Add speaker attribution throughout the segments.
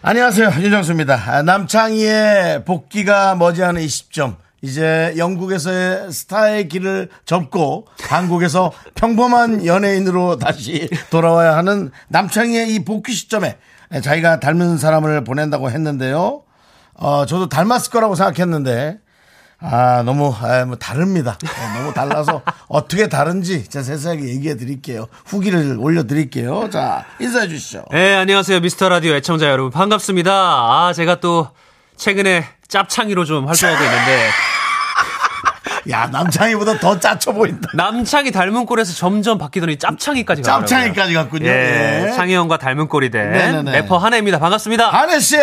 Speaker 1: 안녕하세요. 윤정수입니다. 아, 남창희의 복귀가 머지않은 20점. 이제 영국에서의 스타의 길을 접고 한국에서 평범한 연예인으로 다시 돌아와야 하는 남창희의 이 복귀 시점에 자기가 닮은 사람을 보낸다고 했는데요. 어, 저도 닮았을 거라고 생각했는데 아, 너무, 아, 뭐, 다릅니다. 네, 너무 달라서, 어떻게 다른지, 제가 세세하게 얘기해 드릴게요. 후기를 올려 드릴게요. 자, 인사해 주시죠.
Speaker 2: 네, 안녕하세요. 미스터 라디오 애청자 여러분. 반갑습니다. 아, 제가 또 최근에 짭창이로 좀 활동하고 있는데
Speaker 1: 야, 남창희보다 더 짜쳐 보인다.
Speaker 2: 네, 남창이 닮은 꼴에서 점점 바뀌더니 짭창이까지 가더라고요.
Speaker 1: 짭창이까지 갔군요.
Speaker 2: 예,
Speaker 1: 예.
Speaker 2: 창희 형과 닮은 꼴이 된
Speaker 1: 네네네.
Speaker 2: 래퍼 한혜입니다. 반갑습니다.
Speaker 1: 한혜 씨,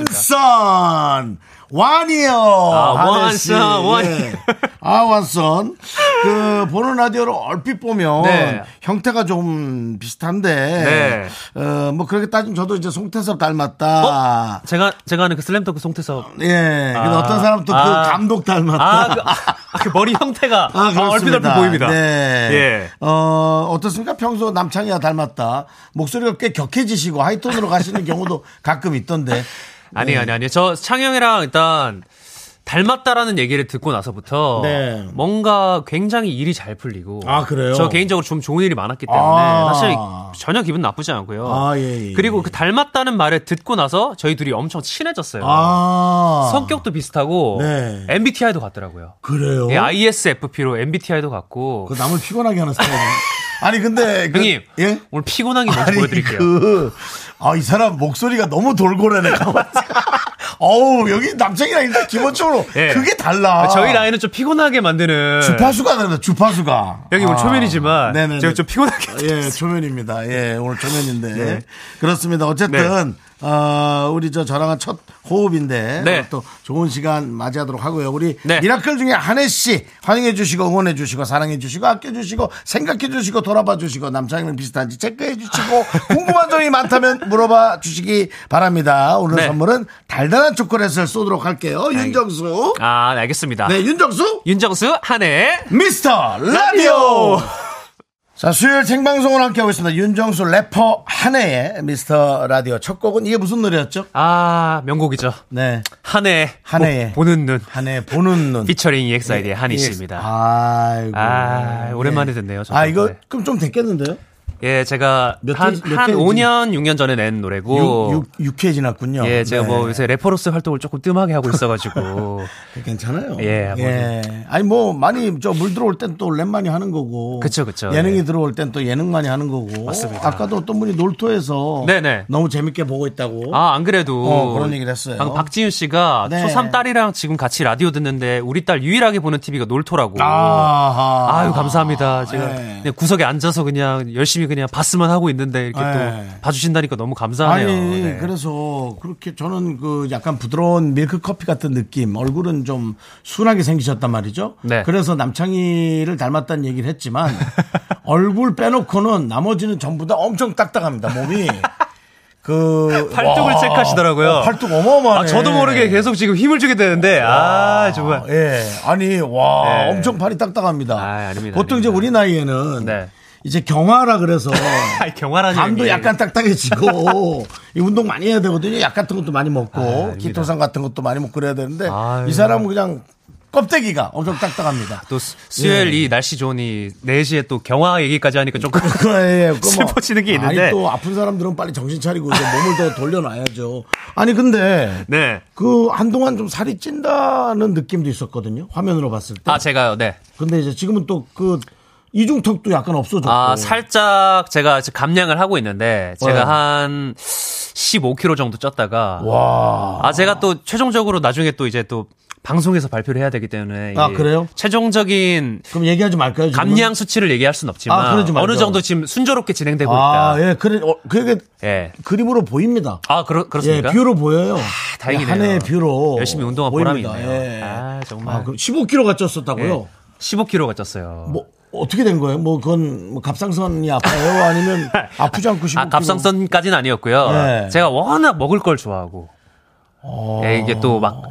Speaker 1: 완선, 완이요.
Speaker 2: 아,
Speaker 1: 한혜 씨.
Speaker 2: 완선, 완.
Speaker 1: 예. 아, 완선. 그, 보는 라디오를 얼핏 보면
Speaker 2: 네.
Speaker 1: 형태가 좀 비슷한데, 어, 뭐, 그렇게 따지면 저도 이제 송태섭 닮았다.
Speaker 2: 제가 제가 아는 그 슬램덩크 송태섭
Speaker 1: 예. 근데
Speaker 2: 아.
Speaker 1: 어떤 사람은 또 그
Speaker 2: 아.
Speaker 1: 감독 닮았다.
Speaker 2: 아, 그, 아, 아, 그 머리 형태가
Speaker 1: 아,
Speaker 2: 아, 얼핏
Speaker 1: 그렇습니다.
Speaker 2: 얼핏 보입니다.
Speaker 1: 네.
Speaker 2: 예.
Speaker 1: 어, 어떻습니까? 평소 남창이와 닮았다. 목소리가 꽤 격해지시고 하이톤으로 가시는 경우도 가끔 있던데. 네.
Speaker 2: 아니 아니 아니 저 창영이랑 일단 닮았다라는 얘기를 듣고 나서부터
Speaker 1: 네.
Speaker 2: 뭔가 굉장히 일이 잘 풀리고
Speaker 1: 아, 그래요?
Speaker 2: 저 개인적으로 좀 좋은 일이 많았기 때문에
Speaker 1: 아.
Speaker 2: 사실 전혀 기분 나쁘지 않고요.
Speaker 1: 아, 예, 예,
Speaker 2: 그리고 그 닮았다는 말을 듣고 나서 저희 둘이 엄청 친해졌어요.
Speaker 1: 아.
Speaker 2: 성격도 비슷하고
Speaker 1: 네.
Speaker 2: MBTI도 같더라고요.
Speaker 1: 그래요?
Speaker 3: 네,
Speaker 2: 예, ISFP로 MBTI도 같고
Speaker 1: 그 남을 피곤하게 하는 스타일. 아니, 근데. 그,
Speaker 2: 형님
Speaker 1: 예?
Speaker 2: 오늘 피곤한 게 뭔지
Speaker 1: 아니,
Speaker 2: 보여드릴게요.
Speaker 1: 그, 아, 이 사람 목소리가 너무 돌고래네. 어우, 여기 남창이랑 일단 기본적으로
Speaker 2: 예.
Speaker 1: 그게 달라.
Speaker 2: 저희 라인은 좀 피곤하게 만드는
Speaker 1: 주파수가 다르다, 주파수가.
Speaker 2: 여기 오늘
Speaker 1: 아.
Speaker 2: 초면이지만
Speaker 1: 네네네.
Speaker 2: 제가 좀 피곤하게
Speaker 1: 예, 초면입니다. 예, 오늘 초면인데.
Speaker 2: 네.
Speaker 1: 그렇습니다. 어쨌든, 어, 우리 저 저랑은 첫 호흡인데.
Speaker 2: 네.
Speaker 1: 또 좋은 시간 맞이하도록 하고요. 우리
Speaker 2: 네.
Speaker 1: 미라클 중에 한혜 씨 환영해 주시고 응원해 주시고 사랑해 주시고 아껴 주시고 생각해 주시고 돌아봐 주시고 남창이랑 비슷한지 체크해 주시고 궁금한 점이 많다면 물어봐 주시기 바랍니다. 오늘
Speaker 2: 네.
Speaker 1: 선물은 달달한 초콜릿을 쏘도록 할게요. 윤정수.
Speaker 2: 아, 네, 알겠습니다.
Speaker 1: 네, 윤정수.
Speaker 2: 윤정수 한해
Speaker 1: 미스터 라디오. 자, 수요일 생방송을 함께하고 있습니다. 윤정수 래퍼 한혜의 미스터 라디오 첫 곡은 이게 무슨 노래였죠?
Speaker 2: 아 명곡이죠.
Speaker 1: 네.
Speaker 2: 한해
Speaker 1: 한해의.
Speaker 2: 보는 눈
Speaker 1: 한혜 보는 눈. 예.
Speaker 2: 피처링 EXID의 한희 씨입니다.
Speaker 1: 아이고.
Speaker 2: 아, 오랜만에 듣네요, 저도.
Speaker 1: 아, 이거
Speaker 2: 네.
Speaker 1: 그럼 좀 됐겠는데요?
Speaker 2: 예, 제가
Speaker 1: 몇
Speaker 2: 한,
Speaker 1: 회- 몇
Speaker 2: 한
Speaker 1: 회지?
Speaker 2: 5년 6년 전에 낸 노래고
Speaker 1: 6, 육회 지났군요.
Speaker 2: 뭐. 예, 제가
Speaker 1: 네.
Speaker 2: 뭐 요새 래퍼로서 활동을 조금 뜸하게 하고 있어가지고
Speaker 1: 괜찮아요.
Speaker 2: 예,
Speaker 1: 아니 뭐 많이 저 물 들어올 땐 또 랩만이 하는 거고.
Speaker 2: 그쵸, 그쵸.
Speaker 1: 예능이
Speaker 2: 예.
Speaker 1: 들어올 땐 또 예능만이 하는 거고.
Speaker 2: 맞습니다.
Speaker 1: 아까도 어떤 분이 놀토에서
Speaker 2: 네네.
Speaker 1: 너무 재밌게 보고 있다고.
Speaker 2: 아 안 그래도
Speaker 1: 어, 그런 얘기를 했어요.
Speaker 2: 방금 박지윤 씨가
Speaker 1: 네.
Speaker 2: 초삼 딸이랑 지금 같이 라디오 듣는데 우리 딸 유일하게 보는 TV가 놀토라고.
Speaker 1: 아하.
Speaker 2: 아유 감사합니다. 제가 네,
Speaker 1: 예.
Speaker 2: 그냥 구석에 앉아서 그냥 열심히 그냥 봤으만 하고 있는데 이렇게
Speaker 1: 예.
Speaker 2: 또 봐주신다니까 너무 감사하네요.
Speaker 1: 아니
Speaker 2: 네.
Speaker 1: 그래서 그렇게 저는 그 약간 부드러운 밀크 커피 같은 느낌 얼굴은 좀 순하게 생기셨단 말이죠.
Speaker 2: 네.
Speaker 1: 그래서 남창희를 닮았다는 얘기를 했지만 얼굴 빼놓고는 나머지는 전부 다 엄청 딱딱합니다 몸이. 그
Speaker 2: 네, 팔뚝을
Speaker 1: 와,
Speaker 2: 체크하시더라고요.
Speaker 1: 어, 팔뚝 어마어마하네.
Speaker 2: 아, 저도 모르게 계속 지금 힘을 주게 되는데 아 정말.
Speaker 1: 예. 아니, 와,
Speaker 2: 네.
Speaker 1: 엄청 팔이 딱딱합니다.
Speaker 2: 아, 아닙니다,
Speaker 1: 보통 이제
Speaker 2: 아닙니다.
Speaker 1: 우리 나이에는
Speaker 2: 네.
Speaker 1: 이제 경화라 그래서
Speaker 2: 아이, 경화라니.
Speaker 1: 감도 약간 딱딱해지고 이 운동 많이 해야 되거든요. 약 같은 것도 많이 먹고
Speaker 2: 아닙니다.
Speaker 1: 기토산 같은 것도 많이 먹고 그래야 되는데
Speaker 2: 아유.
Speaker 1: 이 사람은 그냥 껍데기가 엄청 딱딱합니다.
Speaker 2: 또 수- 수요일
Speaker 1: 네.
Speaker 2: 이 날씨 좋은 이 4시에 또 경화 얘기까지 하니까 조금
Speaker 1: 그래, 그
Speaker 2: 슬퍼지는 게 있는데.
Speaker 1: 아니 또 아픈 사람들은 빨리 정신 차리고 이제 몸을 더 돌려놔야죠. 아니 근데
Speaker 2: 네.
Speaker 1: 그 한동안 좀 살이 찐다는 느낌도 있었거든요. 화면으로 봤을 때.
Speaker 2: 아 제가요. 네.
Speaker 1: 근데 이제 지금은 또 그 이중턱도 약간 없어졌고.
Speaker 2: 아 살짝 제가 지금 감량을 하고 있는데 제가
Speaker 1: 네.
Speaker 2: 한 15kg 정도 쪘다가
Speaker 1: 와.
Speaker 2: 아 제가 또 최종적으로 나중에 또 이제 또 방송에서 발표를 해야 되기 때문에
Speaker 1: 아,
Speaker 2: 이게
Speaker 1: 그래요?
Speaker 2: 최종적인
Speaker 1: 그럼 얘기하지 말까요? 지금은?
Speaker 2: 감량 수치를 얘기할 수는 없지만
Speaker 1: 아, 그러지 말죠.
Speaker 2: 어느 정도 지금 순조롭게 진행되고
Speaker 1: 아,
Speaker 2: 있다.
Speaker 1: 예, 그래, 어, 그게
Speaker 2: 예.
Speaker 1: 그림으로 보입니다.
Speaker 2: 아, 그렇
Speaker 1: 예,
Speaker 2: 그렇습니까? 아,
Speaker 1: 뷰로 보여요.
Speaker 2: 다행이네요.
Speaker 1: 한 해의 뷰로.
Speaker 2: 열심히 운동한
Speaker 1: 보입니다. 예.
Speaker 2: 보람이 있네요. 아, 정말. 예.
Speaker 1: 그럼 15kg가 쪘었다고요?
Speaker 2: 15kg가 쪘어요.
Speaker 1: 뭐, 어떻게 된 거예요? 뭐, 그건 뭐 갑상선이 아파요? 아니면 아프지 않고 15kg?
Speaker 2: 아, 갑상선까지는 아니었고요.
Speaker 1: 뭐, 네.
Speaker 2: 제가 워낙 먹을 걸 좋아하고 예, 이게 또 막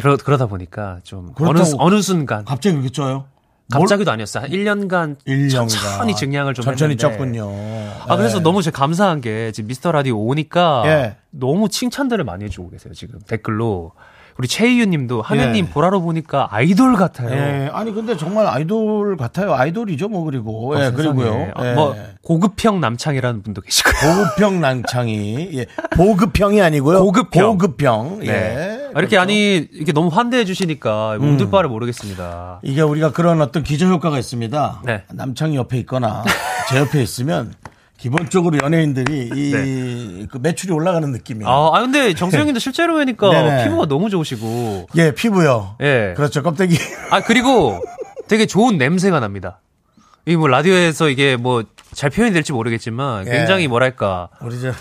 Speaker 2: 그러, 그러다 보니까 좀 어느,
Speaker 1: 그렇다고- 아,
Speaker 2: 어느 순간
Speaker 1: 갑자기 그렇게 쪄요?
Speaker 2: 갑자기도 아니었어요. 한 1년간,
Speaker 1: 1년간.
Speaker 2: 천천히 증량을 좀
Speaker 1: 천천히
Speaker 2: 했는데.
Speaker 1: 쪘군요. 네.
Speaker 2: 아, 그래서 너무 제가 감사한 게 지금 미스터 라디오 오니까
Speaker 1: 예.
Speaker 2: 너무 칭찬들을 많이 해주고 계세요. 지금 댓글로. 우리 최희유 님도 하느님
Speaker 1: 예.
Speaker 2: 보라로 보니까 아이돌 같아요.
Speaker 1: 예, 아니 근데 정말 아이돌 같아요. 아이돌이죠, 뭐 그리고 예,
Speaker 2: 세상에.
Speaker 1: 그리고요.
Speaker 2: 아,
Speaker 1: 예.
Speaker 2: 뭐 고급형 남창이라는 분도 계시고요.
Speaker 1: 보급형 난창이 예, 보급형이 아니고요.
Speaker 2: 고급형.
Speaker 1: 고급형. 예. 음.
Speaker 2: 네. 아, 이렇게 아니 이렇게 너무 환대해 주시니까 몸둘 바를 모르겠습니다.
Speaker 1: 이게 우리가 그런 어떤 기저 효과가 있습니다.
Speaker 2: 네.
Speaker 1: 남창이 옆에 있거나 제 옆에 있으면 기본적으로 연예인들이 이 그 매출이 올라가는 느낌이에요.
Speaker 2: 네. 아, 아, 근데 정수영님도 실제로 보니까
Speaker 1: 네네.
Speaker 2: 피부가 너무 좋으시고
Speaker 1: 예, 피부요.
Speaker 2: 예.
Speaker 1: 그렇죠. 껍데기.
Speaker 2: 아 그리고 되게 좋은 냄새가 납니다. 이 뭐 라디오에서 이게 뭐 잘 표현이 될지 모르겠지만
Speaker 1: 예.
Speaker 2: 굉장히 뭐랄까
Speaker 1: 우리 저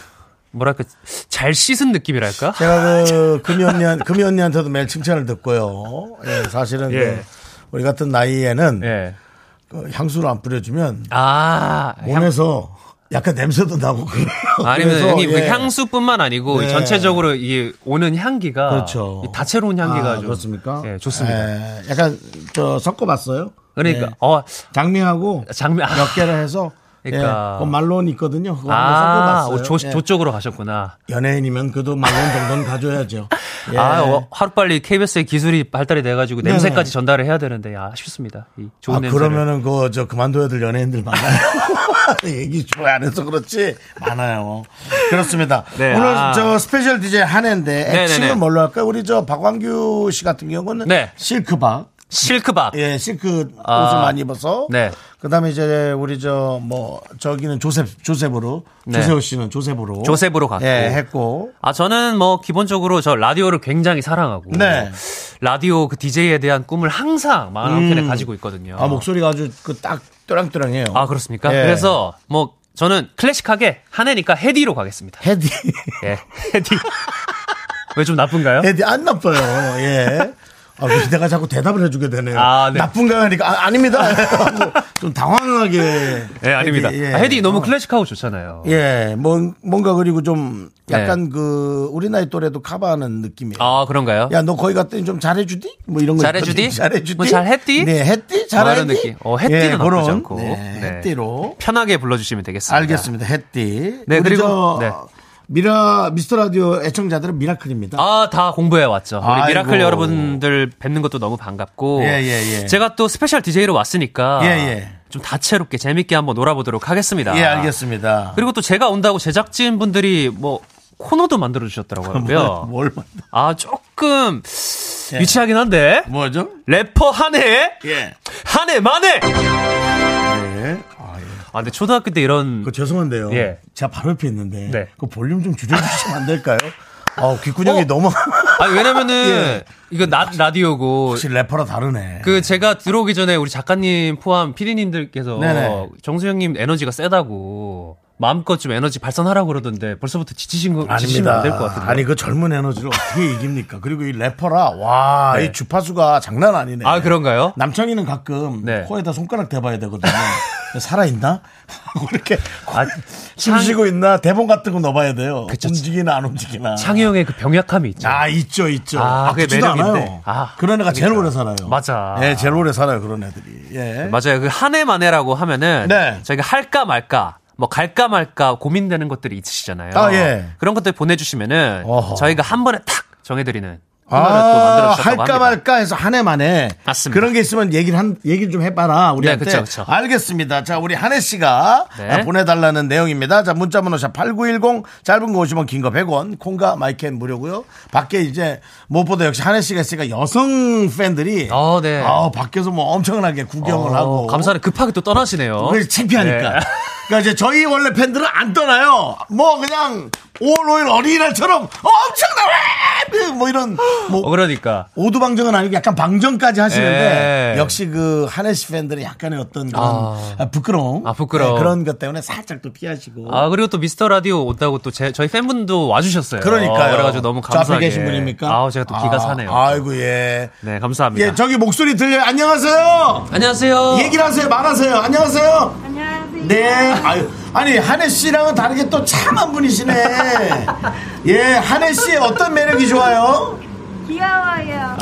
Speaker 2: 뭐랄까 잘 씻은 느낌이랄까.
Speaker 1: 제가 그 금이 언니 금이 언니한테도 매일 칭찬을 듣고요. 예, 사실은
Speaker 2: 예.
Speaker 1: 그 우리 같은 나이에는
Speaker 2: 예.
Speaker 1: 그 향수를 안 뿌려주면
Speaker 2: 아 향,
Speaker 1: 몸에서 약간 냄새도 나고 그래요.
Speaker 2: 아니면
Speaker 1: 그래서,
Speaker 2: 형님 그
Speaker 1: 예.
Speaker 2: 향수뿐만 아니고
Speaker 1: 네.
Speaker 2: 전체적으로 이게 오는 향기가
Speaker 1: 그렇죠.
Speaker 2: 이 다채로운 향기가
Speaker 1: 아,
Speaker 2: 좀
Speaker 1: 그렇습니까?
Speaker 2: 예, 좋습니다.
Speaker 1: 예, 약간 저 섞어봤어요.
Speaker 2: 그러니까
Speaker 1: 예.
Speaker 2: 어
Speaker 1: 장미하고
Speaker 2: 장미 아,
Speaker 1: 몇 개를 해서
Speaker 2: 그러니까.
Speaker 1: 예, 그 말론 있거든요. 그거 한번
Speaker 2: 아,
Speaker 1: 섞어봤어요.
Speaker 2: 오, 조,
Speaker 1: 예.
Speaker 2: 조쪽으로 가셨구나.
Speaker 1: 연예인이면 그래도 말론 정도는 가져야죠. 예.
Speaker 2: 아, 어, 하루빨리 KBS의 기술이 발달이 돼가지고
Speaker 1: 네네.
Speaker 2: 냄새까지 전달을 해야 되는데 아, 아쉽습니다. 이 좋은
Speaker 1: 아,
Speaker 2: 냄새를.
Speaker 1: 그러면은 그 저 그만둬야 될 연예인들 많아요. 얘기 좋아 안 해서 그렇지 많아요. 그렇습니다.
Speaker 2: 네,
Speaker 1: 오늘
Speaker 2: 아.
Speaker 1: 저 스페셜 DJ 한해인데
Speaker 2: 네네네.
Speaker 1: 액션은 뭘로 할까요? 우리 저 박광규 씨 같은 경우는
Speaker 2: 네.
Speaker 1: 실크박
Speaker 2: 실크밥.
Speaker 1: 예 실크
Speaker 2: 아.
Speaker 1: 옷을 많이 입어서
Speaker 2: 네.
Speaker 1: 그다음에 이제 우리 저 뭐 저기는 조셉 조셉으로
Speaker 2: 네.
Speaker 1: 조세호 씨는 조셉으로
Speaker 2: 조셉으로 갔고.
Speaker 1: 예, 했고
Speaker 2: 아, 저는 뭐 기본적으로 저 라디오를 굉장히 사랑하고
Speaker 1: 네.
Speaker 2: 라디오 그 DJ에 대한 꿈을 항상 마음속에 가지고 있거든요.
Speaker 1: 아 목소리가 아주 그 딱 또랑또랑해요.
Speaker 2: 아, 그렇습니까?
Speaker 1: 예.
Speaker 2: 그래서 뭐 저는 클래식하게 한해니까 헤디로 가겠습니다.
Speaker 1: 헤디
Speaker 2: 예. 헤디. 왜 좀 나쁜가요?
Speaker 1: 헤디 안 나빠요. 예. 아, 왜 내가 자꾸 대답을 해주게 되네요.
Speaker 2: 아, 네.
Speaker 1: 나쁜가요? 하니까 아, 닙니다 좀 당황하게.
Speaker 2: 예, 아닙니다.
Speaker 1: 헤디, 예.
Speaker 2: 아, 헤디 너무
Speaker 1: 어.
Speaker 2: 클래식하고 좋잖아요.
Speaker 1: 예, 뭔, 뭔가 그리고 좀
Speaker 2: 네.
Speaker 1: 약간 그 우리 나이 또래도 커버하는 느낌이에요.
Speaker 2: 아, 그런가요?
Speaker 1: 어? 야, 너 거기 갔더니 좀 잘해주디? 뭐 이런 거.
Speaker 2: 잘해주디?
Speaker 1: 있거든요. 잘해주디?
Speaker 2: 뭐 잘했디?
Speaker 1: 네, 했디?
Speaker 2: 뭐 이런
Speaker 1: 잘했디?
Speaker 2: 느낌. 어, 햇띠는 나쁘지 않고.
Speaker 1: 네,
Speaker 2: 네.
Speaker 1: 했디로.
Speaker 2: 편하게 불러주시면 되겠습니다.
Speaker 1: 알겠습니다. 했디.
Speaker 2: 네,
Speaker 1: 우리
Speaker 2: 그리고-
Speaker 1: 저
Speaker 2: 네.
Speaker 1: 미라, 미스터 라디오 애청자들은 미라클입니다.
Speaker 2: 아, 다 공부해 왔죠. 우리
Speaker 1: 아이고.
Speaker 2: 미라클 여러분들 뵙는 것도 너무 반갑고.
Speaker 1: 예, 예, 예.
Speaker 2: 제가 또 스페셜 DJ로 왔으니까.
Speaker 1: 예, 예.
Speaker 2: 좀 다채롭게 재밌게 한번 놀아보도록 하겠습니다.
Speaker 1: 예, 알겠습니다.
Speaker 2: 그리고 또 제가 온다고 제작진분들이 뭐 코너도 만들어 주셨더라고요.
Speaker 1: 뭘 만나-
Speaker 2: 아, 조금 유치하긴 한데.
Speaker 1: 예. 뭐죠?
Speaker 2: 래퍼 한해,
Speaker 1: 예.
Speaker 2: 한해 만해.
Speaker 1: 예. 아, 예.
Speaker 2: 아, 근데 초등학교 때 이런
Speaker 1: 그 죄송한데요.
Speaker 2: 예.
Speaker 1: 제가 바로 옆에 있는데
Speaker 2: 네.
Speaker 1: 그 볼륨 좀 줄여주시면 안 될까요? 아, 귓구녕이
Speaker 2: 어?
Speaker 1: 너무
Speaker 2: 아니 왜냐면은 이거 나, 라디오고
Speaker 1: 예. 혹시 래퍼라 다르네.
Speaker 2: 그 제가 들어오기 전에 우리 작가님 포함 피디님들께서
Speaker 1: 네네.
Speaker 2: 정수영님 에너지가 세다고 마음껏 좀 에너지 발산하라고 그러던데 벌써부터 지치신 거 지치시면 안 될 것 같은데.
Speaker 1: 아니 그 젊은 에너지를 어떻게 이깁니까? 그리고 이 래퍼라 와 이
Speaker 2: 네.
Speaker 1: 주파수가 장난 아니네.
Speaker 2: 아 그런가요?
Speaker 1: 남창이는 가끔
Speaker 2: 네.
Speaker 1: 코에다 손가락 대봐야 되거든요. 살아 있나? 하고 이렇게
Speaker 2: 아,
Speaker 1: 숨
Speaker 2: 창-
Speaker 1: 쉬고 있나? 대본 같은 거 넣어봐야 돼요.
Speaker 2: 그쵸.
Speaker 1: 움직이나 안 움직이나.
Speaker 2: 창희 형의 그 병약함이 있죠.
Speaker 1: 아 있죠 있죠.
Speaker 2: 아,
Speaker 1: 아,
Speaker 2: 그게
Speaker 1: 그지도
Speaker 2: 매력인데.
Speaker 1: 않아요.
Speaker 2: 아,
Speaker 1: 그런 애가 제일
Speaker 2: 그러니까.
Speaker 1: 오래 살아요.
Speaker 2: 맞아.
Speaker 1: 예, 제일 오래 살아요 그런 애들이. 예.
Speaker 2: 맞아요. 그 한 해 만해라고 하면은
Speaker 1: 네.
Speaker 2: 저희가 할까 말까 뭐 갈까 말까 고민되는 것들이 있으시잖아요.
Speaker 1: 아, 예.
Speaker 2: 그런 것들 보내주시면은
Speaker 1: 어허.
Speaker 2: 저희가 한 번에 탁 정해드리는 코너를 또 만들어
Speaker 1: 아,
Speaker 2: 주셨다고
Speaker 1: 할까
Speaker 2: 합니다.
Speaker 1: 말까 해서 한 해 만에
Speaker 2: 맞습니다. 네,
Speaker 1: 그런 게 있으면 얘기를 한 얘기를 좀 해봐라 우리한테.
Speaker 2: 그쵸, 그쵸.
Speaker 1: 알겠습니다. 자 우리 한혜 씨가
Speaker 2: 네.
Speaker 1: 아, 보내달라는 내용입니다. 자 문자번호 샵 #8910 짧은 거 50원, 긴 거 100원, 콩과 마이캔 무료고요. 밖에 이제 무엇보다 역시 한혜 씨가 있으니까 여성 팬들이
Speaker 2: 어, 네. 어,
Speaker 1: 아, 밖에서 뭐 엄청나게 구경을 하고
Speaker 2: 감사를 급하게 또 떠나시네요.
Speaker 1: 그래서 창피하니까.
Speaker 2: 네.
Speaker 1: 그러니까 이제 저희 원래 팬들은 안 떠나요. 뭐 그냥 5월 5일 어린이날처럼 엄청나! 뭐 이런,
Speaker 2: 어,
Speaker 1: 뭐,
Speaker 2: 그러니까.
Speaker 1: 오두방정은 아니고 약간 방정까지 하시는데
Speaker 2: 예.
Speaker 1: 역시 그 한혜 씨 팬들의 약간의 어떤 그런
Speaker 2: 아.
Speaker 1: 아, 부끄러움 네,
Speaker 2: 아, 부끄러움.
Speaker 1: 그런 것 때문에 살짝 또 피하시고
Speaker 2: 아, 그리고 또 미스터 라디오 온다고 또 제, 저희 팬분도 와주셨어요.
Speaker 1: 그러니까요.
Speaker 2: 그래가지고 너무
Speaker 1: 저 앞에
Speaker 2: 감사하게.
Speaker 1: 계신 분입니까?
Speaker 2: 아우, 제가 또 기가
Speaker 1: 아,
Speaker 2: 사네요.
Speaker 1: 아이고 예.
Speaker 2: 네, 감사합니다.
Speaker 1: 예, 저기 목소리 들려요. 안녕하세요.
Speaker 2: 안녕하세요.
Speaker 1: 얘기를 하세요. 말하세요. 안녕하세요.
Speaker 4: 안녕하세요.
Speaker 1: 네. 아유, 아니 한혜 씨랑은 다르게 또 참한 분이시네. 예, 한혜 씨의 어떤 매력이 좋아요?
Speaker 4: 귀여워요.
Speaker 1: 아.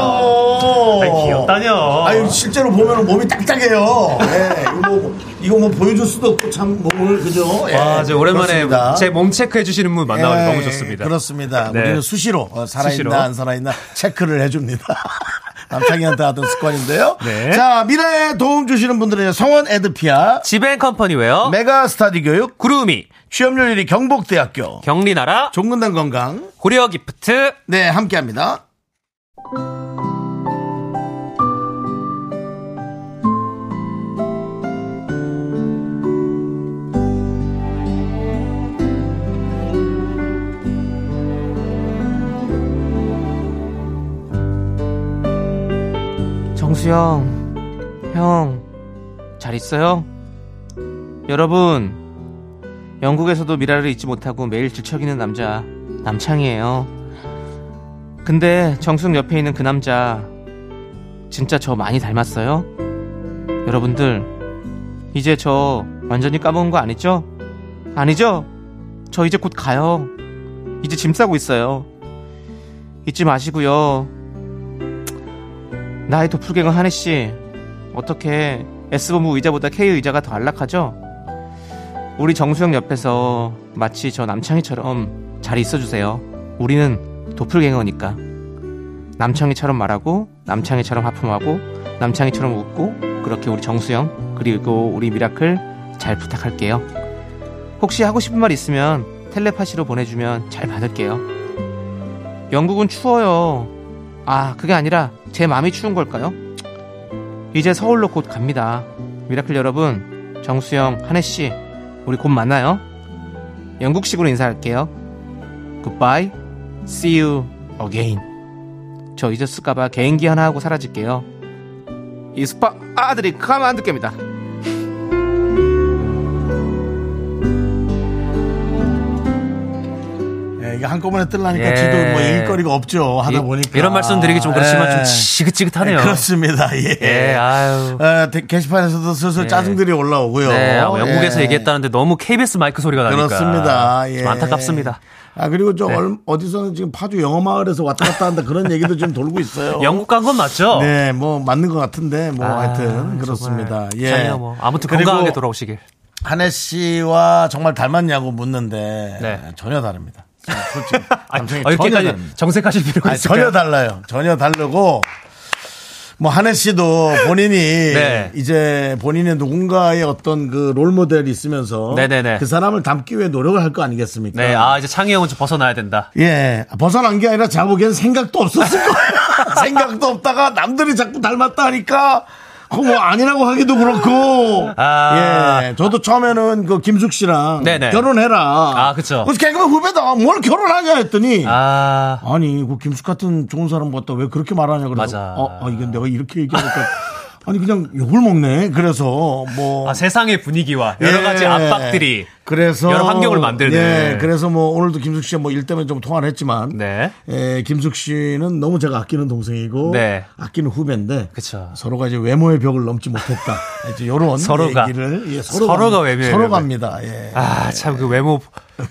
Speaker 1: 귀엽다고.
Speaker 2: 아이, 귀엽다뇨.
Speaker 1: 아유, 실제로 보면 몸이 딱딱해요. 예, 이거 뭐, 이거 뭐 보여줄 수도 없고 참 몸을 그죠? 예,
Speaker 2: 와, 저 오랜만에
Speaker 1: 그렇습니다.
Speaker 2: 제 몸 체크해 주시는 분 만나서
Speaker 1: 예,
Speaker 2: 너무 좋습니다.
Speaker 1: 그렇습니다.
Speaker 2: 네.
Speaker 1: 우리는 수시로 어, 살아있나
Speaker 2: 수시로.
Speaker 1: 안 살아있나 체크를 해줍니다. 남창희한테 하던 습관인데요.
Speaker 2: 네.
Speaker 1: 자, 미래에 도움 주시는 분들은 성원 에드피아,
Speaker 2: 지벤 컴퍼니웨어,
Speaker 1: 네. 메가스타디 교육,
Speaker 2: 구루미,
Speaker 1: 취업률 1위 경북대학교,
Speaker 2: 경리나라,
Speaker 1: 종근당 건강,
Speaker 2: 고려 기프트,
Speaker 1: 네, 함께 합니다.
Speaker 5: 정수형, 형, 잘 있어요? 여러분, 영국에서도 미라를 잊지 못하고 매일 질척이는 남자, 남창이에요. 근데 정수형 옆에 있는 그 남자, 진짜 저 많이 닮았어요? 여러분들, 이제 저 완전히 까먹은 거 아니죠? 아니죠? 저 이제 곧 가요. 이제 짐 싸고 있어요. 잊지 마시고요. 나의 도플갱어 한혜 씨 어떻게 S본부 의자보다 K 의자가 더 안락하죠? 우리 정수영 옆에서 마치 저 남창희처럼 잘 있어주세요. 우리는 도플갱어니까. 남창희처럼 말하고 남창희처럼 하품하고 남창희처럼 웃고 그렇게 우리 정수영 그리고 우리 미라클 잘 부탁할게요. 혹시 하고 싶은 말 있으면 텔레파시로 보내주면 잘 받을게요. 영국은 추워요. 아, 그게 아니라 제 마음이 추운 걸까요? 이제 서울로 곧 갑니다. 미라클 여러분, 정수영, 한혜씨, 우리 곧 만나요. 영국식으로 인사할게요. Goodbye, see you again. 저 잊었을까봐 개인기 하나 하고 사라질게요. 이 스파 아들이 가만 안 듣게입니다.
Speaker 1: 예, 이게 한꺼번에 뜰라니까
Speaker 2: 예.
Speaker 1: 지도 뭐 일거리가 없죠. 하다
Speaker 2: 이-
Speaker 1: 보니까.
Speaker 2: 이런 말씀 드리기 좀 그렇지만
Speaker 1: 예.
Speaker 2: 좀 지긋지긋하네요.
Speaker 1: 예, 그렇습니다. 예.
Speaker 2: 예, 아유.
Speaker 1: 어, 데- 게시판에서도 슬슬
Speaker 2: 예.
Speaker 1: 짜증들이 올라오고요.
Speaker 2: 네, 아, 영국에서
Speaker 1: 예.
Speaker 2: 얘기했다는데 너무 KBS 마이크 소리가 나니까
Speaker 1: 그렇습니다. 예.
Speaker 2: 좀 안타깝습니다. 네.
Speaker 1: 아 그리고 저 얼- 어디서는 지금 파주 영어 마을에서 왔다 갔다 한다 그런 얘기도 좀 돌고 있어요.
Speaker 2: 영국 간 건 맞죠?
Speaker 1: 네, 뭐 맞는 것 같은데 뭐
Speaker 2: 아,
Speaker 1: 하여튼 그렇습니다.
Speaker 2: 정말.
Speaker 1: 예.
Speaker 2: 괜찮아요, 뭐. 아무튼
Speaker 1: 그리고
Speaker 2: 건강하게 돌아오시길.
Speaker 1: 한혜 씨와 정말 닮았냐고 묻는데
Speaker 2: 네.
Speaker 1: 전혀 다릅니다. 솔직히
Speaker 2: 아,
Speaker 1: 남성이
Speaker 2: 아,
Speaker 1: 전혀
Speaker 2: 이렇게까지
Speaker 1: 다릅니다.
Speaker 2: 정색하실 필요가
Speaker 1: 아니,
Speaker 2: 있을까요?
Speaker 1: 전혀 달라요. 전혀 다르고 뭐 한혜 씨도 본인이
Speaker 2: 네.
Speaker 1: 이제 본인의 누군가의 어떤 그 롤 모델이 있으면서
Speaker 2: 네네네.
Speaker 1: 그 사람을 닮기 위해 노력을 할 거 아니겠습니까?
Speaker 2: 네, 아 이제 창희 형은 좀 벗어나야 된다.
Speaker 1: 예, 벗어난 게 아니라 제가 보기엔 생각도 없었을 거예요. 생각도 없다가 남들이 자꾸 닮았다 하니까 그거 뭐 아니라고 하기도 그렇고.
Speaker 2: 아.
Speaker 1: 예, 저도 처음에는 그 김숙 씨랑
Speaker 2: 네네.
Speaker 1: 결혼해라.
Speaker 2: 아, 그쵸.
Speaker 1: 그래서 개그맨 후배다. 뭘 결혼하냐 했더니. 아.
Speaker 2: 아,
Speaker 1: 니그 김숙 같은 좋은 사람 같다. 왜 그렇게 말하냐. 그래서.
Speaker 2: 맞아.
Speaker 1: 어, 아, 이건 내가 이렇게 얘기하니까. 아니, 그냥 욕을 먹네. 그래서 뭐.
Speaker 2: 아, 세상의 분위기와 여러 가지
Speaker 1: 예.
Speaker 2: 압박들이
Speaker 1: 그래서
Speaker 2: 여러 환경을 만드는.
Speaker 1: 예, 그래서 뭐 오늘도 김숙 씨와 뭐일 때문에 좀 통화를 했지만
Speaker 2: 네.
Speaker 1: 예, 김숙 씨는 너무 제가 아끼는 동생이고
Speaker 2: 네.
Speaker 1: 아끼는 후배인데
Speaker 2: 그쵸.
Speaker 1: 서로가 이제 외모의 벽을 넘지 못했다. 이제 요런
Speaker 2: 서로가.
Speaker 1: 얘기를 예,
Speaker 2: 서로가
Speaker 1: 갑니다.
Speaker 2: 외모의
Speaker 1: 서로
Speaker 2: 벽을.
Speaker 1: 갑니다. 예.
Speaker 2: 아 참 그 외모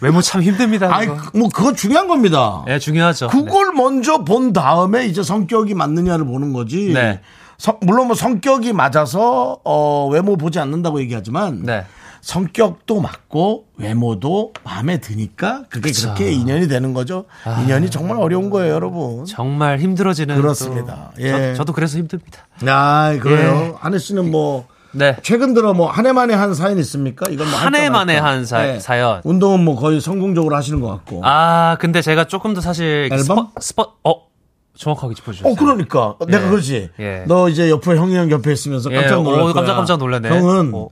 Speaker 2: 외모 참 힘듭니다.
Speaker 1: 아이
Speaker 2: 그거.
Speaker 1: 뭐 그건 중요한 겁니다.
Speaker 2: 예, 중요하죠.
Speaker 1: 아, 그걸 먼저 본 다음에 이제 성격이 맞느냐를 보는 거지.
Speaker 2: 네.
Speaker 1: 성- 물론 뭐 성격이 맞아서 어, 외모 보지 않는다고 얘기하지만
Speaker 2: 네.
Speaker 1: 성격도 맞고 외모도 마음에 드니까 그게
Speaker 2: 그쵸. 아.
Speaker 1: 그렇게 인연이 되는 거죠. 인연이 정말 어려운 거예요, 여러분.
Speaker 2: 정말 힘들어지는
Speaker 1: 그렇습니다.
Speaker 2: 또-
Speaker 1: 예.
Speaker 2: 저, 도 그래서 힘듭니다.
Speaker 1: 아, 그래요.
Speaker 2: 예.
Speaker 1: 한혜 씨는 뭐
Speaker 2: 네.
Speaker 1: 최근 들어 뭐 한 해 만에 한 사연 있습니까? 이건 뭐
Speaker 2: 한
Speaker 1: 할까
Speaker 2: 해 만에
Speaker 1: 말까.
Speaker 2: 한 사- 사연.
Speaker 1: 네. 운동은 뭐 거의 성공적으로 하시는 것 같고.
Speaker 2: 아 근데 제가 조금 더 사실 그
Speaker 1: 앨범?
Speaker 2: 스포 스포 어 정확하게 짚어주셨어요.
Speaker 1: 어, 그러니까. 내가 그러지.
Speaker 2: 예.
Speaker 1: 너 이제 옆에 형이 형 옆에 있으면서
Speaker 2: 예,
Speaker 1: 어, 깜짝 놀랐
Speaker 2: 오,
Speaker 1: 거야.
Speaker 2: 깜짝깜짝 놀랐네.
Speaker 1: 형은
Speaker 2: 어.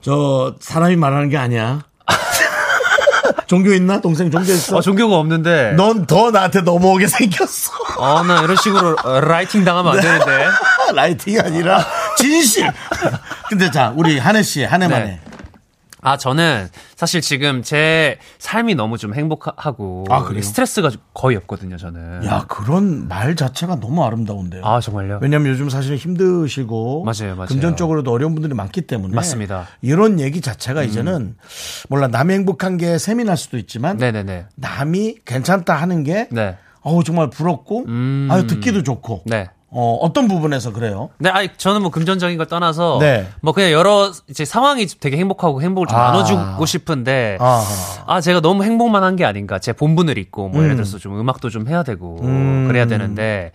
Speaker 1: 저 사람이 말하는 게 아니야. 종교 있나? 동생 종교 있어?
Speaker 2: 어, 종교가 없는데.
Speaker 1: 넌 더 나한테 넘어오게 생겼어.
Speaker 2: 어, 나 이런 식으로 어, 라이팅 당하면
Speaker 1: 네.
Speaker 2: 안 되는데.
Speaker 1: 라이팅이 아니라 진실. 근데 자, 우리 한혜 씨, 한혜만
Speaker 2: 네.
Speaker 1: 해.
Speaker 2: 아, 저는 사실 지금 제 삶이 너무 좀 행복하고.
Speaker 1: 아, 그래요?
Speaker 2: 스트레스가 거의 없거든요, 저는.
Speaker 1: 야, 그런 말 자체가 너무 네. 아름다운데요.
Speaker 2: 아, 정말요?
Speaker 1: 왜냐면 요즘 사실 힘드시고
Speaker 2: 맞아요, 맞아요.
Speaker 1: 금전적으로도 어려운 분들이 많기 때문에
Speaker 2: 맞습니다. 음.
Speaker 1: 이런 얘기 자체가 이제는 몰라 남이 행복한 게 세민할 수도 있지만
Speaker 2: 네네네.
Speaker 1: 남이 괜찮다 하는 게
Speaker 2: 네. 음.
Speaker 1: 어우 정말 부럽고 아유 듣기도 좋고
Speaker 2: 네.
Speaker 1: 어, 어떤 부분에서 그래요?
Speaker 2: 네, 아니, 저는 뭐 금전적인 걸 떠나서.
Speaker 1: 네.
Speaker 2: 뭐 그냥 여러 이제 상황이 되게 행복하고 행복을 좀
Speaker 1: 아.
Speaker 2: 나눠주고 싶은데.
Speaker 1: 아.
Speaker 2: 아. 제가 너무 행복만 한 게 아닌가. 제 본분을 잊고, 뭐 예를 들어서 좀 음악도 좀 해야 되고. 그래야 되는데.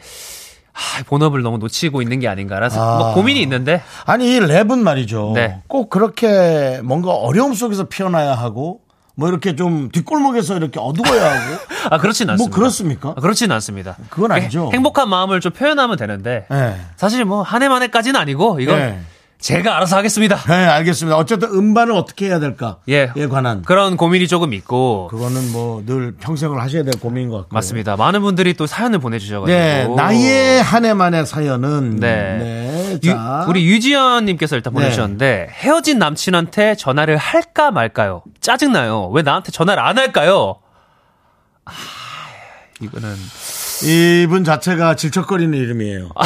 Speaker 2: 아, 본업을 너무 놓치고 있는 게 아닌가라서 뭐 고민이 있는데
Speaker 1: 아니 이 랩은 말이죠.
Speaker 2: 네.
Speaker 1: 꼭 그렇게 뭔가 어려움 속에서 피어나야 하고 뭐 이렇게 좀 뒷골목에서 이렇게 어두워야 하고
Speaker 2: 아 그렇진 않습니다.
Speaker 1: 뭐 그렇습니까?
Speaker 2: 아, 그렇진 않습니다.
Speaker 1: 그건 아니죠.
Speaker 2: 행- 행복한 마음을 좀 표현하면 되는데
Speaker 1: 예.
Speaker 2: 사실 뭐 한 해만 해까지는 아니고 이건
Speaker 1: 네.
Speaker 2: 제가 알아서 하겠습니다.
Speaker 1: 네, 알겠습니다. 어쨌든 음반을 어떻게 해야 될까에
Speaker 2: 예.
Speaker 1: 관한
Speaker 2: 그런 고민이 조금 있고
Speaker 1: 그거는 뭐 늘 평생을 하셔야 될 고민인 것 같고.
Speaker 2: 맞습니다. 많은 분들이 또 사연을 보내주셔가지고
Speaker 1: 네, 나이의 한 해만의 사연은
Speaker 2: 네.
Speaker 1: 네,
Speaker 2: 유-
Speaker 1: 자. 네.
Speaker 2: 우리 유지연님께서 일단 보내주셨는데 헤어진 남친한테 전화를 할까 말까요? 짜증나요. 왜 나한테 전화를 안 할까요? 아, 이거는
Speaker 1: 이분 자체가 질척거리는 이름이에요.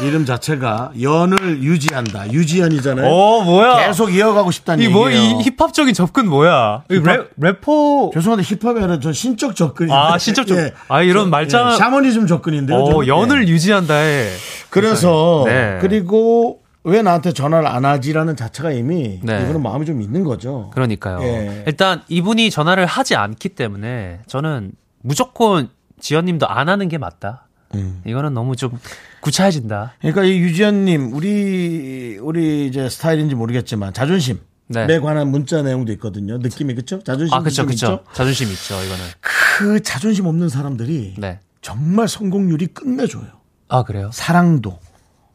Speaker 1: 이름 자체가 연을 유지한다. 유지연이잖아요.
Speaker 2: 어 뭐야?
Speaker 1: 계속 이어가고 싶다는
Speaker 2: 이
Speaker 1: 얘기예요.
Speaker 2: 뭐 이 힙합적인 접근 뭐야? 어, 이 랩, 래퍼
Speaker 1: 죄송한데 힙합에는 전 신적 접근이
Speaker 2: 아, 신적 접근. 아, 이런 말짱-
Speaker 1: 예, 샤머니즘 접근인데요.
Speaker 2: 어,
Speaker 1: 저는.
Speaker 2: 연을
Speaker 1: 예.
Speaker 2: 유지한다에.
Speaker 1: 그래서
Speaker 2: 네.
Speaker 1: 그리고 왜 나한테 전화를 안 하지라는 자체가 이미
Speaker 2: 네.
Speaker 1: 이거는 마음이 좀 있는 거죠.
Speaker 2: 그러니까요.
Speaker 1: 예.
Speaker 2: 일단 이분이 전화를 하지 않기 때문에 저는 무조건 지연님도 안 하는 게 맞다.
Speaker 1: 음.
Speaker 2: 이거는 너무 좀 구차해진다.
Speaker 1: 그러니까 이 유지현님 우리 우리 이제 스타일인지 모르겠지만 자존심에
Speaker 2: 네.
Speaker 1: 관한 문자 내용도 있거든요. 느낌이 그쵸? 자존심
Speaker 2: 아, 그쵸,
Speaker 1: 느낌
Speaker 2: 그쵸.
Speaker 1: 있죠?
Speaker 2: 자존심 있죠, 이거는.
Speaker 1: 그 자존심 없는 사람들이
Speaker 2: 네.
Speaker 1: 정말 성공률이 끝내줘요.
Speaker 2: 아, 그래요?
Speaker 1: 사랑도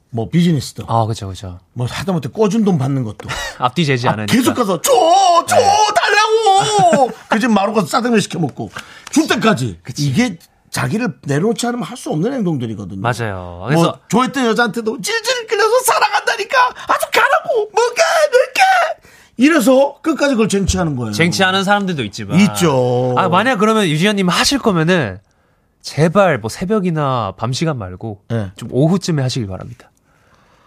Speaker 1: 뭐 비즈니스도
Speaker 2: 아, 그쵸, 그쵸.
Speaker 1: 뭐 하다못해 꿔준 돈 받는 것도
Speaker 2: 앞뒤 재지 않으니까.
Speaker 1: 아,
Speaker 2: 네.
Speaker 1: 계속 가서 줘! 줘! 달라고! 그 집 마루 가서 짜장면 시켜 먹고 줄 때까지 이게 자기를 내려놓지 않으면 할 수 없는 행동들이거든요.
Speaker 2: 맞아요. 어, 그래서
Speaker 1: 뭐 좋아했던 여자한테도 질질 끌려서 사랑한다니까 아주 가라고 뭐가 뭘까 이래서 끝까지 그걸 쟁취하는 거예요.
Speaker 2: 쟁취하는 사람들도 있지만.
Speaker 1: 있죠.
Speaker 2: 아, 만약 그러면 유지현님 하실 거면은 제발 뭐 새벽이나 밤 시간 말고
Speaker 1: 네.
Speaker 2: 좀 오후쯤에 하시길 바랍니다.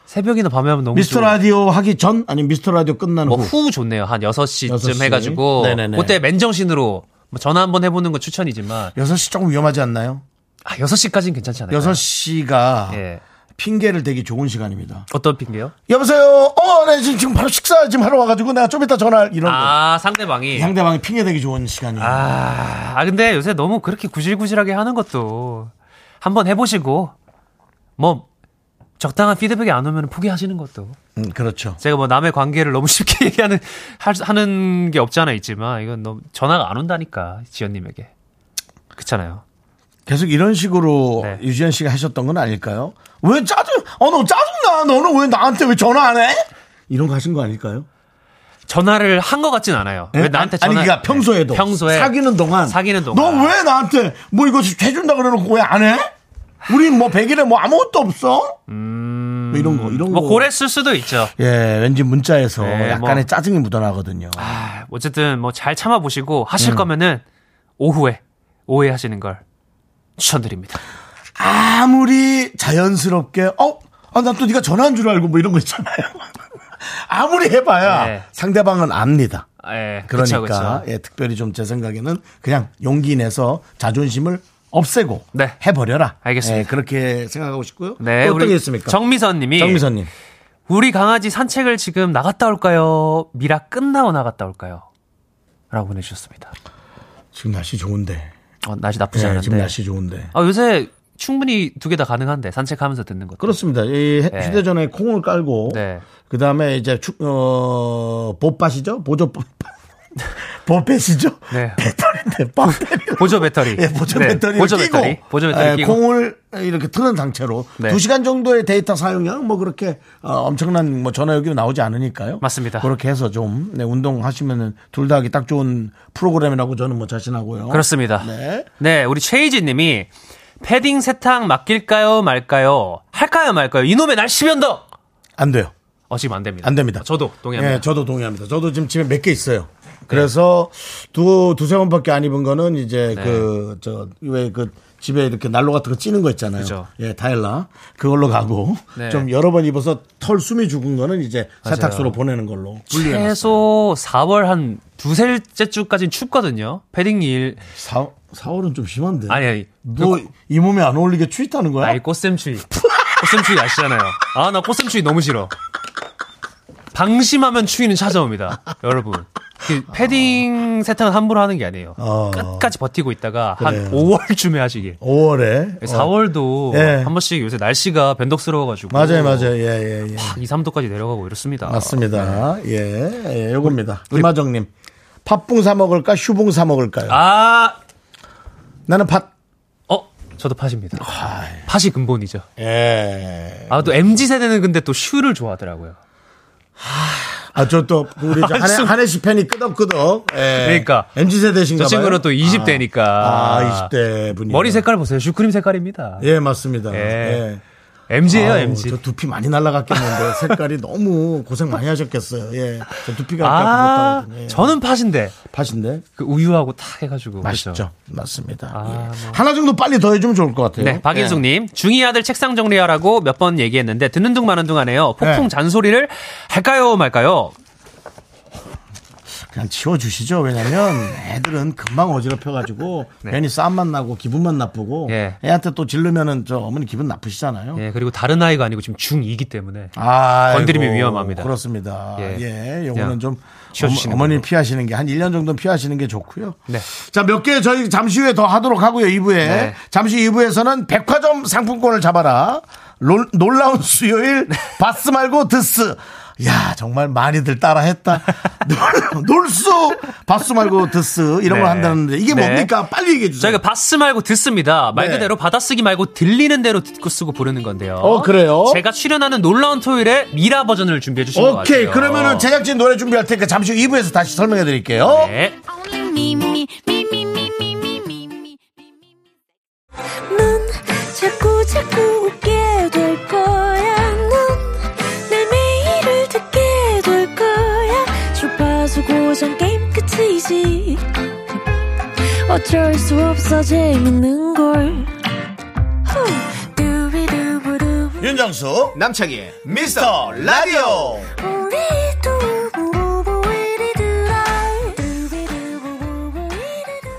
Speaker 2: 새벽이나 밤에 하면 너무
Speaker 1: 미스터
Speaker 2: 좋은데.
Speaker 1: 라디오 하기 전 아니면 미스터 라디오 끝나는
Speaker 2: 뭐
Speaker 1: 후.
Speaker 2: 후 좋네요. 한 6시쯤
Speaker 1: 여섯 시.
Speaker 2: 해가지고.
Speaker 1: 네네네.
Speaker 2: 그때 맨정신으로 뭐 전화 한번 해보는 건 추천이지만.
Speaker 1: 6시 조금 위험하지 않나요?
Speaker 2: 아, 6시까지는 괜찮지 않아요?
Speaker 1: 6시가
Speaker 2: 네. 예.
Speaker 1: 핑계를 대기 좋은 시간입니다.
Speaker 2: 어떤 핑계요?
Speaker 1: 여보세요. 어, 네, 지금, 지금 바로 식사 지금 하러 와가지고 내가 좀 이따 전화 이런 거.
Speaker 2: 아, 상대방이.
Speaker 1: 상대방이 핑계 대기 좋은 시간이에요.
Speaker 2: 아, 아, 근데 요새 너무 그렇게 구질구질하게 하는 것도 한번 해보시고, 뭐, 적당한 피드백이 안 오면 포기하시는 것도.
Speaker 1: 음, 그렇죠.
Speaker 2: 제가 뭐 남의 관계를 너무 쉽게 얘기하는, 할, 수- 하는 게 없지 않아 있지만, 이건 너무 전화가 안 온다니까, 지연님에게. 그렇잖아요.
Speaker 1: 계속 이런 식으로
Speaker 2: 네.
Speaker 1: 유지현 씨가 하셨던 건 아닐까요? 왜 짜증, 어, 너 짜증나. 너는 왜 나한테 왜 전화 안 해? 이런 거 하신 거 아닐까요?
Speaker 2: 전화를 한 것 같진 않아요.
Speaker 1: 예?
Speaker 2: 왜 나한테
Speaker 1: 아니,
Speaker 2: 전화
Speaker 1: 그러니까 평소에도.
Speaker 2: 네, 평소에
Speaker 1: 사귀는 동안.
Speaker 2: 사귀는
Speaker 1: 너
Speaker 2: 동안.
Speaker 1: 왜 나한테 뭐 이거 해준다 그래놓고 왜 안 해? 우린 뭐 백일에 뭐 아무것도 없어? 뭐 이런 거, 이런
Speaker 2: 뭐
Speaker 1: 거.
Speaker 2: 고랬을 수도 있죠.
Speaker 1: 예, 왠지 문자에서
Speaker 2: 네,
Speaker 1: 약간의
Speaker 2: 뭐.
Speaker 1: 짜증이 묻어나거든요.
Speaker 2: 아, 어쨌든 뭐 잘 참아 보시고 하실
Speaker 1: 음.
Speaker 2: 거면은 오후에 오해하시는 걸 추천드립니다.
Speaker 1: 아무리 자연스럽게 어? 아, 난 또 네가 전화한 줄 알고 뭐 이런 거 있잖아요. 아무리 해봐야
Speaker 2: 네.
Speaker 1: 상대방은 압니다.
Speaker 2: 아, 예,
Speaker 1: 그러니까
Speaker 2: 그쵸, 그쵸.
Speaker 1: 예, 특별히 좀 제 생각에는 그냥 용기 내서 자존심을 없애고
Speaker 2: 네.
Speaker 1: 해버려라.
Speaker 2: 알겠습니다.
Speaker 1: 예, 그렇게 생각하고 싶고요.
Speaker 2: 네,
Speaker 1: 또 어떤
Speaker 2: 우리
Speaker 1: 게 있습니까?
Speaker 2: 정미선님이
Speaker 1: 정미선님.
Speaker 2: 우리 강아지 산책을 지금 나갔다 올까요? 미라 끝나고 나갔다 올까요? 라고 보내주셨습니다.
Speaker 1: 지금 날씨 좋은데.
Speaker 2: 어, 날씨 나쁘지
Speaker 1: 예,
Speaker 2: 않은데.
Speaker 1: 지금 날씨 좋은데.
Speaker 2: 아, 요새 충분히 두 개 다 가능한데 산책하면서 듣는 것.
Speaker 1: 그렇습니다. 이 해-
Speaker 2: 네.
Speaker 1: 휴대전화에 콩을 깔고
Speaker 2: 네.
Speaker 1: 그 다음에 이제 축, 어, 보밭이죠? 보조 보- 보패시죠?
Speaker 2: 네.
Speaker 1: 배터리인데, 빵배터리.
Speaker 2: 보조 배터리.
Speaker 1: 예, 보조
Speaker 2: 네,
Speaker 1: 배터리.
Speaker 2: 보조 배터리.
Speaker 1: 끼고,
Speaker 2: 보조 배터리
Speaker 1: 예,
Speaker 2: 끼고.
Speaker 1: 콩을 이렇게 트는 상태로
Speaker 2: 네.
Speaker 1: 두 2시간 정도의 데이터 사용량 뭐 그렇게 어, 엄청난 뭐 전화요금이 나오지 않으니까요.
Speaker 2: 맞습니다.
Speaker 1: 그렇게 해서 좀 네, 운동하시면은 둘 다 하기 딱 좋은 프로그램이라고 저는 뭐 자신하고요.
Speaker 2: 그렇습니다.
Speaker 1: 네.
Speaker 2: 네, 우리 최희진 님이 패딩 세탁 맡길까요, 말까요? 할까요, 말까요? 이놈의 날씨 변덕!
Speaker 1: 안 돼요.
Speaker 2: 어, 지금 안 됩니다.
Speaker 1: 안 됩니다.
Speaker 2: 저도 동의합니다.
Speaker 1: 예, 저도 동의합니다. 저도 지금 집에 몇 개 있어요. 그래서 두 두세 번밖에 안 입은 거는 이제
Speaker 2: 네.
Speaker 1: 그 저 왜 그 집에 이렇게 난로 같은 거 찌는 거 있잖아요.
Speaker 2: 그죠.
Speaker 1: 예, 다일라 그걸로 가고
Speaker 2: 네.
Speaker 1: 좀 여러 번 입어서 털 숨이 죽은 거는 이제 세탁소로 보내는 걸로. 분리해놨어요.
Speaker 2: 최소 4월 한 두세째 주까지는 춥거든요. 패딩 일.
Speaker 1: 사 4월은 좀 심한데.
Speaker 2: 아니, 아니.
Speaker 1: 뭐 이 몸에 안 어울리게 추위타는 거야?
Speaker 2: 아이, 꽃샘추위. 꽃샘추위 아시잖아요. 아, 나 꽃샘추위 너무 싫어. 방심하면 추위는 찾아옵니다. 여러분. 그 패딩 세탁은 함부로 하는 게 아니에요.
Speaker 1: 어.
Speaker 2: 끝까지 버티고 있다가
Speaker 1: 그래요.
Speaker 2: 한 5월쯤에 하시길.
Speaker 1: 5월에
Speaker 2: 4월도
Speaker 1: 예.
Speaker 2: 한 번씩 요새 날씨가 변덕스러워가지고.
Speaker 1: 맞아요, 맞아요. 예, 예, 예.
Speaker 2: 2, 3도까지 내려가고 이렇습니다. 네.
Speaker 1: 맞습니다. 예, 예, 요겁니다. 김하정님. 팥붕 사 먹을까? 휴붕 사 먹을까요?
Speaker 2: 아,
Speaker 1: 나는 팥.
Speaker 2: 어, 저도 팥입니다. 팥이 근본이죠.
Speaker 1: 예.
Speaker 2: 아, 또 MZ 세대는 근데 또 슈를 좋아하더라고요.
Speaker 1: 아, 저 또, 우리 저 한혜, 한혜 씨 팬이 끄덕끄덕. 예.
Speaker 2: 그러니까.
Speaker 1: MZ세대신가
Speaker 2: 저
Speaker 1: 봐요.
Speaker 2: 친구는 또 20대니까.
Speaker 1: 아, 아 20대 분이.
Speaker 2: 머리 색깔 보세요. 슈크림 색깔입니다.
Speaker 1: 예, 맞습니다.
Speaker 2: 예.
Speaker 1: 예.
Speaker 2: MZ예요,
Speaker 1: 아우,
Speaker 2: MZ.
Speaker 1: 저 두피 많이 날라갔겠는데 색깔이 너무 고생 많이 하셨겠어요. 예. 저 두피가 아까
Speaker 2: 아,
Speaker 1: 못하거든요. 예.
Speaker 2: 저는 팥인데
Speaker 1: 팥인데
Speaker 2: 그 우유하고 탁 해가지고
Speaker 1: 맛있죠.
Speaker 2: 그렇죠?
Speaker 1: 맞습니다.
Speaker 2: 아,
Speaker 1: 예. 하나 정도 빨리 더 해주면 좋을 것 같아요.
Speaker 2: 네, 박인숙님
Speaker 1: 예.
Speaker 2: 중이 아들 책상 정리하라고 몇 번 얘기했는데 듣는 둥 마는 둥 하네요.
Speaker 1: 네.
Speaker 2: 폭풍 잔소리를 할까요 말까요?
Speaker 1: 그냥 치워주시죠. 왜냐면 애들은 금방 어지럽혀가지고
Speaker 2: 네.
Speaker 1: 괜히 싸움만 나고 기분만 나쁘고
Speaker 2: 예.
Speaker 1: 애한테 또 질르면은 저 어머니 기분 나쁘시잖아요.
Speaker 2: 예, 그리고 다른 아이가 아니고 지금 중2기 때문에
Speaker 1: 아,
Speaker 2: 건드림이 위험합니다.
Speaker 1: 그렇습니다. 예,
Speaker 2: 예.
Speaker 1: 요거는
Speaker 2: 그냥
Speaker 1: 좀
Speaker 2: 치워주시는
Speaker 1: 어머, 니
Speaker 2: 걸로.
Speaker 1: 피하시는 게 한 1년 정도 는 피하시는 게 좋고요.
Speaker 2: 네.
Speaker 1: 자, 몇 개 저희 잠시 후에 더 하도록 하고요. 2부에
Speaker 2: 네.
Speaker 1: 잠시 2부에서는 백화점 상품권을 잡아라. 롤- 놀라운 수요일
Speaker 2: 네.
Speaker 1: 바스 말고 드스. 야, 정말 많이들 따라했다. 놀- 놀수 바스 말고 드스 이런
Speaker 2: 네.
Speaker 1: 걸 한다는데 이게
Speaker 2: 네.
Speaker 1: 뭡니까? 빨리 얘기해 주세요.
Speaker 2: 저희가 그 바스 말고 듣습니다. 말
Speaker 1: 네.
Speaker 2: 그대로 받아쓰기 말고 들리는 대로 듣고 쓰고 부르는 건데요.
Speaker 1: 어, 그래요?
Speaker 2: 제가 출연하는 놀라운 토요일에 미라 버전을 준비해 주신 것 같아요.
Speaker 1: 오케이. 그러면은 제작진 노래 준비할 테니까 잠시 후 2부에서 다시 설명해 드릴게요.
Speaker 2: 어. 네.
Speaker 4: Only me, me, me, me, me, me, me, me, me.
Speaker 6: 넌 자꾸 자꾸 웃게 될 거야. 넌내 매일을 듣게 될 거야. 주파수 고정 게임 끝이지. 어쩔 수 없어 재밌는 걸. 후. 두비두부두.
Speaker 1: 윤정수 남창희의 미스터 라디오
Speaker 6: 우리 두부부부 우리들아. 두비두부부부 우리들아.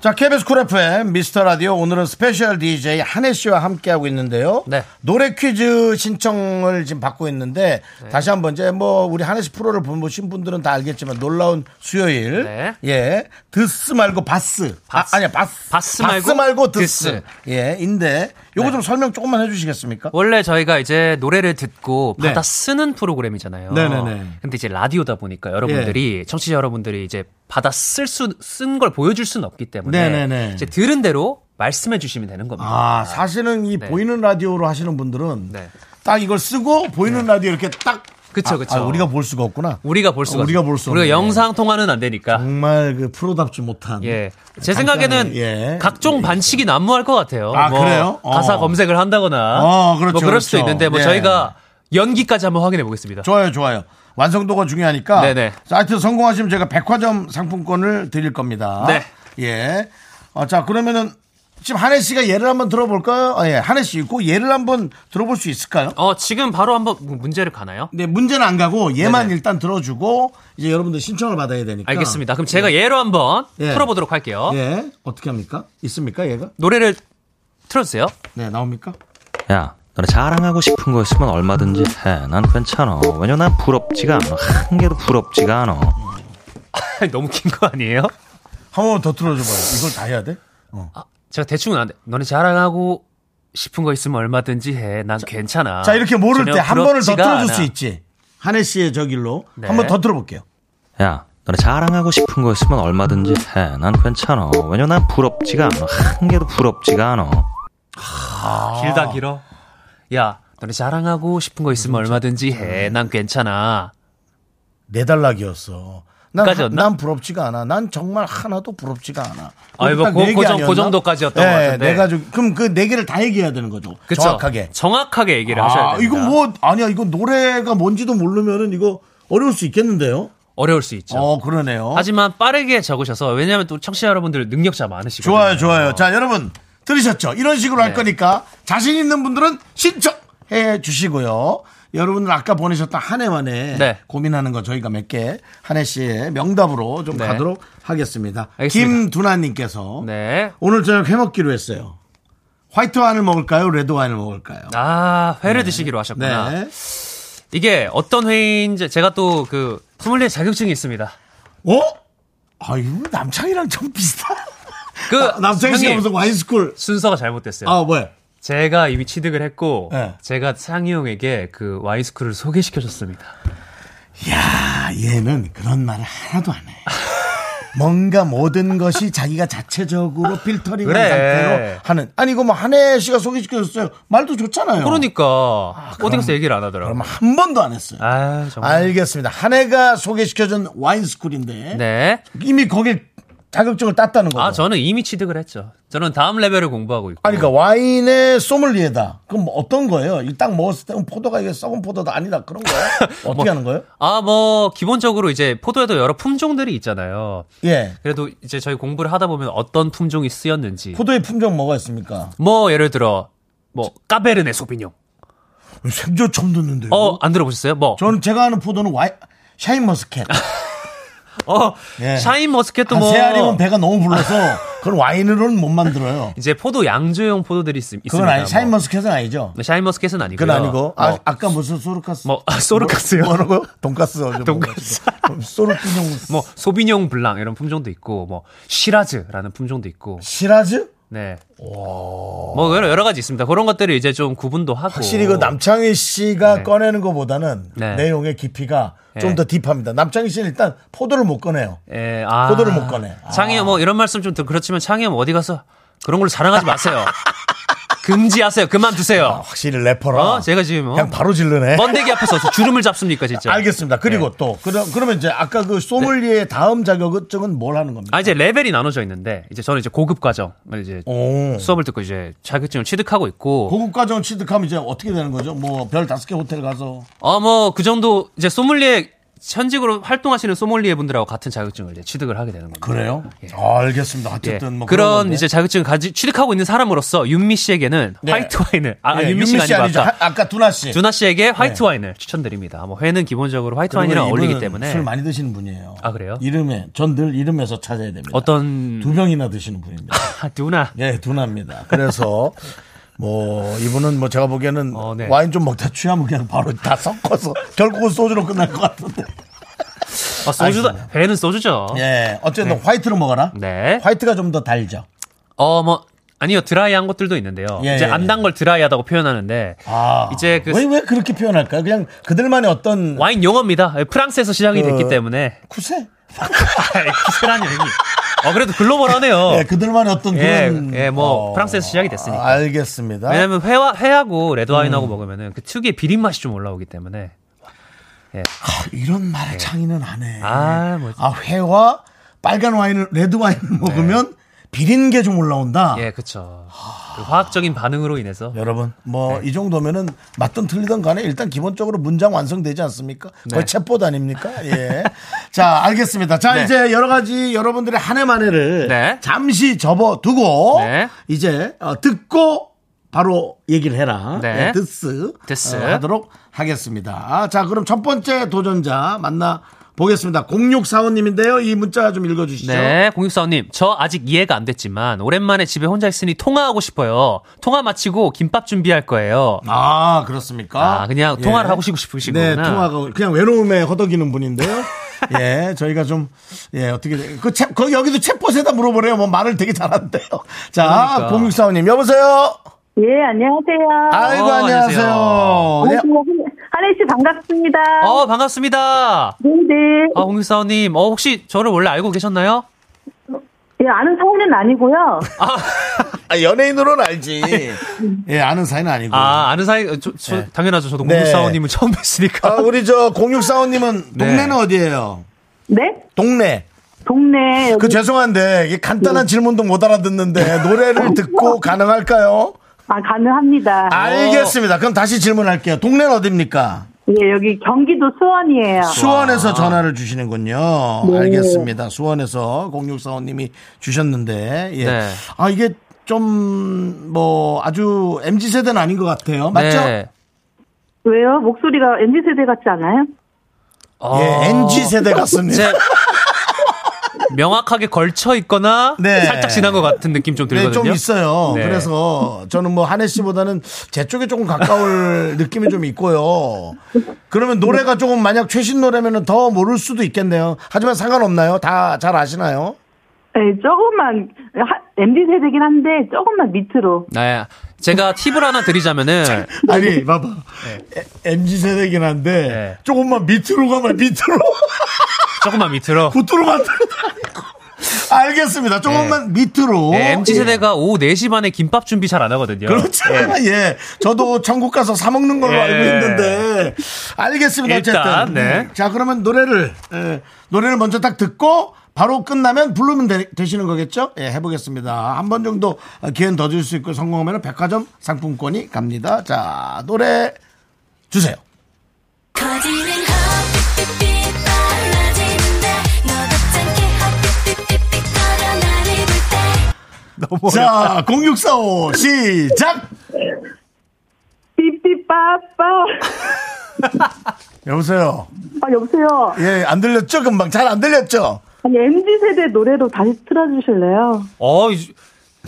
Speaker 1: 자 KBS 쿨 FM 미스터 라디오 오늘은 스페셜 DJ 한혜 씨와 함께하고 있는데요
Speaker 2: 네.
Speaker 1: 노래 퀴즈 신청을 지금 받고 있는데 다시 한번 이제 뭐 우리 한혜 씨 프로를 보신 분들은 다 알겠지만 놀라운 수요일
Speaker 2: 네.
Speaker 1: 예 드스 말고 바스,
Speaker 2: 바스.
Speaker 1: 아, 아니야 바스
Speaker 2: 바스 말고
Speaker 1: 드스,
Speaker 2: 드스.
Speaker 1: 예 인데 요거 좀 설명 조금만 해주시겠습니까
Speaker 2: 원래 저희가 이제 노래를 듣고
Speaker 1: 네.
Speaker 2: 받아 쓰는 프로그램이잖아요.
Speaker 1: 네네네. 예.
Speaker 2: 근데 이제 라디오다 보니까 여러분들이 청취자 여러분들이 이제 받아 쓸 수 쓴 걸 보여줄 수는 없기 때문에
Speaker 1: 네네네.
Speaker 2: 이제 들은 대로 말씀해 주시면 되는 겁니다.
Speaker 1: 아 사실은 이
Speaker 2: 네.
Speaker 1: 보이는 라디오로 하시는 분들은
Speaker 2: 네.
Speaker 1: 딱 이걸 쓰고 보이는 라디오 이렇게 딱
Speaker 2: 그쵸,
Speaker 1: 아,
Speaker 2: 그쵸.
Speaker 1: 아, 우리가 볼 수가 없구나
Speaker 2: 우리가 볼 수가
Speaker 1: 어, 우리가
Speaker 2: 없-
Speaker 1: 볼 수.
Speaker 2: 우리가
Speaker 1: 없네.
Speaker 2: 영상 통화는 안 되니까.
Speaker 1: 정말 그 프로답지 못한.
Speaker 2: 예. 제 생각에는
Speaker 1: 간단히, 예.
Speaker 2: 각종 반칙이 난무할 것 같아요. 뭐
Speaker 1: 아, 그래요? 어.
Speaker 2: 가사 검색을 한다거나
Speaker 1: 어, 그렇죠,
Speaker 2: 뭐 그럴 수도
Speaker 1: 그렇죠.
Speaker 2: 있는데 뭐
Speaker 1: 예.
Speaker 2: 저희가 연기까지 한번 확인해 보겠습니다.
Speaker 1: 좋아요, 좋아요. 완성도가 중요하니까.
Speaker 2: 네네.
Speaker 1: 자, 하여튼 성공하시면 제가 백화점 상품권을 드릴 겁니다.
Speaker 2: 네.
Speaker 1: 예. 어, 자, 그러면은 지금 한혜 씨가 예를 한번 들어볼까요? 아, 예. 한혜 씨 있고 예를 한번 들어볼 수 있을까요?
Speaker 2: 어, 지금 바로 한번 문제를 가나요?
Speaker 1: 네, 문제는 안 가고 예만
Speaker 2: 네네.
Speaker 1: 일단 들어주고 이제 여러분들 신청을 받아야 되니까.
Speaker 2: 알겠습니다. 그럼 제가 예로 한번
Speaker 1: 어. 예.
Speaker 2: 풀어보도록 할게요.
Speaker 1: 예. 어떻게 합니까? 있습니까, 얘가?
Speaker 2: 노래를 틀어주세요.
Speaker 1: 네, 나옵니까?
Speaker 7: 야, 너네 자랑하고 싶은 거 있으면 얼마든지 해. 난 괜찮아. 왜냐, 난 부럽지가 않아. 한 개도 부럽지가 않아.
Speaker 2: 너무 긴 거 아니에요?
Speaker 1: 한 번 더 틀어줘봐요. 이걸 다 해야 돼?
Speaker 2: 제가 대충은 안 돼. 너네 자랑하고 싶은 거 있으면 얼마든지 해. 난 괜찮아.
Speaker 1: 자, 이렇게 모를
Speaker 2: 전혀
Speaker 1: 때 한 번을
Speaker 2: 부럽지가
Speaker 1: 더 틀어줄
Speaker 2: 않아.
Speaker 1: 수 있지. 한혜 씨의 저길로
Speaker 2: 네.
Speaker 1: 한 번 더 들어볼게요.
Speaker 7: 야, 너네 자랑하고 싶은 거 있으면 얼마든지 해. 난 괜찮아. 왜냐 난 부럽지가 않아. 한 개도 부럽지가 않아.
Speaker 2: 길다 길어. 야, 너네 자랑하고 싶은 거 있으면 얼마든지
Speaker 1: 네.
Speaker 2: 해. 난 괜찮아.
Speaker 1: 내달락이었어. 난, 하-
Speaker 2: 까지였나?
Speaker 1: 난 부럽지가 않아. 난 정말 하나도 부럽지가 않아.
Speaker 2: 아니, 뭐
Speaker 1: 딱
Speaker 2: 고-
Speaker 1: 네개
Speaker 2: 고정-
Speaker 1: 아니었나? 네,
Speaker 2: 고 정도까지였던 것 같은데.
Speaker 1: 내가 좀, 그럼 그 네 개를 다 얘기해야 되는 거죠.
Speaker 2: 그쵸?
Speaker 1: 정확하게.
Speaker 2: 정확하게 얘기를 하셔야
Speaker 1: 아,
Speaker 2: 됩니다.
Speaker 1: 이거 뭐, 아니야. 이거 노래가 뭔지도 모르면은 이거 어려울 수 있겠는데요?
Speaker 2: 어려울 수 있죠.
Speaker 1: 어, 그러네요.
Speaker 2: 하지만 빠르게 적으셔서 왜냐하면 또 청취자 여러분들 능력자 많으시고
Speaker 1: 좋아요,
Speaker 2: 어.
Speaker 1: 좋아요. 자, 여러분 들으셨죠? 이런 식으로
Speaker 2: 네.
Speaker 1: 할 거니까 자신 있는 분들은 신청해 주시고요. 여러분들 아까 보내셨던 한 해만에
Speaker 2: 네.
Speaker 1: 고민하는 거 저희가 몇 개 한해 씨의 명답으로 좀
Speaker 2: 네.
Speaker 1: 가도록 하겠습니다.
Speaker 2: 알겠습니다.
Speaker 1: 김두나님께서
Speaker 2: 네.
Speaker 1: 오늘 저녁 해먹기로 했어요. 화이트 와인을 먹을까요? 레드 와인을 먹을까요?
Speaker 2: 아 회를 드시기로 하셨구나.
Speaker 1: 네.
Speaker 2: 이게 어떤 회인지 제가 또 그 소믈리에 자격증이 있습니다.
Speaker 1: 어? 아유 남창이랑 좀 비슷하.
Speaker 2: 그
Speaker 1: 남창이 씨가
Speaker 2: 형님,
Speaker 1: 무슨 와인스쿨?
Speaker 2: 순서가 잘못됐어요.
Speaker 1: 아 왜?
Speaker 2: 제가 이미 취득을 했고
Speaker 1: 네.
Speaker 2: 제가 상희 형에게 그 와이스쿨을 소개시켜줬습니다.
Speaker 1: 아. 야, 아, 얘는 그런 말을 하나도 안 해. 뭔가 모든 것이 자기가 자체적으로 필터링한
Speaker 2: 그래.
Speaker 1: 상태로 하는. 아니, 이거 뭐 한혜 씨가 소개시켜줬어요. 말도 좋잖아요.
Speaker 2: 그러니까 어디 가서 얘기를 안 하더라고.
Speaker 1: 그럼
Speaker 2: 요
Speaker 1: 한 번도 안 했어요.
Speaker 2: 아 정말.
Speaker 1: 알겠습니다. 한혜가 소개시켜준 와인스쿨인데
Speaker 2: 네.
Speaker 1: 이미 거길 자격증을 땄다는 거죠.
Speaker 2: 아 저는 이미 취득을 했죠. 저는 다음 레벨을 공부하고 있고.
Speaker 1: 아니, 그러니까 와인의 소믈리에다. 그럼 뭐 어떤 거예요? 이딱 먹었을 때 음, 포도가 이게 썩은 포도다 아니다 그런 거예요? 어떻게 하는 거예요?
Speaker 2: 아, 뭐, 기본적으로 이제 포도에도 여러 품종들이 있잖아요.
Speaker 1: 예.
Speaker 2: 그래도 이제 저희 공부를 하다 보면 어떤 품종이 쓰였는지.
Speaker 1: 포도의 품종 뭐가 있습니까?
Speaker 2: 뭐, 예를 들어, 뭐, 까베르네 소비뇽.
Speaker 1: 생전 처음 듣는데요.
Speaker 2: 어, 안 들어보셨어요? 뭐,
Speaker 1: 저는 제가 아는 포도는 와이 샤인머스캣.
Speaker 2: 어,
Speaker 1: 예.
Speaker 2: 샤인 머스켓도
Speaker 1: 한
Speaker 2: 아, 뭐.
Speaker 1: 세 알이면 배가 너무 불러서 그걸 와인으로는 못 만들어요.
Speaker 2: 이제 포도 양조용 포도들이 있, 습니다
Speaker 1: 그건 아니 샤인머스캣은 아니죠.
Speaker 2: 뭐, 샤인 머스켓은 아니고요.
Speaker 1: 그건 아니고 아,
Speaker 2: 뭐,
Speaker 1: 아까 무슨 소르카스
Speaker 2: 뭐, 아, 소르카스요? 아,
Speaker 1: 뭐, 뭐라고 돈가스
Speaker 2: 돈가스.
Speaker 1: 소르피뇽
Speaker 2: 뭐, 소비뇽 블랑 이런 품종도 있고, 뭐, 시라즈라는 품종도 있고.
Speaker 1: 시라즈
Speaker 2: 네. 뭐, 여러, 여러 가지 있습니다. 그런 것들을 이제 좀 구분도 하고.
Speaker 1: 확실히 그 남창희 씨가
Speaker 2: 네.
Speaker 1: 꺼내는 것보다는
Speaker 2: 네.
Speaker 1: 내용의 깊이가
Speaker 2: 네.
Speaker 1: 좀더 딥합니다. 남창희 씨는 일단 포도를 못 꺼내요.
Speaker 2: 예, 아.
Speaker 1: 포도를 못 꺼내. 아.
Speaker 2: 창희 형, 뭐, 이런 말씀 좀 드- 그렇지만 창희 형 어디 가서 그런 걸로 자랑하지 마세요. 금지하세요. 그만두세요.
Speaker 1: 아, 확실히 래퍼라.
Speaker 2: 어? 제가 지금. 어,
Speaker 1: 그냥 바로 질르네.
Speaker 2: 번데기 앞에서 어떻게 주름을 잡습니까, 진짜?
Speaker 1: 알겠습니다. 그리고
Speaker 2: 네.
Speaker 1: 또 그럼 그러면 이제 아까 그 소믈리에 다음 자격증은 뭘 하는 겁니까?
Speaker 2: 아, 이제 레벨이 나눠져 있는데, 이제 저는 이제 고급 과정을 이제
Speaker 1: 오.
Speaker 2: 수업을 듣고 이제 자격증을 취득하고 있고,
Speaker 1: 어. 고급 과정 취득하면 이제 어떻게 되는 거죠? 뭐 별 다섯 개 호텔 가서
Speaker 2: 어, 뭐, 그 정도, 이제 소믈리에, 현직으로 활동하시는 소믈리에 분들하고 같은 자격증을 이제 취득을 하게 되는 겁니다.
Speaker 1: 그래요? 아, 알겠습니다.
Speaker 2: 예.
Speaker 1: 어쨌든 뭐
Speaker 2: 그런
Speaker 1: 건데.
Speaker 2: 이제 자격증을 가지 취득하고 있는 사람으로서 윤미 씨에게는
Speaker 1: 네.
Speaker 2: 화이트 와인을 아
Speaker 1: 예,
Speaker 2: 윤미 씨가 아니고
Speaker 1: 아니죠.
Speaker 2: 아까
Speaker 1: 하- 아까 두나 씨.
Speaker 2: 두나 씨에게 화이트 와인을 추천드립니다. 뭐 회는 기본적으로 화이트 와인이랑
Speaker 1: 그리고
Speaker 2: 어울리기
Speaker 1: 이분은
Speaker 2: 때문에
Speaker 1: 술 많이 드시는 분이에요.
Speaker 2: 아, 그래요?
Speaker 1: 이름에 전 늘 이름에서 찾아야 됩니다.
Speaker 2: 어떤
Speaker 1: 두 병이나 드시는 분입니다.
Speaker 2: 아, 두나
Speaker 1: 예, 두나입니다. 그래서 뭐 이분은 뭐 제가 보기에는
Speaker 2: 어, 네.
Speaker 1: 와인 좀 먹다 취하면 그냥 바로 다 섞어서 결국은 소주로 끝날 것 같은데.
Speaker 2: 아, 소주도
Speaker 1: 알겠습니다.
Speaker 2: 회는 소주죠.
Speaker 1: 예, 어쨌든 화이트로 먹어라.
Speaker 2: 네.
Speaker 1: 화이트가 좀 더 달죠.
Speaker 2: 어 뭐 아니요 드라이한 것들도 있는데요.
Speaker 1: 예,
Speaker 2: 이제
Speaker 1: 예,
Speaker 2: 안 단 걸 드라이하다고 표현하는데
Speaker 1: 아,
Speaker 2: 이제 그
Speaker 1: 왜, 왜 그렇게 표현할까요? 그냥 그들만의 어떤
Speaker 2: 와인 용어입니다. 예, 프랑스에서 시작이
Speaker 1: 그-
Speaker 2: 됐기 때문에 아, 예,
Speaker 1: 쿠세?
Speaker 2: 기세란 여행이. 어 그래도 글로벌하네요.
Speaker 1: 예, 그들만의 어떤
Speaker 2: 예,
Speaker 1: 그런
Speaker 2: 예, 뭐
Speaker 1: 어,
Speaker 2: 프랑스에서 시작이 됐으니까.
Speaker 1: 아, 알겠습니다.
Speaker 2: 왜냐면 회와 회하고
Speaker 1: 음.
Speaker 2: 레드 와인하고 먹으면은 그 특유의 비린 맛이 좀 올라오기 때문에
Speaker 1: 아, 이런 말을 창의는 안 해.
Speaker 2: 예. 아, 뭐-
Speaker 1: 회와 빨간 와인을 레드 와인을 먹으면 비린 게 좀 올라온다.
Speaker 2: 네. 예 그쵸
Speaker 1: 아.
Speaker 2: 그 화학적인 반응으로 인해서
Speaker 1: 여러분, 뭐
Speaker 2: 네.
Speaker 1: 이 정도면은 맞든 틀리든 간에 일단 기본적으로 문장 완성되지 않습니까?
Speaker 2: 네.
Speaker 1: 거의 챗봇 아닙니까? 예. 자, 알겠습니다. 자,
Speaker 2: 네.
Speaker 1: 이제 여러 가지 여러분들의 한 해만 해를
Speaker 2: 네.
Speaker 1: 잠시 접어두고
Speaker 2: 네.
Speaker 1: 이제 어, 듣고 바로 얘기를 해라.
Speaker 2: 네.
Speaker 1: 예, 듣스
Speaker 2: 듣스.
Speaker 1: 어, 하도록 하겠습니다. 아, 자, 그럼 첫 번째 도전자 만나 보겠습니다. 0645님인데요. 이 문자 좀 읽어주시죠.
Speaker 2: 네 공육사원님 저 아직 이해가 안 됐지만 오랜만에 집에 혼자 있으니 통화하고 싶어요 통화 마치고 김밥 준비할 거예요
Speaker 1: 아, 그렇습니까? 예.
Speaker 2: 아, 그냥 통화를 하고 싶- 싶으신
Speaker 1: 네,
Speaker 2: 거구나.
Speaker 1: 통화가 그냥 외로움에 허덕이는 분인데요. 예, 저희가 좀, 예, 어떻게, 그, 챗, 거기 여기도 챗봇에다 물어보래요. 뭐 말을 되게 잘한대요. 자,
Speaker 2: 그러니까.
Speaker 1: 공육사오님 여보세요?
Speaker 8: 예, 안녕하세요.
Speaker 1: 아이고,
Speaker 2: 어,
Speaker 1: 안녕하세요.
Speaker 2: 안녕하세요.
Speaker 1: 네,
Speaker 8: 아이고, 한- 하래 씨 반갑습니다.
Speaker 2: 어, 반갑습니다.
Speaker 8: 네네.
Speaker 2: 아, 홍익사원님. 어, 혹시 저를 원래 알고 계셨나요?
Speaker 8: 예, 아는 사이는 아니고요.
Speaker 1: 아, 연예인으로는 알지. 예, 아는 사이는 아니고. 아,
Speaker 2: 아, 아는 사이, 어, 저, 저, 당연하죠. 저도
Speaker 1: 네. 어,
Speaker 2: 홍익사원님을 처음 뵀으니까.
Speaker 1: 아, 우리 저 0645님은
Speaker 2: 네.
Speaker 1: 동네는 어디예요?
Speaker 8: 네?
Speaker 1: 동네.
Speaker 8: 동네.
Speaker 1: 그
Speaker 8: 여기
Speaker 1: 죄송한데 이게
Speaker 2: 어.
Speaker 1: 간단한 질문도 못 알아듣는데 노래를 듣고 가능할까요?
Speaker 8: 아, 가능합니다.
Speaker 1: 알겠습니다. 그럼 다시 질문할게요. 동네는 어디입니까?
Speaker 8: 예, 여기 경기도 수원이에요.
Speaker 1: 수원에서 전화를 주시는군요.
Speaker 2: 네.
Speaker 1: 알겠습니다. 수원에서 0645님이 주셨는데, 예.
Speaker 2: 네.
Speaker 1: 아, 이게 좀 뭐 아주 MZ 세대는 아닌 것 같아요. 맞죠?
Speaker 2: 네.
Speaker 8: 왜요? 목소리가 MZ 세대 같지 않아요?
Speaker 2: 어,
Speaker 1: 예, NG 세대 같습니다.
Speaker 2: 이제 명확하게 걸쳐 있거나
Speaker 1: 네.
Speaker 2: 살짝 지난 것 같은 느낌 좀
Speaker 1: 네,
Speaker 2: 들거든요.
Speaker 1: 좀 있어요.
Speaker 2: 네.
Speaker 1: 그래서 저는 뭐 한혜 씨보다는 제 쪽에 조금 가까울 느낌이 좀 있고요. 그러면 노래가 조금 만약 최신 노래면은 더 모를 수도 있겠네요. 하지만 상관없나요? 다 잘 아시나요?
Speaker 8: 예, 조금만, 하, MZ 세대긴 한데, 조금만 밑으로.
Speaker 2: 네. 제가 팁을 하나 드리자면은
Speaker 1: 아니, 봐봐. MZ 세대긴 한데
Speaker 2: 네.
Speaker 1: 조금만 밑으로 가면 밑으로
Speaker 2: 조금만 밑으로.
Speaker 1: 밑으로 만들고. 알겠습니다. 조금만 밑으로.
Speaker 2: 네, MZ 세대가 오후 4시 반에 김밥 준비 잘 안 하거든요. 네.
Speaker 1: 예. 그렇잖아. 예. 저도 천국 가서 사 먹는 걸로
Speaker 2: 예.
Speaker 1: 알고 있는데. 알겠습니다. 어쨌든.
Speaker 2: 일단, 네.
Speaker 1: 자, 그러면 노래를 예, 노래를 먼저 딱 듣고 바로 끝나면 부르면 되, 시는 거겠죠? 예, 해 보겠습니다. 한 번 정도 기회는 더 줄 수 있고 성공하면 백화점 상품권이 갑니다. 자, 노래 주세요.
Speaker 6: 커지는 핫빛빛 빨라지는데 너 같지 않게 핫빛빛빛 거려 나를 볼때
Speaker 1: 자, 0645 시작.
Speaker 8: 삐삐빠빠.
Speaker 1: 여보세요.
Speaker 8: 아, 여보세요?
Speaker 1: 예, 안 들렸죠? 금방 잘 안 들렸죠?
Speaker 8: 아니, MZ 세대 노래로 다시 틀어주실래요?
Speaker 2: 어, 이-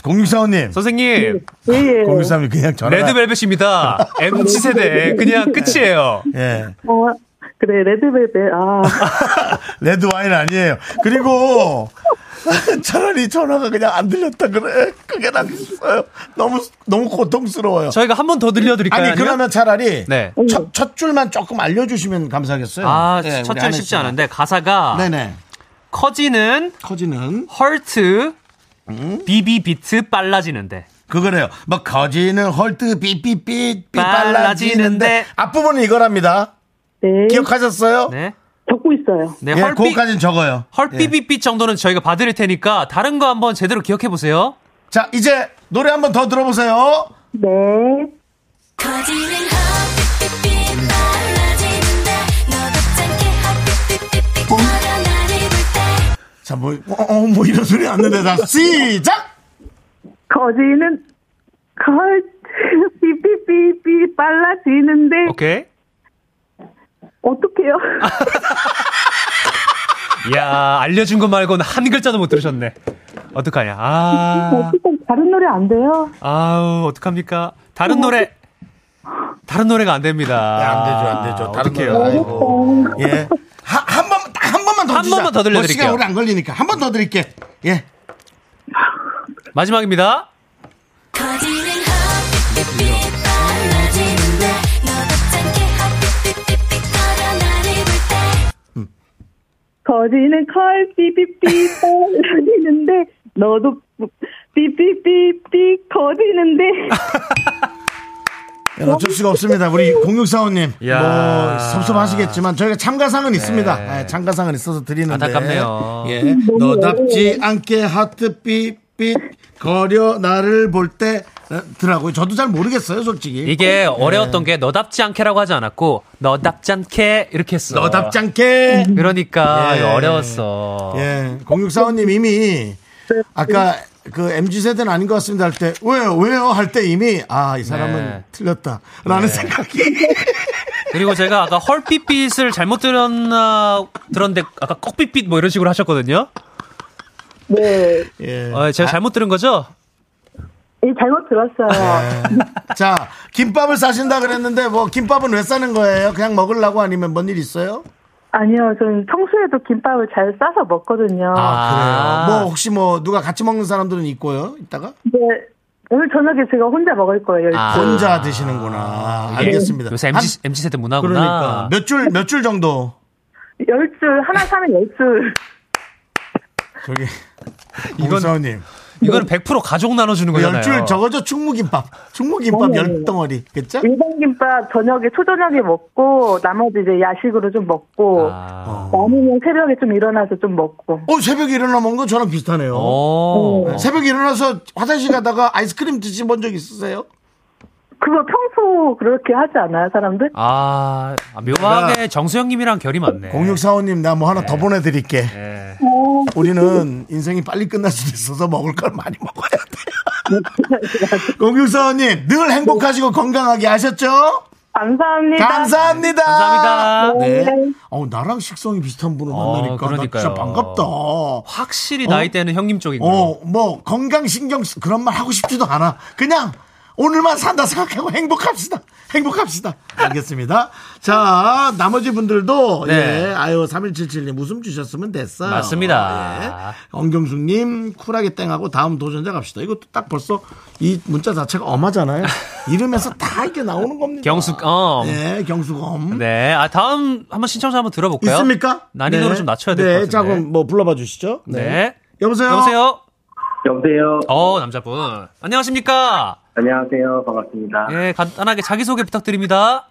Speaker 1: 0645님. 음,
Speaker 2: 선생님.
Speaker 1: 아,
Speaker 8: 예, 예.
Speaker 1: 0645님 그냥 전화.
Speaker 2: 레드벨벳입니다. MZ 세대. 그냥 끝이에요.
Speaker 1: 예.
Speaker 8: 어, 그래, 레드벨벳. 아,
Speaker 1: 레드 와인 아니에요. 그리고 차라리 전화가 그냥 안 들렸다 그래. 그게 낫겠어요. 너무 너무 고통스러워요.
Speaker 2: 저희가 한 번 더 들려드릴까요?
Speaker 1: 아니
Speaker 2: 아니면?
Speaker 1: 그러면 차라리
Speaker 2: 네.
Speaker 1: 첫, 첫 줄만 조금 알려주시면 감사하겠어요.
Speaker 2: 아,
Speaker 1: 예,
Speaker 2: 첫절
Speaker 1: 우리 아내
Speaker 2: 쉽지
Speaker 1: 씨가.
Speaker 2: 않은데 가사가
Speaker 1: 네네.
Speaker 2: 커지는
Speaker 1: 커지는
Speaker 2: 헐트 비비 비트 빨라지는데.
Speaker 1: 그거래요. 뭐 커지는 헐트 삐삐삐 빨라지는데
Speaker 2: 빨라지는데.
Speaker 1: 앞부분은 이거랍니다.
Speaker 8: 네.
Speaker 1: 기억하셨어요?
Speaker 2: 네.
Speaker 8: 적고 있어요.
Speaker 2: 네,
Speaker 1: 예,
Speaker 2: 헐비
Speaker 1: 그거까지는 적어요. 예.
Speaker 2: 헐비비비 정도는 저희가 봐드릴 테니까 다른 거 한번 제대로 기억해 보세요.
Speaker 1: 자 이제 노래 한 번 더 들어보세요.
Speaker 8: 네.
Speaker 6: 커지는 핫빛빛빛 빨라지는데 너 같지 않게 핫빛빛빛 거려 나를 볼때
Speaker 1: 자뭐 어, 어, 뭐 이런 소리 났는데 자 시작.
Speaker 8: 거지는 걸 삐삐삐삐 빨라지는데
Speaker 2: 오케이.
Speaker 8: 어떡해요?
Speaker 2: 야 알려준 거 말고는 한 글자도 못 들으셨네. 어떡하냐. 아,
Speaker 8: 어떡해 다른 노래 안 돼요?
Speaker 2: 아우, 어떡합니까. 다른 노래. 다른 노래가 안 됩니다.
Speaker 1: 네, 안 되죠, 안 되죠. 다른
Speaker 2: 어떡해요.
Speaker 1: 노래, 아이고. 예. 하, 한 번만, 딱 한 번만 더
Speaker 2: 한
Speaker 1: 주자.
Speaker 2: 번만 더 들려드릴게요.
Speaker 1: 뭐 시간 오래 안 걸리니까. 한 번 더 드릴게. 예.
Speaker 2: 마지막입니다.
Speaker 6: 커지는 핫빛빛빛 빨라지는데 너 같지 않게 핫빛빛빛 거려 나를 볼때
Speaker 8: 거지는 걸 삐삐삐 빨라지는데 너도 삐삐삐삐 거지는데
Speaker 1: 예, 어쩔 수가 없습니다. 우리 공육사원님.
Speaker 2: 야. 네.
Speaker 1: 뭐, 섭섭하시겠지만, 저희가 참가상은 있습니다. 예, 참가상은 있어서 드리는데.
Speaker 2: 안타깝네요.
Speaker 1: 예. 너답지 않게 하트 삐삐 거려 나를 볼 때 어, 드라고요. 저도 잘 모르겠어요, 솔직히.
Speaker 2: 이게 어려웠던 게 너답지 않게라고 하지 않았고 너답지 않게 이렇게 했어.
Speaker 1: 너답지 않게.
Speaker 2: 그러니까
Speaker 1: 예.
Speaker 2: 이거 어려웠어.
Speaker 1: 예, 공육사원님 이미 아까 그 MG 세대는 아닌 것 같습니다 할 때 왜요 왜요 할 때 이미 아 이 사람은
Speaker 2: 네.
Speaker 1: 틀렸다라는 생각이
Speaker 2: 그리고 제가 아까 헐빛빛을 잘못 들었나 들었는데 아까 꺽빛빛 뭐 이런 식으로 하셨거든요.
Speaker 8: 네.
Speaker 1: 예.
Speaker 2: 어, 제가 잘못 들은 거죠?
Speaker 8: 예, 잘못 들었어요.
Speaker 1: 자 김밥을 싸신다 그랬는데 뭐 김밥은 왜 싸는 거예요? 그냥 먹으려고 아니면 뭔 일 있어요?
Speaker 8: 아니요, 저는 평소에도 김밥을 잘 싸서
Speaker 1: 아,
Speaker 8: 먹거든요.
Speaker 2: 아.
Speaker 1: 뭐 혹시 뭐 누가 같이 먹는 사람들은 있고요. 이따가
Speaker 8: 근데 오늘 저녁에 제가 혼자 먹을 거예요.
Speaker 2: 아.
Speaker 1: 혼자 드시는구나.
Speaker 2: 이게
Speaker 1: 알겠습니다.
Speaker 2: 요새
Speaker 1: 한-
Speaker 2: MZ, MZ 세대 문화구나.
Speaker 1: 그러니까 몇 줄 몇 줄 정도
Speaker 8: 열 줄, 하나 사면 열 줄.
Speaker 1: 저기
Speaker 2: 이건-
Speaker 1: 이건사님 뭐
Speaker 2: 이거는 100% 가족 나눠주는 거잖아요.
Speaker 1: 열 줄 적어져 충무김밥 충무김밥
Speaker 8: 네.
Speaker 1: 열 덩어리 그죠?
Speaker 8: 일반 김밥 저녁에 초저녁에 먹고 나머지 이제 야식으로 좀 먹고
Speaker 2: 아.
Speaker 8: 남으면 새벽에 좀 일어나서 좀 먹고.
Speaker 1: 어 새벽에 일어나 먹는 거 저랑 비슷하네요.
Speaker 2: 어. 오.
Speaker 1: 네, 새벽에 일어나서 화장실 가다가 아이스크림 드신 적 있으세요?
Speaker 8: 그거 평소 그렇게 하지 않아요, 사람들?
Speaker 2: 아, 아, 묘하게 정수영님이랑 결이 맞네.
Speaker 1: 0645님 예. 나 뭐 하나
Speaker 2: 예.
Speaker 1: 더 보내드릴게.
Speaker 2: 네.
Speaker 1: 우리는 인생이 빨리 끝날 수도 있어서 먹을 걸 많이 먹어야 돼요. 0645님 늘 행복하시고 건강하게 아셨죠?
Speaker 9: 네.
Speaker 8: 감사합니다.
Speaker 1: 감사합니다.
Speaker 2: 감사합니다.
Speaker 1: 네.
Speaker 8: 네.
Speaker 1: 어 나랑 식성이 비슷한 분을
Speaker 2: 어,
Speaker 1: 만나니까 나 진짜
Speaker 2: 그러니까요.
Speaker 1: 반갑다.
Speaker 2: 확실히 나이대는 형님 쪽인 거.
Speaker 1: 어, 뭐 건강 신경 쓰- 그런 말 하고 싶지도 않아. 그냥 오늘만 산다 생각하고 행복합시다. 행복합시다. 알겠습니다. 자, 나머지 분들도
Speaker 2: 네.
Speaker 1: 예, 아유 3177님 웃음 주셨으면 됐어요.
Speaker 2: 맞습니다.
Speaker 1: 예. 엄경숙 님 쿨하게 땡하고 다음 도전자 갑시다. 이것도 딱 벌써 이 문자 자체가 엄하잖아요. 이름에서 다 이게 나오는 겁니다.
Speaker 2: 경숙, 어. 네.
Speaker 1: 예, 경숙엄.
Speaker 2: 아, 다음 한번 신청자 한번 들어볼까요?
Speaker 1: 있습니까?
Speaker 2: 네. 난이도를 좀 낮춰야 될 것
Speaker 1: 네,
Speaker 2: 같은데.
Speaker 1: 자, 그럼 뭐 불러봐 주시죠.
Speaker 2: 네.
Speaker 1: 여보세요?
Speaker 2: 여보세요?
Speaker 10: 여보세요.
Speaker 2: 어, 남자분. 안녕하십니까?
Speaker 10: 안녕하세요. 반갑습니다.
Speaker 2: 예, 간단하게 자기소개 부탁드립니다.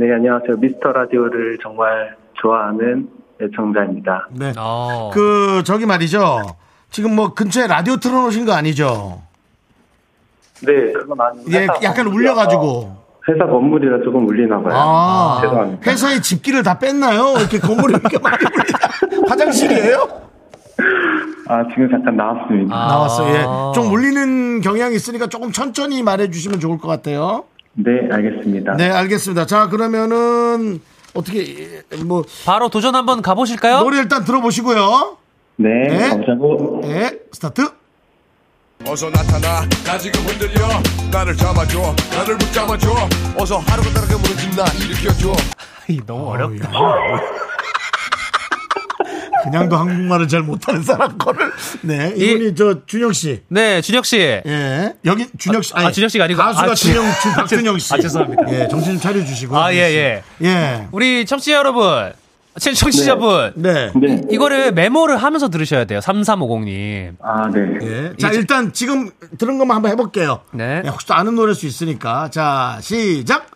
Speaker 10: 네, 안녕하세요. 미스터 라디오를 정말 좋아하는 애청자입니다.
Speaker 1: 네.
Speaker 2: 어.
Speaker 1: 그 저기 말이죠. 지금 뭐 근처에 라디오 틀어놓으신 거 아니죠?
Speaker 10: 네, 그건 아닌데.
Speaker 1: 예, 약간 울려가지고.
Speaker 10: 회사 건물이라 조금 울리나 봐요.
Speaker 1: 아,
Speaker 10: 네. 죄송합니다.
Speaker 1: 회사의 집기를 다 뺐나요? 이렇게 건물이 이렇게 많이 울리다. 화장실이에요?
Speaker 10: 아, 지금 잠깐 나왔습니다.
Speaker 2: 아.
Speaker 1: 나왔어. 예. 좀 울리는 경향이 있으니까 조금 천천히 말해주시면 좋을 것 같아요.
Speaker 10: 네, 알겠습니다.
Speaker 1: 네, 알겠습니다. 자, 그러면은 어떻게 예, 뭐
Speaker 2: 바로 도전 한번 가보실까요?
Speaker 1: 노래 일단 들어보시고요.
Speaker 10: 네,
Speaker 1: 네.
Speaker 10: 감사하고.
Speaker 1: 예, 스타트.
Speaker 11: 어서 나타나 나 지금 흔들려 나를 잡아줘 나를 붙잡아줘 어서 하루가 다르게 무너진 나 일으켜줘
Speaker 2: 이, 너무 어렵다.
Speaker 1: 그냥도 한국말을 잘 못하는 사람 거를. 네, 이분이 저 준영 씨.
Speaker 2: 네, 준혁씨.
Speaker 1: 예. 여기 준혁 씨.
Speaker 2: 아, 아, 준혁 씨가 아니고.
Speaker 1: 가수가
Speaker 2: 아, 지-
Speaker 1: 준영, 준, 박준영 씨.
Speaker 2: 아, 죄송합니다.
Speaker 1: 예, 정신 좀 차려주시고.
Speaker 2: 아, 예, 예.
Speaker 1: 예.
Speaker 2: 우리 청취자 여러분. 친- 청취자분.
Speaker 1: 네.
Speaker 10: 네.
Speaker 2: 이거를 메모를 하면서 들으셔야 돼요. 3350님.
Speaker 10: 아, 네.
Speaker 1: 예. 자, 일단 지금 들은 것만 한번 해볼게요.
Speaker 2: 네.
Speaker 1: 예, 혹시 또 아는 노래일 수 있으니까. 자, 시작!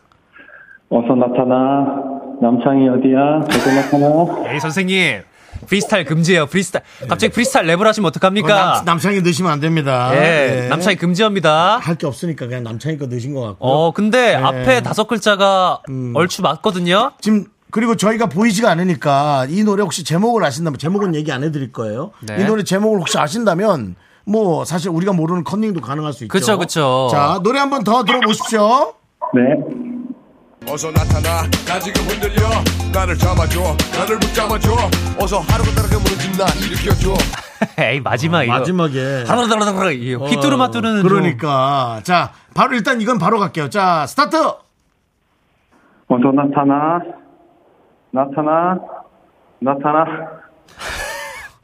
Speaker 10: 어서 나타나. 남창이 어디야? 어서 나타나.
Speaker 2: 에이, 선생님. 프리스타일 금지예요. 프리스타일. 갑자기 프리스타일 랩을 하시면 어떡합니까?
Speaker 1: 남, 네. 남창이 넣으시면 안 됩니다.
Speaker 2: 그러니까 예, 남창이 금지합니다.
Speaker 1: 할게 없으니까 그냥 남창이 거 넣으신 것 같고.
Speaker 2: 어,
Speaker 1: 네.
Speaker 2: 근데 앞에 다섯 글자가
Speaker 1: 음.
Speaker 2: 얼추 맞거든요.
Speaker 1: 지금 그리고 저희가 보이지가 않으니까 이 노래 혹시 제목을 아신다면 제목은 얘기 안 해드릴 거예요.
Speaker 2: 네.
Speaker 1: 이 노래 제목을 혹시 아신다면 뭐 사실 우리가 모르는 컨닝도 가능할 수 있죠.
Speaker 2: 그쵸, 그쵸.
Speaker 1: 자 노래 한 번 더 들어보십시오.
Speaker 10: 네.
Speaker 11: 어서 나타나 나 지금 흔들려 나를 잡아줘 나를 붙잡아줘 어서 하루가 다르게 무너진 나 일으켜줘
Speaker 2: 에이, 마지막 이거.
Speaker 1: 어, 마지막에 어,
Speaker 2: 하라라라라 이 휘뚜루마뚜루는
Speaker 1: 음, 그러니까 자 바로 일단 이건 바로 갈게요. 자 스타트.
Speaker 10: 어서 나타나. 나타나. 나타나.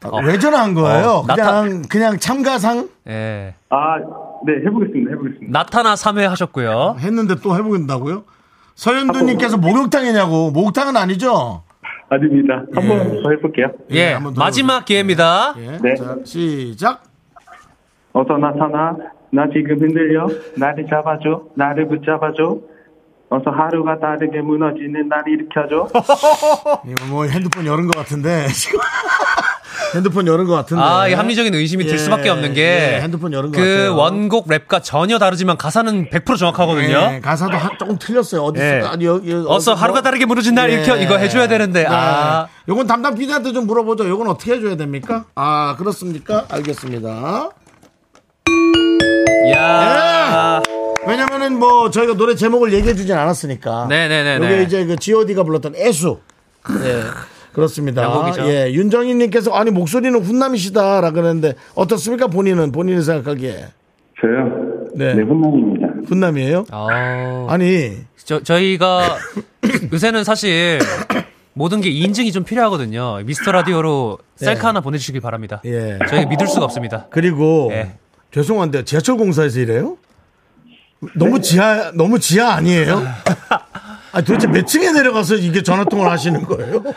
Speaker 2: 어.
Speaker 1: 아, 왜 전화한 거예요?
Speaker 2: 어, 나타-
Speaker 1: 그냥 그냥 참가상
Speaker 2: 좀, 예.
Speaker 10: 아, 네, 해보겠습니다. 해보겠습니다.
Speaker 2: 나타나 3회 하셨고요.
Speaker 1: 했는데 또 해보겠다고요?
Speaker 10: 아,
Speaker 1: 서현두님께서
Speaker 10: 뭐,
Speaker 1: 목욕탕이냐고 목욕탕은 아니죠?
Speaker 10: 아닙니다. 한 번 더 해볼게요.
Speaker 2: 예.
Speaker 1: 예, 한번 더
Speaker 2: 마지막 기회입니다.
Speaker 1: 예.
Speaker 10: 네.
Speaker 1: 자 시작.
Speaker 10: 어서 나타나. 나 지금 흔들려. 나를 잡아줘. 나를 붙잡아줘. 어서 하루가 다르게 무너지는 날 일으켜줘.
Speaker 1: 이거 뭐 핸드폰 열은 것 같은데 지금 핸드폰 열은 것 같은데.
Speaker 2: 아, 이 합리적인 의심이
Speaker 1: 예,
Speaker 2: 들 수밖에 없는 게
Speaker 1: 예, 핸드폰 열은 것
Speaker 2: 그
Speaker 1: 같아요.
Speaker 2: 원곡 랩과 전혀 다르지만 가사는 100% 정확하거든요.
Speaker 1: 예, 가사도 한- 조금 틀렸어요. 어디
Speaker 2: 예.
Speaker 1: 아니, 여기, 여기
Speaker 2: 어서
Speaker 1: 어디
Speaker 2: 하루가
Speaker 1: 뭐-
Speaker 2: 다르게 무너진 날 일으켜 이거 해줘야 되는데
Speaker 1: 네.
Speaker 2: 아
Speaker 1: 요건 담당 PD한테 좀 물어보죠. 요건 어떻게 해줘야 됩니까? 아 그렇습니까? 알겠습니다. 예.
Speaker 2: 야.
Speaker 1: 왜냐면은 뭐 저희가 노래 제목을 얘기해주진 않았으니까.
Speaker 2: 네네네네. 네.
Speaker 1: 이게 이제 그 G.O.D가 불렀던 애수. 예. 그렇습니다.
Speaker 2: 명곡이죠.
Speaker 1: 예, 윤정희님께서 아니 목소리는 훈남이시다라 그러는데 어떻습니까 본인은 본인이 생각하기에
Speaker 10: 저요.
Speaker 1: 네.
Speaker 10: 네, 혼남입니다.
Speaker 1: 훈남이에요?
Speaker 2: 어,
Speaker 1: 아니
Speaker 2: 저, 저희가 요새는 사실 모든 게 인증이 좀 필요하거든요. 미스터 라디오로 셀카 하나 보내주시기 바랍니다.
Speaker 1: 예.
Speaker 2: 저희 믿을 수가 없습니다.
Speaker 1: 그리고
Speaker 2: 예.
Speaker 1: 죄송한데 지하철 공사에서 일해요? 너무 지하 너무 지하 아니에요? 아 도대체 몇 층에 내려가서 이게 전화통화를 하시는 거예요?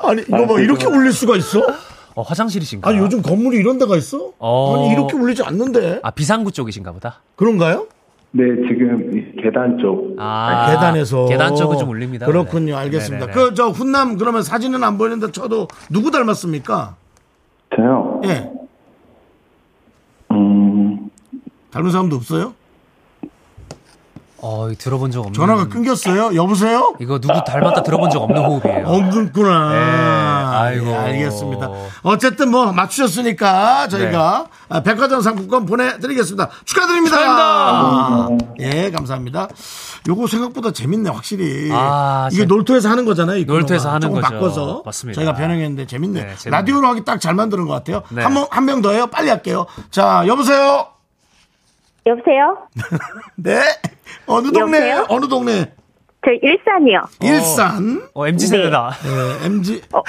Speaker 1: 아니 이거 봐 이렇게 울릴 수가 있어?
Speaker 2: 어, 화장실이신가?
Speaker 1: 아니 요즘 건물이 이런 데가 있어?
Speaker 2: 어.
Speaker 1: 아니 이렇게 울리지 않는데
Speaker 2: 아 비상구 쪽이신가 보다.
Speaker 1: 그런가요?
Speaker 12: 네, 지금 이 계단 쪽.
Speaker 2: 아,
Speaker 1: 계단에서
Speaker 2: 계단 쪽은 좀 울립니다.
Speaker 1: 그렇군요.
Speaker 2: 네.
Speaker 1: 알겠습니다.
Speaker 2: 네네네.
Speaker 1: 그 저 훈남 그러면 사진은 안 보이는데 저도 누구 닮았습니까?
Speaker 12: 저요?
Speaker 1: 예.
Speaker 12: 음,
Speaker 1: 닮은 사람도 없어요?
Speaker 2: 어, 이거 들어본 적 없는.
Speaker 1: 전화가 끊겼어요. 여보세요?
Speaker 2: 이거 누구 닮았다 들어본 적 없는 호흡이에요.
Speaker 1: 없구나.
Speaker 2: 네, 아이고.
Speaker 1: 예, 알겠습니다. 어쨌든 뭐 맞추셨으니까 저희가
Speaker 2: 네.
Speaker 1: 아, 백화점 상품권 보내드리겠습니다. 축하드립니다.
Speaker 2: 축하드립니다.
Speaker 1: 예, 감사합니다. 요거 생각보다 재밌네, 확실히.
Speaker 2: 아,
Speaker 1: 이게
Speaker 2: 재-
Speaker 1: 놀토에서 하는 거잖아요. 이
Speaker 2: 놀토에서
Speaker 1: 코너가.
Speaker 2: 하는
Speaker 1: 조금
Speaker 2: 거죠.
Speaker 1: 바꿔서
Speaker 2: 맞습니다.
Speaker 1: 저희가 변형했는데 재밌네.
Speaker 2: 네, 재밌네요.
Speaker 1: 라디오로 하기 딱 잘 만드는 것 같아요.
Speaker 2: 네.
Speaker 1: 한명한명 더해요. 빨리 할게요. 자, 여보세요.
Speaker 9: 여보세요?
Speaker 1: 네. 어느 동네?
Speaker 9: 여보세요?
Speaker 1: 어느 동네?
Speaker 9: 저 일산이요.
Speaker 1: 일산.
Speaker 2: 어, MZ 세대다.
Speaker 1: 네, MG.
Speaker 9: 어,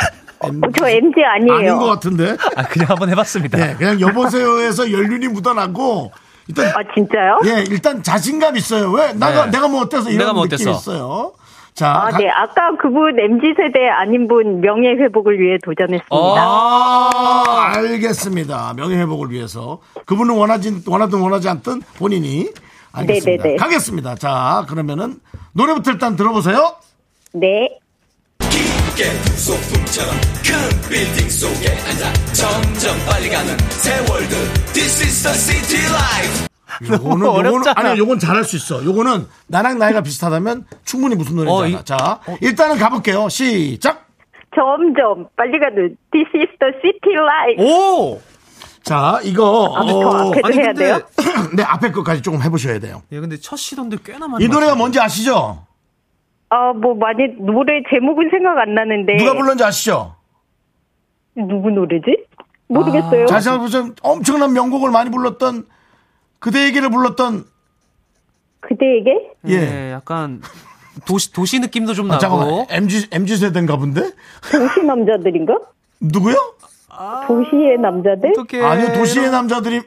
Speaker 9: 저 MG 아니에요.
Speaker 1: 아닌 것 같은데.
Speaker 2: 아, 그냥 한번 해봤습니다.
Speaker 1: 네, 그냥 여보세요에서 연륜이 묻어나고 일단
Speaker 9: 아, 진짜요?
Speaker 1: 예, 일단 자신감 있어요. 왜? 나가
Speaker 2: 네.
Speaker 1: 내가 뭐 어때서 이런
Speaker 2: 내가 뭐
Speaker 1: 느낌
Speaker 2: 어때서?
Speaker 1: 있어요. 자,
Speaker 9: 아,
Speaker 1: 가-
Speaker 9: 네. 아까 그분 MG 세대 아닌 분 명예 회복을 위해 도전했습니다.
Speaker 1: 아, 알겠습니다. 명예 회복을 위해서 그분은 원하진 원하든 원하지 않든 본인이 알겠습니다.
Speaker 9: 네네네.
Speaker 1: 가겠습니다. 자, 그러면은 노래부터 일단 들어보세요.
Speaker 9: 네.
Speaker 13: 깊게 소품처럼 큰 빌딩 속에 앉아 점점 빨리 가는 세월드 This is the city life
Speaker 1: 요거는 요거는
Speaker 13: 어렵잖아.
Speaker 1: 아니야, 요건 잘할 수 있어. 요거는 나랑 나이가 비슷하다면 충분히 무슨 노래인지
Speaker 9: 어,
Speaker 1: 알아. 자, 일단은 가볼게요. 시작.
Speaker 9: 점점 빨리 가는 This is the city life.
Speaker 1: 오! 자, 이거. 어,
Speaker 9: 아, 저 앞에도 해야 돼요?
Speaker 1: 네, 앞에 것까지 조금 해보셔야 돼요.
Speaker 2: 예, 근데 첫 시도인데 꽤나 많이.
Speaker 1: 이 노래가
Speaker 2: 맞췄네.
Speaker 1: 뭔지 아시죠?
Speaker 9: 아, 뭐 많이 노래 제목은 생각 안 나는데
Speaker 1: 누가 불렀는지 아시죠?
Speaker 9: 누구 노래지? 모르겠어요.
Speaker 1: 아. 자신 한번 엄청난 명곡을 많이 불렀던 그대에게를 불렀던
Speaker 9: 그대에게?
Speaker 1: 예.
Speaker 2: 네, 약간 도시 도시 느낌도 좀
Speaker 1: 아,
Speaker 2: 나고.
Speaker 1: 잠깐만 MG MG 세대인가 본데
Speaker 9: 도시 남자들인가?
Speaker 1: 누구요? 아.
Speaker 9: 도시의 남자들?
Speaker 2: 예,
Speaker 1: 아니요 도시의 남자들이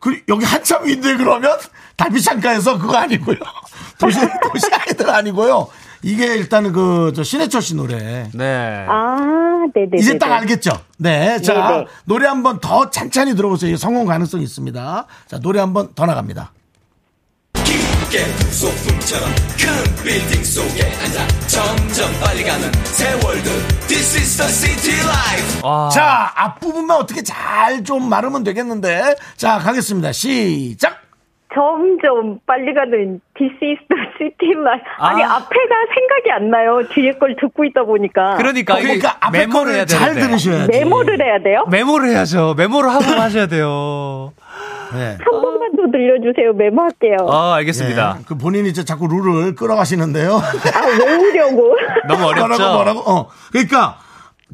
Speaker 1: 그 여기 한참 위인데 그러면 달빛 창가에서 그거 아니고요 도시 도시 아이들 아니고요 이게 일단은 그 저 신해철 씨 노래
Speaker 2: 네.
Speaker 9: 아, 네, 네.
Speaker 1: 이제 딱 알겠죠? 네. 자,
Speaker 9: 네네.
Speaker 1: 노래 한 번 더 찬찬히 들어보세요. 이게 성공 가능성이 있습니다. 자, 노래 한 번 더 나갑니다.
Speaker 13: 깊게 소품처럼 큰 빌딩 속에 앉아 점점 빨리 가는 세월드 This is the city life
Speaker 2: 아.
Speaker 1: 자, 앞부분만 어떻게 잘 좀 마르면 되겠는데. 자, 가겠습니다. 시작!
Speaker 9: 점점 빨리 가는 This is the city life. 아니,
Speaker 1: 아.
Speaker 9: 앞에가 생각이 안 나요. 뒤에 걸 듣고 있다 보니까.
Speaker 2: 그러니까 이게
Speaker 1: 그러니까 앞에
Speaker 2: 메모를
Speaker 1: 거를
Speaker 2: 해야
Speaker 1: 잘
Speaker 2: 되는데.
Speaker 1: 들으셔야지.
Speaker 9: 메모를 해야 돼요?
Speaker 2: 메모를 해야죠. 메모를 하고 하셔야 돼요. 예.
Speaker 1: 네.
Speaker 9: 한 번만 더 들려주세요. 메모할게요.
Speaker 2: 아, 알겠습니다.
Speaker 1: 예, 그 본인이 이제 자꾸 룰을 끌어가시는데요.
Speaker 9: 아, 외우려고.
Speaker 2: 너무 어렵죠?
Speaker 1: 뭐라고 뭐라고. 어. 그러니까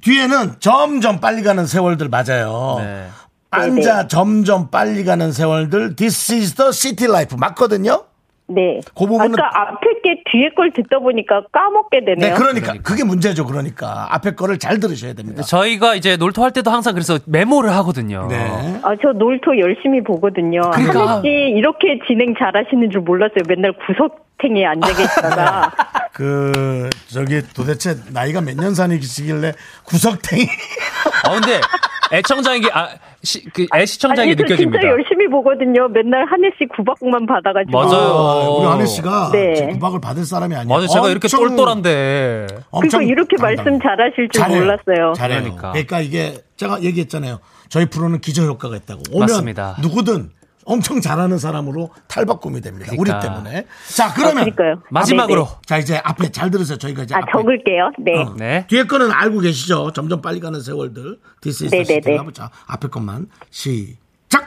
Speaker 1: 뒤에는 점점 빨리 가는 세월들 맞아요.
Speaker 2: 네.
Speaker 1: 앉아
Speaker 9: 네.
Speaker 1: 점점 빨리 가는 세월들 This is the city life 맞거든요.
Speaker 9: 네.
Speaker 1: 그 부분은-
Speaker 9: 아까 앞에 게 뒤에 걸 듣다 보니까 까먹게 되네요.
Speaker 1: 네, 그러니까 그게 문제죠. 그러니까 앞에 거를 잘 들으셔야 됩니다.
Speaker 2: 저희가 이제 놀토할 때도 항상 그래서 메모를 하거든요.
Speaker 1: 네.
Speaker 2: 어.
Speaker 9: 아, 저 놀토 열심히 보거든요.
Speaker 2: 그러니까.
Speaker 9: 하늘 씨 이렇게 진행 잘 하시는 줄 몰랐어요. 맨날 구석탱이에 앉아 계시다가.
Speaker 1: 그 저기 도대체 나이가 몇 년산이시길래 구석탱이
Speaker 2: 아, 근데 애청자에게 아, 시, 그 애시청자에게
Speaker 9: 아니, 저
Speaker 2: 느껴집니다.
Speaker 9: 진짜 열심히 보거든요. 맨날 하늘 씨 구박만 받아가지고.
Speaker 2: 맞아요.
Speaker 1: 우리 아내 씨가
Speaker 9: 네.
Speaker 1: 지금 구박을 받을 사람이 아니에요.
Speaker 2: 어. 맞아, 제가 이렇게
Speaker 1: 엄청
Speaker 2: 똘똘한데.
Speaker 9: 그러니까
Speaker 1: 엄청
Speaker 9: 이렇게
Speaker 1: 당당해요.
Speaker 9: 말씀 잘하실 줄
Speaker 1: 잘해요.
Speaker 9: 몰랐어요.
Speaker 1: 잘해요. 그러니까.
Speaker 2: 그러니까.
Speaker 1: 이게 제가 얘기했잖아요. 저희 프로는 기저효과가 있다고. 오면
Speaker 2: 맞습니다.
Speaker 1: 누구든 엄청 잘하는 사람으로 탈바꿈이 됩니다.
Speaker 2: 그러니까.
Speaker 1: 우리 때문에. 자 그러면
Speaker 9: 그러니까요.
Speaker 2: 마지막으로. 아, 네네.
Speaker 1: 자 이제 앞에 잘 들으세요. 저희가 이제
Speaker 9: 아,
Speaker 1: 앞에
Speaker 9: 적을게요. 네.
Speaker 1: 어, 뒤에 거는 알고 계시죠. 점점 빨리 가는 세월들. 디스 이스
Speaker 9: 네네네.
Speaker 1: 시티 가보자. 앞에 것만 시작.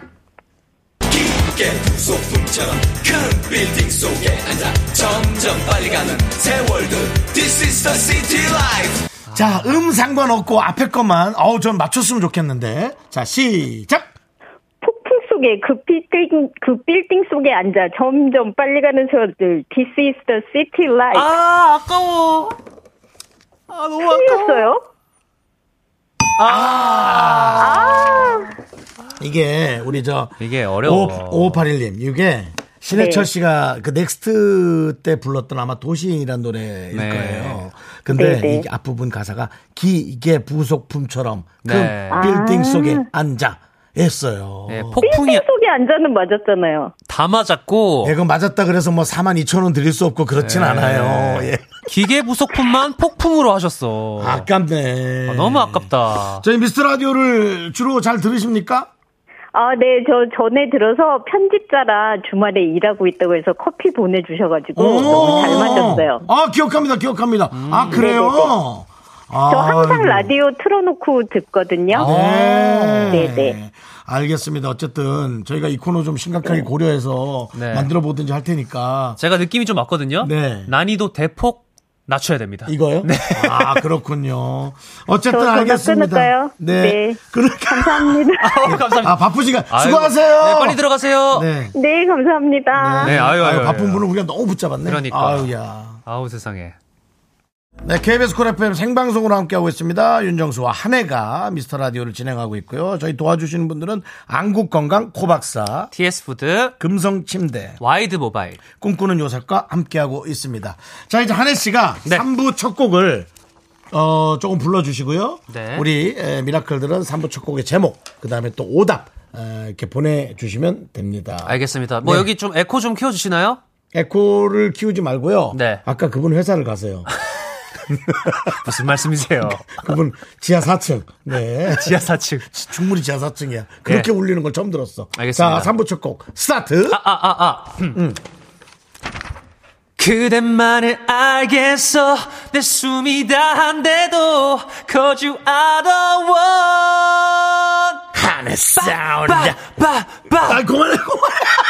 Speaker 13: 깊게 소품처럼 큰 빌딩 속에 앉아 점점 빨리 가는 세월드 This is the city life
Speaker 1: 자, 음 상관없고 앞에 것만 어우 전 맞췄으면 좋겠는데. 자, 시작.
Speaker 9: 폭풍 속에 그 빌딩, 그 빌딩 속에 앉아 점점 빨리 가는 세월들. This is the city life.
Speaker 2: 아, 아까워.
Speaker 9: 아, 너무 틀렸어요?
Speaker 1: 아.
Speaker 9: 아,
Speaker 1: 이게 우리 저
Speaker 2: 이게 어려워.
Speaker 1: 5581님 이게 신해철
Speaker 2: 네.
Speaker 1: 씨가 그 넥스트 때 불렀던 아마 도시인이란 노래일
Speaker 2: 네.
Speaker 1: 거예요. 근데
Speaker 2: 네, 네.
Speaker 1: 이 앞부분 가사가 기계 부속품처럼 그
Speaker 2: 네.
Speaker 1: 빌딩
Speaker 9: 아.
Speaker 1: 속에 앉아 했어요.
Speaker 9: 폭풍이 속에 앉아는 맞았잖아요.
Speaker 2: 다 맞았고.
Speaker 1: 이건 맞았다 예, 그래서 뭐 4만 2천 원 드릴 수 없고 그렇진
Speaker 2: 네.
Speaker 1: 않아요. 예.
Speaker 2: 기계 부속품만 폭풍으로 하셨어.
Speaker 1: 아깝네.
Speaker 2: 너무 아깝다.
Speaker 1: 저희 미스터 라디오를 주로 잘 들으십니까?
Speaker 9: 아, 네, 저 전에 들어서 편집자라 주말에 일하고 있다고 해서 커피 보내주셔가지고 네, 너무 잘 맞았어요. 음. 네,
Speaker 1: 아 기억합니다, 기억합니다. 아 그래요?
Speaker 9: 저 항상
Speaker 1: 아이고.
Speaker 9: 라디오 틀어놓고 듣거든요.
Speaker 1: 네.
Speaker 2: 아.
Speaker 9: 네, 네.
Speaker 1: 알겠습니다. 어쨌든 저희가 이 코너 좀 심각하게 고려해서
Speaker 2: 네.
Speaker 1: 만들어 보든지 할 테니까.
Speaker 2: 제가 느낌이 좀 왔거든요. 난이도 대폭 낮춰야 됩니다.
Speaker 1: 이거요? 아 그렇군요. 어쨌든
Speaker 2: 저 전화
Speaker 1: 알겠습니다.
Speaker 2: 끊을까요?
Speaker 1: 네.
Speaker 2: 네.
Speaker 1: 감사합니다.
Speaker 2: 어, 감사합니다.
Speaker 1: 아 바쁜 시간
Speaker 2: 아이고.
Speaker 1: 수고하세요.
Speaker 2: 네, 빨리 들어가세요.
Speaker 1: 네.
Speaker 9: 네, 감사합니다.
Speaker 2: 네, 아유, 아유, 아유.
Speaker 1: 바쁜 분을 우리가 너무 붙잡았네.
Speaker 2: 그러니까.
Speaker 1: 아유야.
Speaker 2: 아우 세상에.
Speaker 1: 네, KBS 쿨 FM 생방송으로 함께하고 있습니다. 윤정수와 한혜가 미스터 라디오를 진행하고 있고요. 저희 도와주시는 분들은 안국건강 코박사,
Speaker 2: TS푸드,
Speaker 1: 금성침대,
Speaker 2: 와이드 모바일,
Speaker 1: 꿈꾸는 요셉과 함께하고 있습니다. 자, 이제 한혜 씨가
Speaker 2: 네.
Speaker 1: 3부 첫 곡을 어, 조금 불러주시고요.
Speaker 2: 네.
Speaker 1: 우리 에, 미라클들은 3부 첫 곡의 제목, 그 다음에 또 오답 에, 이렇게 보내주시면 됩니다.
Speaker 2: 알겠습니다. 뭐
Speaker 1: 네.
Speaker 2: 여기 좀 에코 좀 키워주시나요?
Speaker 1: 에코를 키우지 말고요.
Speaker 2: 네.
Speaker 1: 아까 그분 회사를 가세요.
Speaker 2: 무슨 말씀이세요?
Speaker 1: 그분 지하 4층. 네.
Speaker 2: 지하 4층.
Speaker 1: 충분히 지하 4층이야. 그렇게
Speaker 2: 네.
Speaker 1: 울리는 걸 처음 들었어.
Speaker 2: 알겠습니다.
Speaker 1: 자, 3부 첫 곡. 스타트.
Speaker 2: 아, 아, 아. 그대만을 알겠어 내 숨이 다한데도 Cause you are the one
Speaker 1: 한의
Speaker 2: 사운드 빠빠빠
Speaker 1: 아 그만해 그만해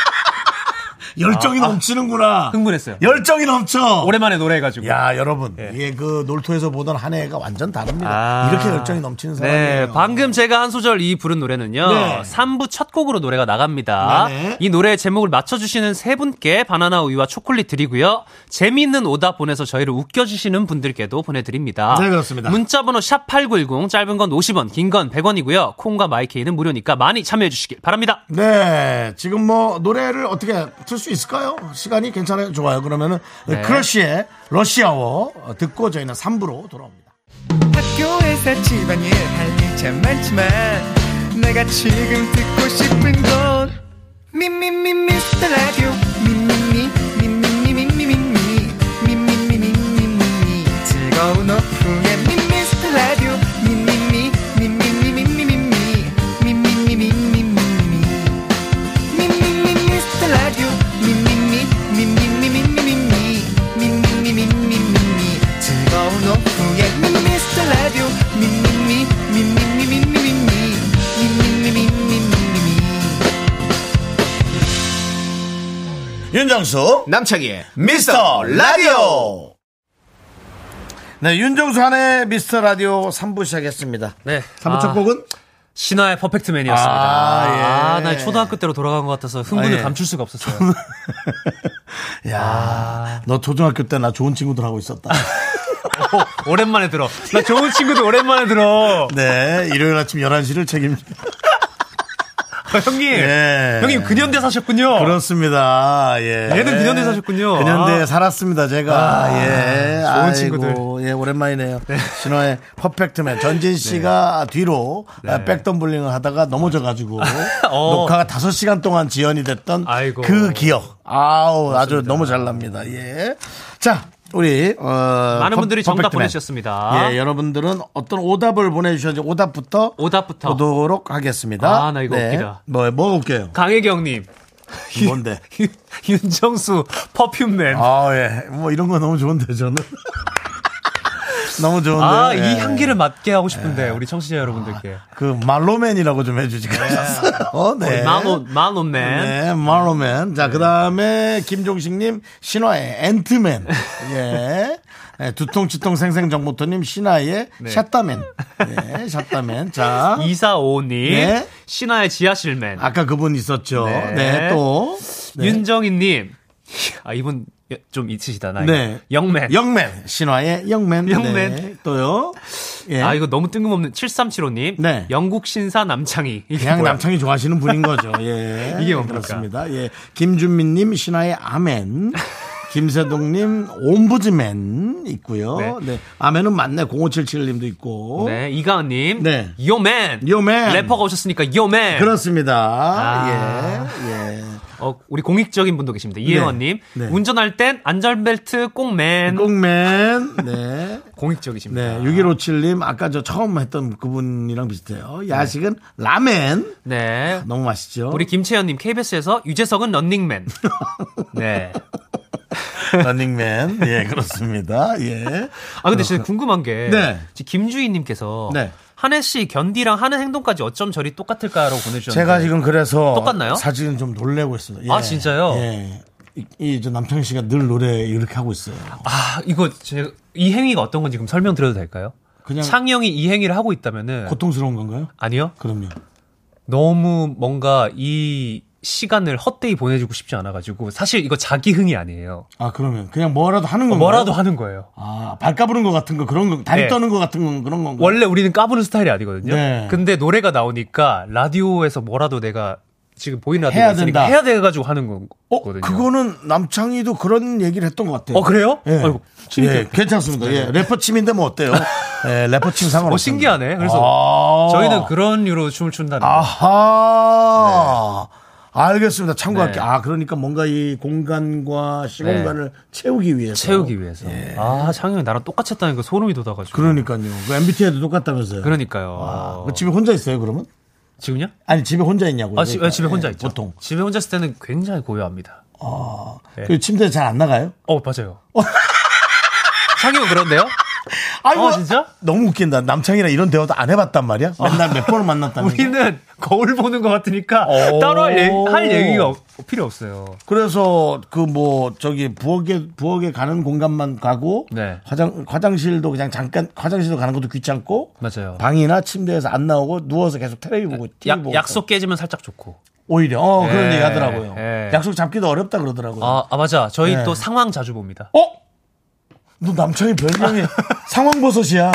Speaker 1: 열정이 넘치는구나.
Speaker 2: 아, 흥분했어요.
Speaker 1: 열정이 넘쳐.
Speaker 2: 오랜만에 노래해가지고. 예.
Speaker 1: 야, 여러분. 이게 그 놀토에서 보던 한 해가 완전 다릅니다.
Speaker 2: 아.
Speaker 1: 이렇게 열정이 넘치는
Speaker 2: 네,
Speaker 1: 사람이에요.
Speaker 2: 방금 제가 한 소절 이 부른 노래는요.
Speaker 1: 네.
Speaker 2: 3부 첫 곡으로 노래가 나갑니다.
Speaker 1: 네네.
Speaker 2: 이 노래의 제목을 맞춰주시는 세 분께 바나나 우유와 초콜릿 드리고요. 재미있는 오답 보내서 저희를 웃겨주시는 분들께도 보내드립니다.
Speaker 1: 네, 그렇습니다.
Speaker 2: 문자번호 샵8910, 짧은 건 50원, 긴 건 100원이고요. 콩과 마이케이는 무료니까 많이 참여해주시길 바랍니다.
Speaker 1: 네, 지금 뭐 노래를 어떻게 틀 수 있을까요? 시간이 괜찮아요? 좋아요. 그러면은
Speaker 2: 네.
Speaker 1: 크러쉬의 러시아워 듣고 저희는 3부로 돌아옵니다.
Speaker 14: 학교에서 집안일 할 일 참 많지만 내가 지금 듣고 싶은 건 미미미 미스터 라디오 미미미 미미미 미미미 미미미 미미미 즐거운 오후에 미미스터 라디오 미미미 미미미 미미미 미미미 미미미 미미미 미스터 라디오 미미미 미미미 미미미 미미미 미미미 즐거운 오후에 미스터 라디오 미미미 미미미 미미미 미미미 미미미
Speaker 1: 윤정수
Speaker 5: 남창희의
Speaker 1: 미스터 라디오 네 윤정수 한의 미스터 라디오 3부 시작했습니다
Speaker 2: 네.
Speaker 1: 3부 첫
Speaker 2: 아,
Speaker 1: 곡은
Speaker 2: 신화의 퍼펙트맨이었습니다. 아,
Speaker 1: 아, 예.
Speaker 2: 나 초등학교 때로 돌아간 것 같아서 흥분을
Speaker 1: 아, 예.
Speaker 2: 감출 수가 없었어요.
Speaker 1: 너 초등학교 때 나 좋은 친구들하고 있었다
Speaker 2: 오, 랜만에 들어. 나 좋은 친구들 오랜만에 들어.
Speaker 1: 네 일요일 아침 11시를 책임져
Speaker 2: 아, 형님,
Speaker 1: 예.
Speaker 2: 형님 근현대 사셨군요.
Speaker 1: 그렇습니다 예.
Speaker 2: 어. 얘는 근현대 사셨군요.
Speaker 1: 근현대에
Speaker 2: 아.
Speaker 1: 살았습니다 제가
Speaker 2: 아,
Speaker 1: 예.
Speaker 2: 좋은
Speaker 1: 아이고,
Speaker 2: 친구들.
Speaker 1: 예, 오랜만이네요 신화의 퍼펙트맨
Speaker 2: 네.
Speaker 1: 전진 씨가 뒤로 아, 백덤블링을 하다가 넘어져가지고
Speaker 2: 어.
Speaker 1: 녹화가 5시간 동안 지연이 됐던
Speaker 2: 아이고.
Speaker 1: 그 기억. 아우, 아주 너무 잘 납니다. 예. 자, 우리, 어,
Speaker 2: 많은
Speaker 1: 퍼-
Speaker 2: 분들이 정답
Speaker 1: 퍼펙트맨.
Speaker 2: 보내주셨습니다.
Speaker 1: 예, 여러분들은 어떤 오답을 보내주셨는지 오답부터
Speaker 2: 오답부터.
Speaker 1: 보도록 하겠습니다.
Speaker 2: 아, 나 이거 웃기다.
Speaker 1: 뭐, 뭐가 웃겨요?
Speaker 2: 강혜경님.
Speaker 1: 뭔데?
Speaker 2: 윤정수 퍼퓸맨.
Speaker 1: 아, 예. 뭐 이런 거 너무 좋은데, 저는. 너무 좋은데.
Speaker 2: 아, 이
Speaker 1: 예.
Speaker 2: 향기를 맡게 하고 싶은데, 우리 청취자 여러분들께.
Speaker 1: 그 말로맨이라고 좀 해주지
Speaker 2: 네.
Speaker 1: 그러셨어요. 네.
Speaker 2: 만원, 만원맨.
Speaker 1: 네, 마로맨. 자, 그 다음에 김종식님, 신화의 앤트맨. 예. 네, 두통, 치통, 생생, 정보토님, 신화의
Speaker 2: 네.
Speaker 1: 샷다맨. 예, 샷다맨. 자.
Speaker 2: 2455님.
Speaker 1: 네.
Speaker 2: 신화의 지하실맨.
Speaker 1: 아까 그분 있었죠. 네, 또. 네.
Speaker 2: 윤정희님. 아, 이분 좀 있으시다, 나이.
Speaker 1: 네.
Speaker 2: 영맨.
Speaker 1: 영맨. 신화의 영맨.
Speaker 2: 영맨.
Speaker 1: 네, 또요. 예.
Speaker 2: 아, 이거 너무 뜬금없는 7375님. 영국 신사 남창희. 이게
Speaker 1: 그냥
Speaker 2: 뭐야?
Speaker 1: 남창이 좋아하시는 분인 거죠. 예.
Speaker 2: 이게 뭡니까?
Speaker 1: 그렇습니다. 예. 김준민님 신화의 아멘. 김세동님 옴부즈맨 있고요.
Speaker 2: 네.
Speaker 1: 네. 아멘은 맞네. 0577님도 있고.
Speaker 2: 네, 이가은님.
Speaker 1: 네.
Speaker 2: 요맨.
Speaker 1: 요맨. 그렇죠.
Speaker 2: 래퍼가 오셨으니까 요맨.
Speaker 1: 그렇습니다.
Speaker 2: 아.
Speaker 1: 예. 예.
Speaker 2: 어, 우리 공익적인 분도 계십니다. 이혜원님.
Speaker 1: 네.
Speaker 2: 운전할 땐 안전벨트 꼭맨.
Speaker 1: 꼭맨. 네.
Speaker 2: 공익적이십니다.
Speaker 1: 네, 6157님 아까 저 처음 했던 그분이랑 비슷해요. 야식은 라멘.
Speaker 2: 네.
Speaker 1: 너무 맛있죠.
Speaker 2: 우리 김채연님 KBS에서 유재석은 런닝맨. 네.
Speaker 1: 런닝맨. 예, 그렇습니다. 예.
Speaker 2: 아 근데 진짜 궁금한 게
Speaker 1: 네.
Speaker 2: 지금 김주희님께서
Speaker 1: 네.
Speaker 2: 한혜 씨 견디랑 하는 행동까지 어쩜 저리 똑같을까라고 보내주셨는데
Speaker 1: 제가 지금 그래서
Speaker 2: 똑같나요?
Speaker 1: 사실은 좀 놀래고 있어요.
Speaker 2: 아, 진짜요?
Speaker 1: 예. 이- 이, 저 남창희 씨가 늘 노래 이렇게 하고 있어요.
Speaker 2: 아 이거 제, 이 행위가 어떤 건지 그럼 설명드려도 될까요?
Speaker 1: 그냥-
Speaker 2: 창이 형이 이 행위를 하고 있다면은
Speaker 1: 고통스러운 건가요?
Speaker 2: 아니요
Speaker 1: 그럼요.
Speaker 2: 너무 뭔가 이 시간을 헛되이 보내주고 싶지 않아가지고 사실 이거 자기 흥이 아니에요.
Speaker 1: 아, 그러면 그냥 뭐라도 하는 건가요?
Speaker 2: 뭐라도 하는 거예요.
Speaker 1: 아, 발 까부는 것 같은 거 그런 거, 다리
Speaker 2: 네.
Speaker 1: 떠는 것 같은 건 그런 건가요?
Speaker 2: 원래 우리는 까부는 스타일이 아니거든요.
Speaker 1: 네.
Speaker 2: 근데 노래가 나오니까 라디오에서 뭐라도 내가 지금 보이는 라디오
Speaker 1: 해야
Speaker 2: 있으니까
Speaker 1: 된다. 어,
Speaker 2: 해야 돼가지고 하는 건- 거거든요.
Speaker 1: 그거는 남창희도 그런 얘기를 했던 것 같아요.
Speaker 2: 어, 그래요?
Speaker 1: 예.
Speaker 2: 아이고, 침이
Speaker 1: 예,
Speaker 2: 꼈다.
Speaker 1: 괜찮습니다. 예,
Speaker 2: 네.
Speaker 1: 래퍼 침인데 뭐 어때요? 예, 래퍼 침 상관
Speaker 2: 어,
Speaker 1: 없습니다.
Speaker 2: 신기하네. 그래서
Speaker 1: 아.
Speaker 2: 저희는 그런 이유로 춤을 춘다는 거.
Speaker 1: 아하. 알겠습니다. 참고할게요.
Speaker 2: 네.
Speaker 1: 아, 그러니까 뭔가 이 공간과 시공간을 채우기 위해서.
Speaker 2: 채우기 위해서. 아, 창영이 나랑 똑같이 했다니까 소름이 돋아가지고.
Speaker 1: 예. 그러니까요. 그 MBTI도 똑같다면서요.
Speaker 2: 그러니까요.
Speaker 1: 와, 그 집에 혼자 있어요, 그러면?
Speaker 2: 지금요?
Speaker 1: 아니, 집에 혼자 있냐고요.
Speaker 2: 아, 집, 아, 집에
Speaker 1: 예,
Speaker 2: 혼자 있죠.
Speaker 1: 보통.
Speaker 2: 집에 혼자 있을 때는 굉장히 고요합니다.
Speaker 1: 아.
Speaker 2: 네.
Speaker 1: 그 침대에 잘 안 나가요?
Speaker 2: 어, 맞아요. 창영은 그런데요?
Speaker 1: 아이고.
Speaker 2: 어, 진짜? 어.
Speaker 1: 너무 웃긴다. 남창이랑 이런 대화도 안 해봤단 말이야? 맨날 몇 번을 만났다는 거.
Speaker 2: 우리는 거울 보는 것 같으니까
Speaker 1: 오.
Speaker 2: 따로 할, 얘기, 할 얘기가 없- 필요 없어요.
Speaker 1: 그래서 그 뭐 저기 부엌에 부엌에 가는 공간만 가고
Speaker 2: 네.
Speaker 1: 화장 화장실도 그냥 잠깐 화장실도 가는 것도 귀찮고
Speaker 2: 맞아요.
Speaker 1: 방이나 침대에서 안 나오고 누워서 계속 테레비 보고 TV
Speaker 2: 약,
Speaker 1: 보고
Speaker 2: 약속 깨지면 살짝 좋고.
Speaker 1: 오히려 어 그런
Speaker 2: 예,
Speaker 1: 얘기 하더라고요.
Speaker 2: 예.
Speaker 1: 약속 잡기도 어렵다 그러더라고요.
Speaker 2: 아, 아, 맞아. 저희
Speaker 1: 네.
Speaker 2: 또 상황 자주 봅니다.
Speaker 1: 어? 너 남창이 별명이 상황버섯이야.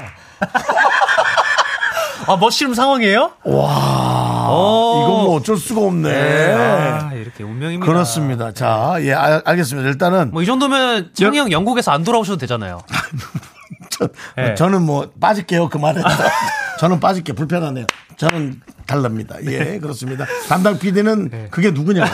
Speaker 2: 아, 머시룸 상황이에요?
Speaker 1: 와
Speaker 2: 오.
Speaker 1: 이건 뭐 어쩔 수가 없네.
Speaker 2: 네. 아, 이렇게 운명입니다.
Speaker 1: 그렇습니다. 자, 예, 알, 알겠습니다. 일단은
Speaker 2: 뭐 이 정도면 창이 형 영국에서 안 돌아오셔도 되잖아요.
Speaker 1: 저,
Speaker 2: 예.
Speaker 1: 저는 뭐 빠질게요 그만해. 저는 빠질게 불편하네요. 저는 달랍니다.
Speaker 2: 네.
Speaker 1: 예 그렇습니다. 담당 PD는 그게 누구냐고.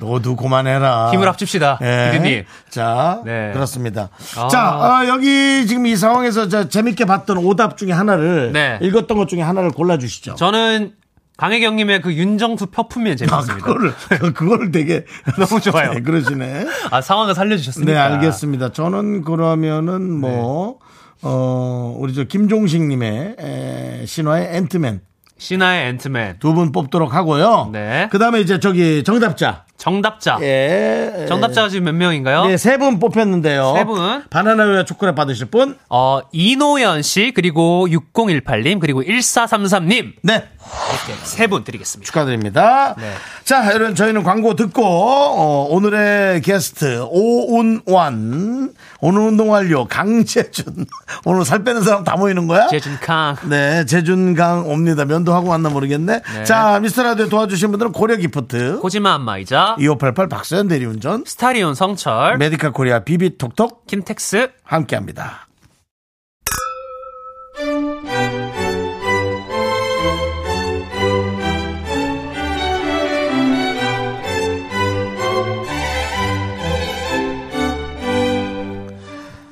Speaker 1: 너도 그만해라.
Speaker 2: 힘을 합칩시다.
Speaker 1: 예.
Speaker 2: 피디님.
Speaker 1: 자
Speaker 2: 네.
Speaker 1: 그렇습니다.
Speaker 2: 아.
Speaker 1: 자 어, 여기 지금 이 상황에서 저 재밌게 봤던 오답 중에 하나를
Speaker 2: 네.
Speaker 1: 읽었던 것 중에 하나를 골라 주시죠.
Speaker 2: 저는 강혜경님의 그 윤정수 퍼품이 재밌습니다.
Speaker 1: 아, 그거를 그거를 되게
Speaker 2: 너무 좋아요.
Speaker 1: 네, 그러시네.
Speaker 2: 아, 상황을 살려주셨으니까.
Speaker 1: 네, 알겠습니다. 저는 그러면은 뭐,
Speaker 2: 네.
Speaker 1: 어, 우리 저 김종식님의 에, 신화의 앤트맨
Speaker 2: 신화의 앤트맨.
Speaker 1: 두 분 뽑도록 하고요.
Speaker 2: 네.
Speaker 1: 그 다음에 이제 저기 정답자.
Speaker 2: 정답자.
Speaker 1: 예.
Speaker 2: 정답자가 지금 몇 명인가요?
Speaker 1: 네, 세 분 뽑혔는데요.
Speaker 2: 세 분.
Speaker 1: 바나나우유와 초콜릿 받으실 분.
Speaker 2: 어, 이노연 씨, 그리고 6018님, 그리고 1433님.
Speaker 1: 네.
Speaker 2: 세 분 드리겠습니다.
Speaker 1: 축하드립니다.
Speaker 2: 네.
Speaker 1: 자, 여러분, 저희는 광고 듣고, 어, 오늘의 게스트, 오운완, 오늘 운동 완료, 강재준. 오늘 살 빼는 사람 다 모이는 거야?
Speaker 2: 재준캉.
Speaker 1: 네, 재준강 옵니다. 면도하고 왔나 모르겠네.
Speaker 2: 네.
Speaker 1: 자, 미스터 라디오 도와주신 분들은 고려 기프트,
Speaker 2: 코지마 안마이자.
Speaker 1: 2588 박서연 대리운전,
Speaker 2: 스타리온 성철.
Speaker 15: 네.
Speaker 1: 메디카 코리아 비비톡톡
Speaker 2: 킨텍스.
Speaker 1: 함께 합니다.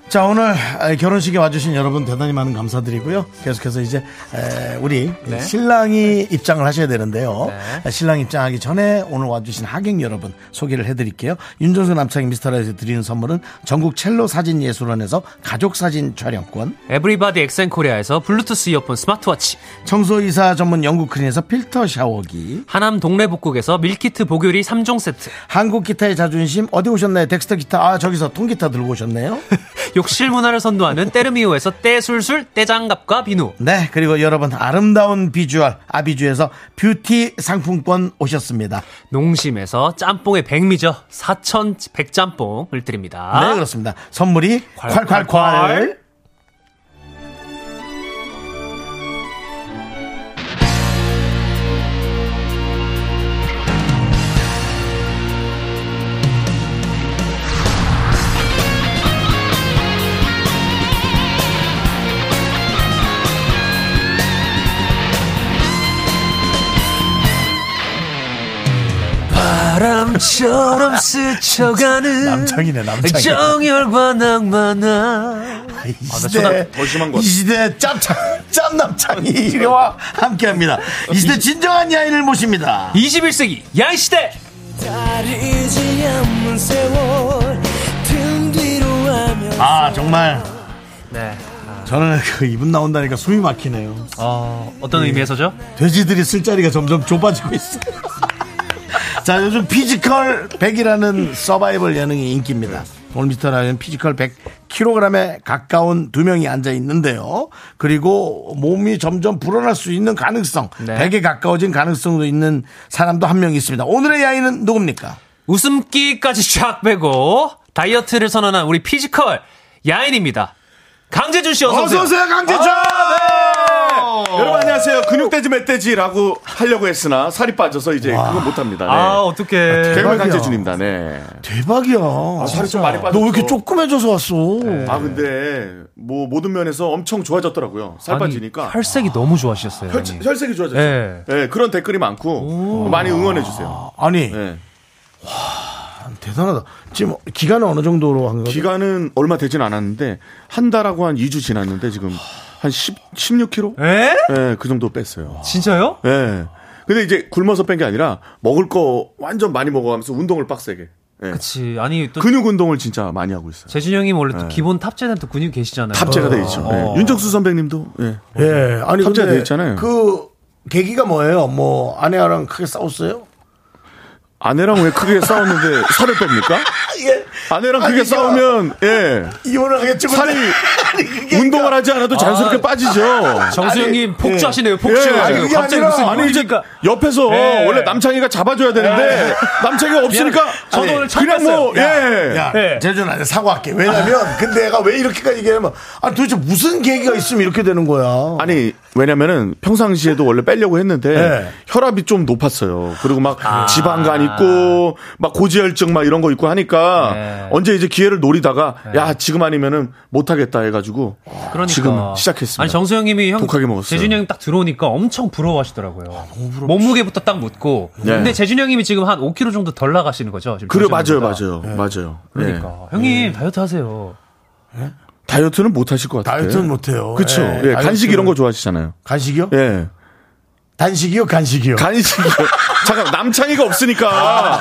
Speaker 1: 자, 오늘 에, 결혼식에 와주신 여러분 대단히 많은 감사드리고요. 계속해서 이제 에, 우리
Speaker 2: 네.
Speaker 1: 신랑이 입장을 하셔야 되는데요. 아,
Speaker 2: 네.
Speaker 1: 신랑 입장하기 전에 오늘 와주신 하객 여러분 소개를 해드릴게요. 윤정수 남창희 미스터라에서 드리는 선물은 전국 첼로 사진 예술원에서 가족 사진 촬영권,
Speaker 2: 에브리바디 엑센코리아에서 블루투스 이어폰 스마트워치.
Speaker 1: 청소이사 전문 영국 크린에서 필터 샤워기,
Speaker 2: 하남 동래복국에서 밀키트 보교리 3종 세트.
Speaker 1: 한국 기타의 자존심 어디 오셨나요? 덱스터 기타 아 저기서 통기타 들고 오셨네요.
Speaker 2: 욕실 문화를 선도하는 때르미오에서 때술술, 때장갑과 비누.
Speaker 1: 네, 그리고 여러분 아름다운 비주얼 아비주에서 뷰티 상품권 오셨습니다.
Speaker 2: 농심에서 짬뽕의 백미죠. 사천 백짬뽕을 아? 드립니다.
Speaker 1: 네, 그렇습니다. 선물이
Speaker 2: 콸콸콸.
Speaker 1: 콸콸콸.
Speaker 15: 바람처럼 스쳐가는
Speaker 1: 남창이네, 남창이야.
Speaker 15: 정열과 낭만아
Speaker 1: 이 시대 이 시대 짭짭 짭남창이 이와 함께합니다. 이 시대 진정한 야인을 모십니다.
Speaker 2: 21세기 야인 시대.
Speaker 15: 다르지 않는 세월 등 뒤로 하면
Speaker 1: 아 정말
Speaker 2: 네.
Speaker 1: 저는 그 이분 나온다니까 숨이 막히네요.
Speaker 15: 아,
Speaker 2: 어,
Speaker 15: 예.
Speaker 2: 어떤 의미에서죠?
Speaker 1: 돼지들이 쓸 자리가 점점 좁아지고 있어요. 자, 요즘 피지컬 100이라는 서바이벌 예능이 인기입니다. 오늘 미스터 라이언 피지컬 100kg에 가까운 두 명이 앉아 있는데요. 그리고 몸이 점점 불어날 수 있는 가능성,
Speaker 2: 네.
Speaker 1: 100에 가까워진 가능성도 있는 사람도 한 명 있습니다. 오늘의 야인은 누굽니까?
Speaker 2: 웃음기까지 쫙 빼고 다이어트를 선언한 우리 피지컬 야인입니다. 강재준 씨 어서 오세요.
Speaker 3: 어서오세요, 아! 강재준!
Speaker 11: 어.
Speaker 3: 여러분 안녕하세요. 근육돼지 멧돼지라고 하려고 했으나 살이 빠져서 이제 그거 못합니다. 네.
Speaker 2: 아, 어떡해.
Speaker 3: 개발
Speaker 1: 대박이야.
Speaker 3: 강재준입니다. 네.
Speaker 1: 대박이야.
Speaker 3: 아, 살이 좀 많이 빠졌어.
Speaker 1: 너 왜 이렇게 조그매져서 왔어?
Speaker 3: 아 근데 뭐 모든 면에서 엄청 좋아졌더라고요. 살
Speaker 2: 아니,
Speaker 3: 빠지니까
Speaker 2: 혈색이 너무 좋아지셨어요. 형님.
Speaker 3: 혈, 색이 좋아졌어요.
Speaker 2: 네.
Speaker 3: 네. 그런 댓글이 많고 많이 응원해 주세요.
Speaker 1: 아니.
Speaker 3: 네.
Speaker 1: 대단하다. 지금 기간은 어느 정도로 한 거죠?
Speaker 3: 기간은 얼마 되진 않았는데 한다라고 한 2주 지났는데 지금 한 10, 16kg?
Speaker 2: 예?
Speaker 3: 네, 그 정도 뺐어요.
Speaker 2: 진짜요?
Speaker 3: 예. 근데 이제 굶어서 뺀 게 아니라 먹을 거 완전 많이 먹어가면서 운동을 빡세게. 예.
Speaker 2: 그치. 아니, 또.
Speaker 3: 근육 운동을 진짜 많이 하고 있어요.
Speaker 2: 재준 형님 원래 또
Speaker 3: 네.
Speaker 2: 기본 탑재는 또 근육 계시잖아요.
Speaker 3: 탑재가 돼 있죠.
Speaker 2: 어.
Speaker 3: 예. 윤정수 선배님도 예.
Speaker 1: 예, 아니
Speaker 3: 탑재가
Speaker 1: 근데
Speaker 3: 돼 있잖아요.
Speaker 1: 그 계기가 뭐예요? 뭐 아내랑 크게 싸웠어요?
Speaker 3: 아내랑 왜 크게 싸웠는데 살을 뺍니까? 아내랑 크게
Speaker 1: 예. 아니, 이거-
Speaker 3: 싸우면 예.
Speaker 1: 이혼을 하겠죠. 근데.
Speaker 3: 살이 운동을 하지 않아도 자연스럽게
Speaker 2: 아,
Speaker 3: 빠지죠.
Speaker 2: 정수 아니, 형님 폭주하시네요, 폭주.
Speaker 3: 예. 아니,
Speaker 2: 지금
Speaker 3: 그게
Speaker 2: 갑자기
Speaker 3: 아니라,
Speaker 2: 무슨
Speaker 3: 아니 이제 옆에서
Speaker 2: 예.
Speaker 3: 원래 남창이가 잡아줘야 되는데
Speaker 1: 예.
Speaker 3: 남창이가 없으니까
Speaker 1: 미안해. 저도
Speaker 3: 아니,
Speaker 1: 오늘 처음
Speaker 3: 그냥 뭐
Speaker 1: 뺐어요.
Speaker 3: 예.
Speaker 1: 야, 야, 재준한테 사과할게. 왜냐면 근데 얘가 왜 이렇게까지 얘기하면 아 도대체 무슨 계기가 있으면 이렇게 되는 거야.
Speaker 3: 아니 왜냐면은 평상시에도 원래 빼려고 했는데
Speaker 1: 예.
Speaker 3: 혈압이 좀 높았어요. 그리고 막
Speaker 1: 아.
Speaker 3: 지방간 있고 막 고지혈증 막 이런 거 있고 하니까 아, 언제 이제 기회를 노리다가 야 지금 아니면은 못 하겠다 해가지고
Speaker 2: 그러니까.
Speaker 3: 지금 시작했습니다.
Speaker 2: 아니, 정수 형님이 형.
Speaker 3: 독하게 먹었어요. 아,
Speaker 2: 재준 형이 딱 들어오니까 엄청 부러워하시더라고요. 몸무게부터 딱 묻고.
Speaker 3: 네.
Speaker 2: 근데 재준 형님이 지금 한 5kg 정도 덜 나가시는 거죠? 지금
Speaker 3: 그래 맞아요
Speaker 2: 정수
Speaker 3: 맞아요 예.
Speaker 2: 형님보다.
Speaker 3: 맞아요.
Speaker 2: 그러니까. 형님, 다이어트 하세요.
Speaker 3: 다이어트는 못 하실 것 같아요.
Speaker 1: 다이어트는 못해요.
Speaker 3: 그쵸.
Speaker 1: 예,
Speaker 3: 예,
Speaker 1: 다이어트는-
Speaker 3: 간식 이런 거 좋아하시잖아요.
Speaker 1: 간식이요?
Speaker 3: 예.
Speaker 1: 단식이요, 간식이요.
Speaker 3: 간식이요. 잠깐, 남창이가 없으니까.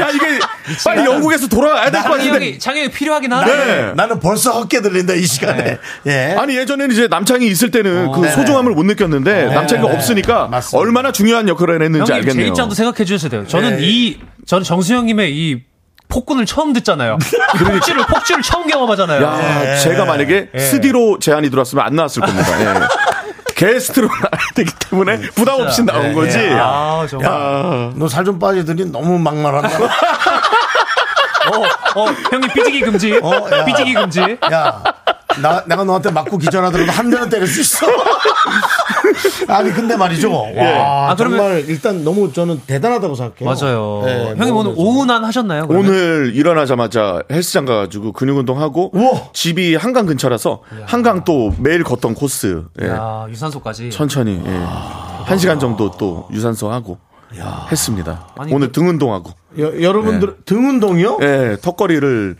Speaker 3: 야, 이게 빨리 영국에서 돌아와야 될 것
Speaker 2: 장이
Speaker 3: 같은데.
Speaker 2: 형이, 장이 형이 필요하긴 하네.
Speaker 3: 네.
Speaker 1: 나는 벌써 헛게 들린다 이 시간에. 예. 어,
Speaker 3: 아니 예전에는 이제 남창이 있을 때는 그
Speaker 1: 네네.
Speaker 3: 소중함을 못 느꼈는데
Speaker 1: 어.
Speaker 3: 남창이가
Speaker 1: 네네.
Speaker 3: 없으니까 얼마나 중요한 역할을 했는지
Speaker 2: 형님 제
Speaker 3: 알겠네요.
Speaker 2: 입장도 생각해 주셔야 돼요. 저는
Speaker 3: 예, 예.
Speaker 2: 이, 저는 정수 형님의 이 폭군을 처음 듣잖아요. 폭주를, 폭주를 처음 경험하잖아요.
Speaker 3: 그러니까. 야, 제가 만약에 스디로 그 제안이 들어왔으면 안 나왔을 겁니다. 예. 게스트로 나와야 되기 때문에 부담 없이 나온
Speaker 1: 예,
Speaker 3: 거지.
Speaker 1: 예. 아, 정말.
Speaker 3: 야.
Speaker 1: 너 살 좀 빠지더니 너무 막말한다.
Speaker 2: 어, 형님 삐지기 금지.
Speaker 3: 어,
Speaker 1: 야.
Speaker 2: 삐지기 금지.
Speaker 1: 야, 나, 내가 너한테 맞고 기절하더라도 한 대는 때릴 수 있어. 아니, 근데 말이죠. 와,
Speaker 2: 예. 아, 그러면-
Speaker 1: 정말 일단 너무 저는 대단하다고 생각해요.
Speaker 2: 맞아요.
Speaker 3: 네,
Speaker 1: 예,
Speaker 2: 형님 오늘 오운한 하셨나요? 그러면?
Speaker 3: 뭐 오늘 일어나자마자 헬스장 가가지고 근육
Speaker 1: 어,
Speaker 3: 운동하고 집이 한강 근처라서 한강 또 매일 걷던 코스 예.
Speaker 2: 야, 유산소까지.
Speaker 3: 천천히 예. 한 시간 정도 또 유산소 하고 했습니다.
Speaker 2: 아니,
Speaker 3: 오늘 등 운동하고
Speaker 1: 여, 여러분들
Speaker 3: 네.
Speaker 1: 등 운동이요?
Speaker 3: 예 턱걸이를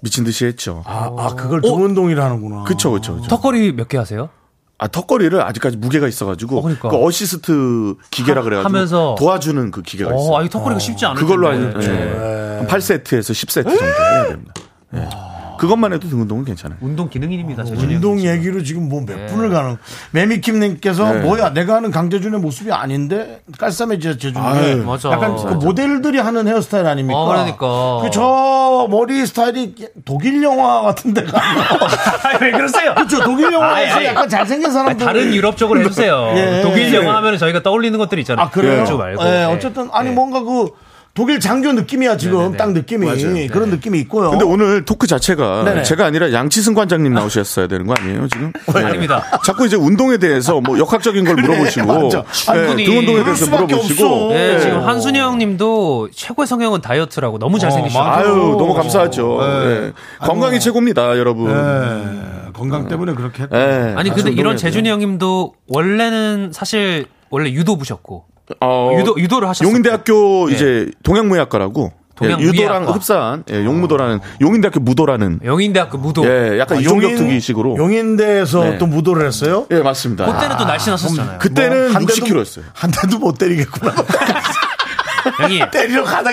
Speaker 3: 미친 듯이 했죠.
Speaker 1: 아, 아, 그걸 등 운동이라 하는구나.
Speaker 3: 그쵸 그쵸. 그쵸.
Speaker 2: 턱걸이 몇 개 하세요?
Speaker 3: 아 턱걸이를 아직까지 무게가 있어가지고
Speaker 2: 어, 그러니까.
Speaker 3: 그 어시스트 기계라 그래가지고
Speaker 2: 하면서-
Speaker 3: 도와주는 그 기계가 있어요.
Speaker 2: 어, 아, 이 턱걸이가 쉽지 않을
Speaker 3: 그걸로
Speaker 2: 텐데.
Speaker 3: 한, 예. 한 8세트에서 10세트 정도 해야 됩니다. 예. 그것만 해도 등 운동은 괜찮아요.
Speaker 2: 운동 기능인입니다.
Speaker 3: 어,
Speaker 2: 재준이 형.
Speaker 1: 운동 얘기로 지금 뭐
Speaker 2: 네.
Speaker 1: 몇 분을 가는. 매미킴님께서
Speaker 3: 네.
Speaker 1: 뭐야 내가 하는 강재준의 모습이 아닌데 깔쌈해져 재준이.
Speaker 3: 아유, 맞아.
Speaker 1: 약간 그
Speaker 3: 맞아.
Speaker 1: 모델들이 하는 헤어스타일 아닙니까?
Speaker 2: 네, 어, 그러니까.
Speaker 1: 그저 머리 스타일이 독일 영화 같은 데가.
Speaker 2: 왜 그러세요?
Speaker 1: 그렇죠. 독일 영화에서
Speaker 2: 아니, 아니.
Speaker 1: 약간 잘생긴
Speaker 2: 아니,
Speaker 1: 사람들.
Speaker 2: 다른 유럽 쪽으로 해주세요.
Speaker 1: 예.
Speaker 2: 독일 영화 하면은 저희가 떠올리는 것들이 있잖아요.
Speaker 1: 아 그래요?
Speaker 2: 그쪽 말고.
Speaker 1: 예,
Speaker 2: 예.
Speaker 1: 어쨌든 아니 뭔가 그 독일 장교 느낌이야 지금
Speaker 2: 네,
Speaker 1: 딱 느낌이 그런 느낌이 있고요.
Speaker 3: 근데 오늘 토크 자체가
Speaker 1: 네네.
Speaker 3: 제가 아니라 양치승 관장님 나오셨어야 되는 거 아니에요 지금? 네.
Speaker 2: 아닙니다.
Speaker 3: 자꾸 이제 운동에 대해서 뭐 역학적인 걸 물어보시고 뭐, 네,
Speaker 1: 맞아.
Speaker 2: 충분히
Speaker 3: 등 운동에 대해서
Speaker 1: 수밖에
Speaker 3: 물어보시고
Speaker 1: 없어.
Speaker 2: 네,
Speaker 3: 네.
Speaker 2: 지금 한순이 형님도 최고의 성형은 다이어트라고 너무 잘생기셨어요.
Speaker 3: 아유 너무 감사하죠.
Speaker 1: 예.
Speaker 3: 네. 건강이 최고입니다 예, 여러분.
Speaker 1: 건강 때문에 그렇게 했고.
Speaker 3: 네.
Speaker 2: 아니
Speaker 3: 다시
Speaker 2: 근데 이런
Speaker 3: 운동해야 돼요.
Speaker 2: 재준이 형님도 원래는 사실 원래 유도부셨고
Speaker 3: 어,
Speaker 2: 유도- 유도를 하셨어요?
Speaker 3: 용인대학교 이제 동양무예학과라고.
Speaker 2: 동양무예학과.
Speaker 3: 예, 유도랑 흡사한 예, 용무도라는 용인대학교 무도라는
Speaker 2: 영인대학교 무도.
Speaker 3: 예, 약간
Speaker 2: 아,
Speaker 3: 이종격투기식으로
Speaker 1: 그러니까 용인대에서
Speaker 3: 네.
Speaker 1: 또 무도를 했어요?
Speaker 3: 예, 맞습니다.
Speaker 2: 그때는 또 날씨 났었잖아요.
Speaker 3: 그때는
Speaker 1: 뭐, 한
Speaker 3: 60kg였어요.
Speaker 1: 한 대도 못 때리겠구나.
Speaker 2: 형님.
Speaker 1: 때리러 가다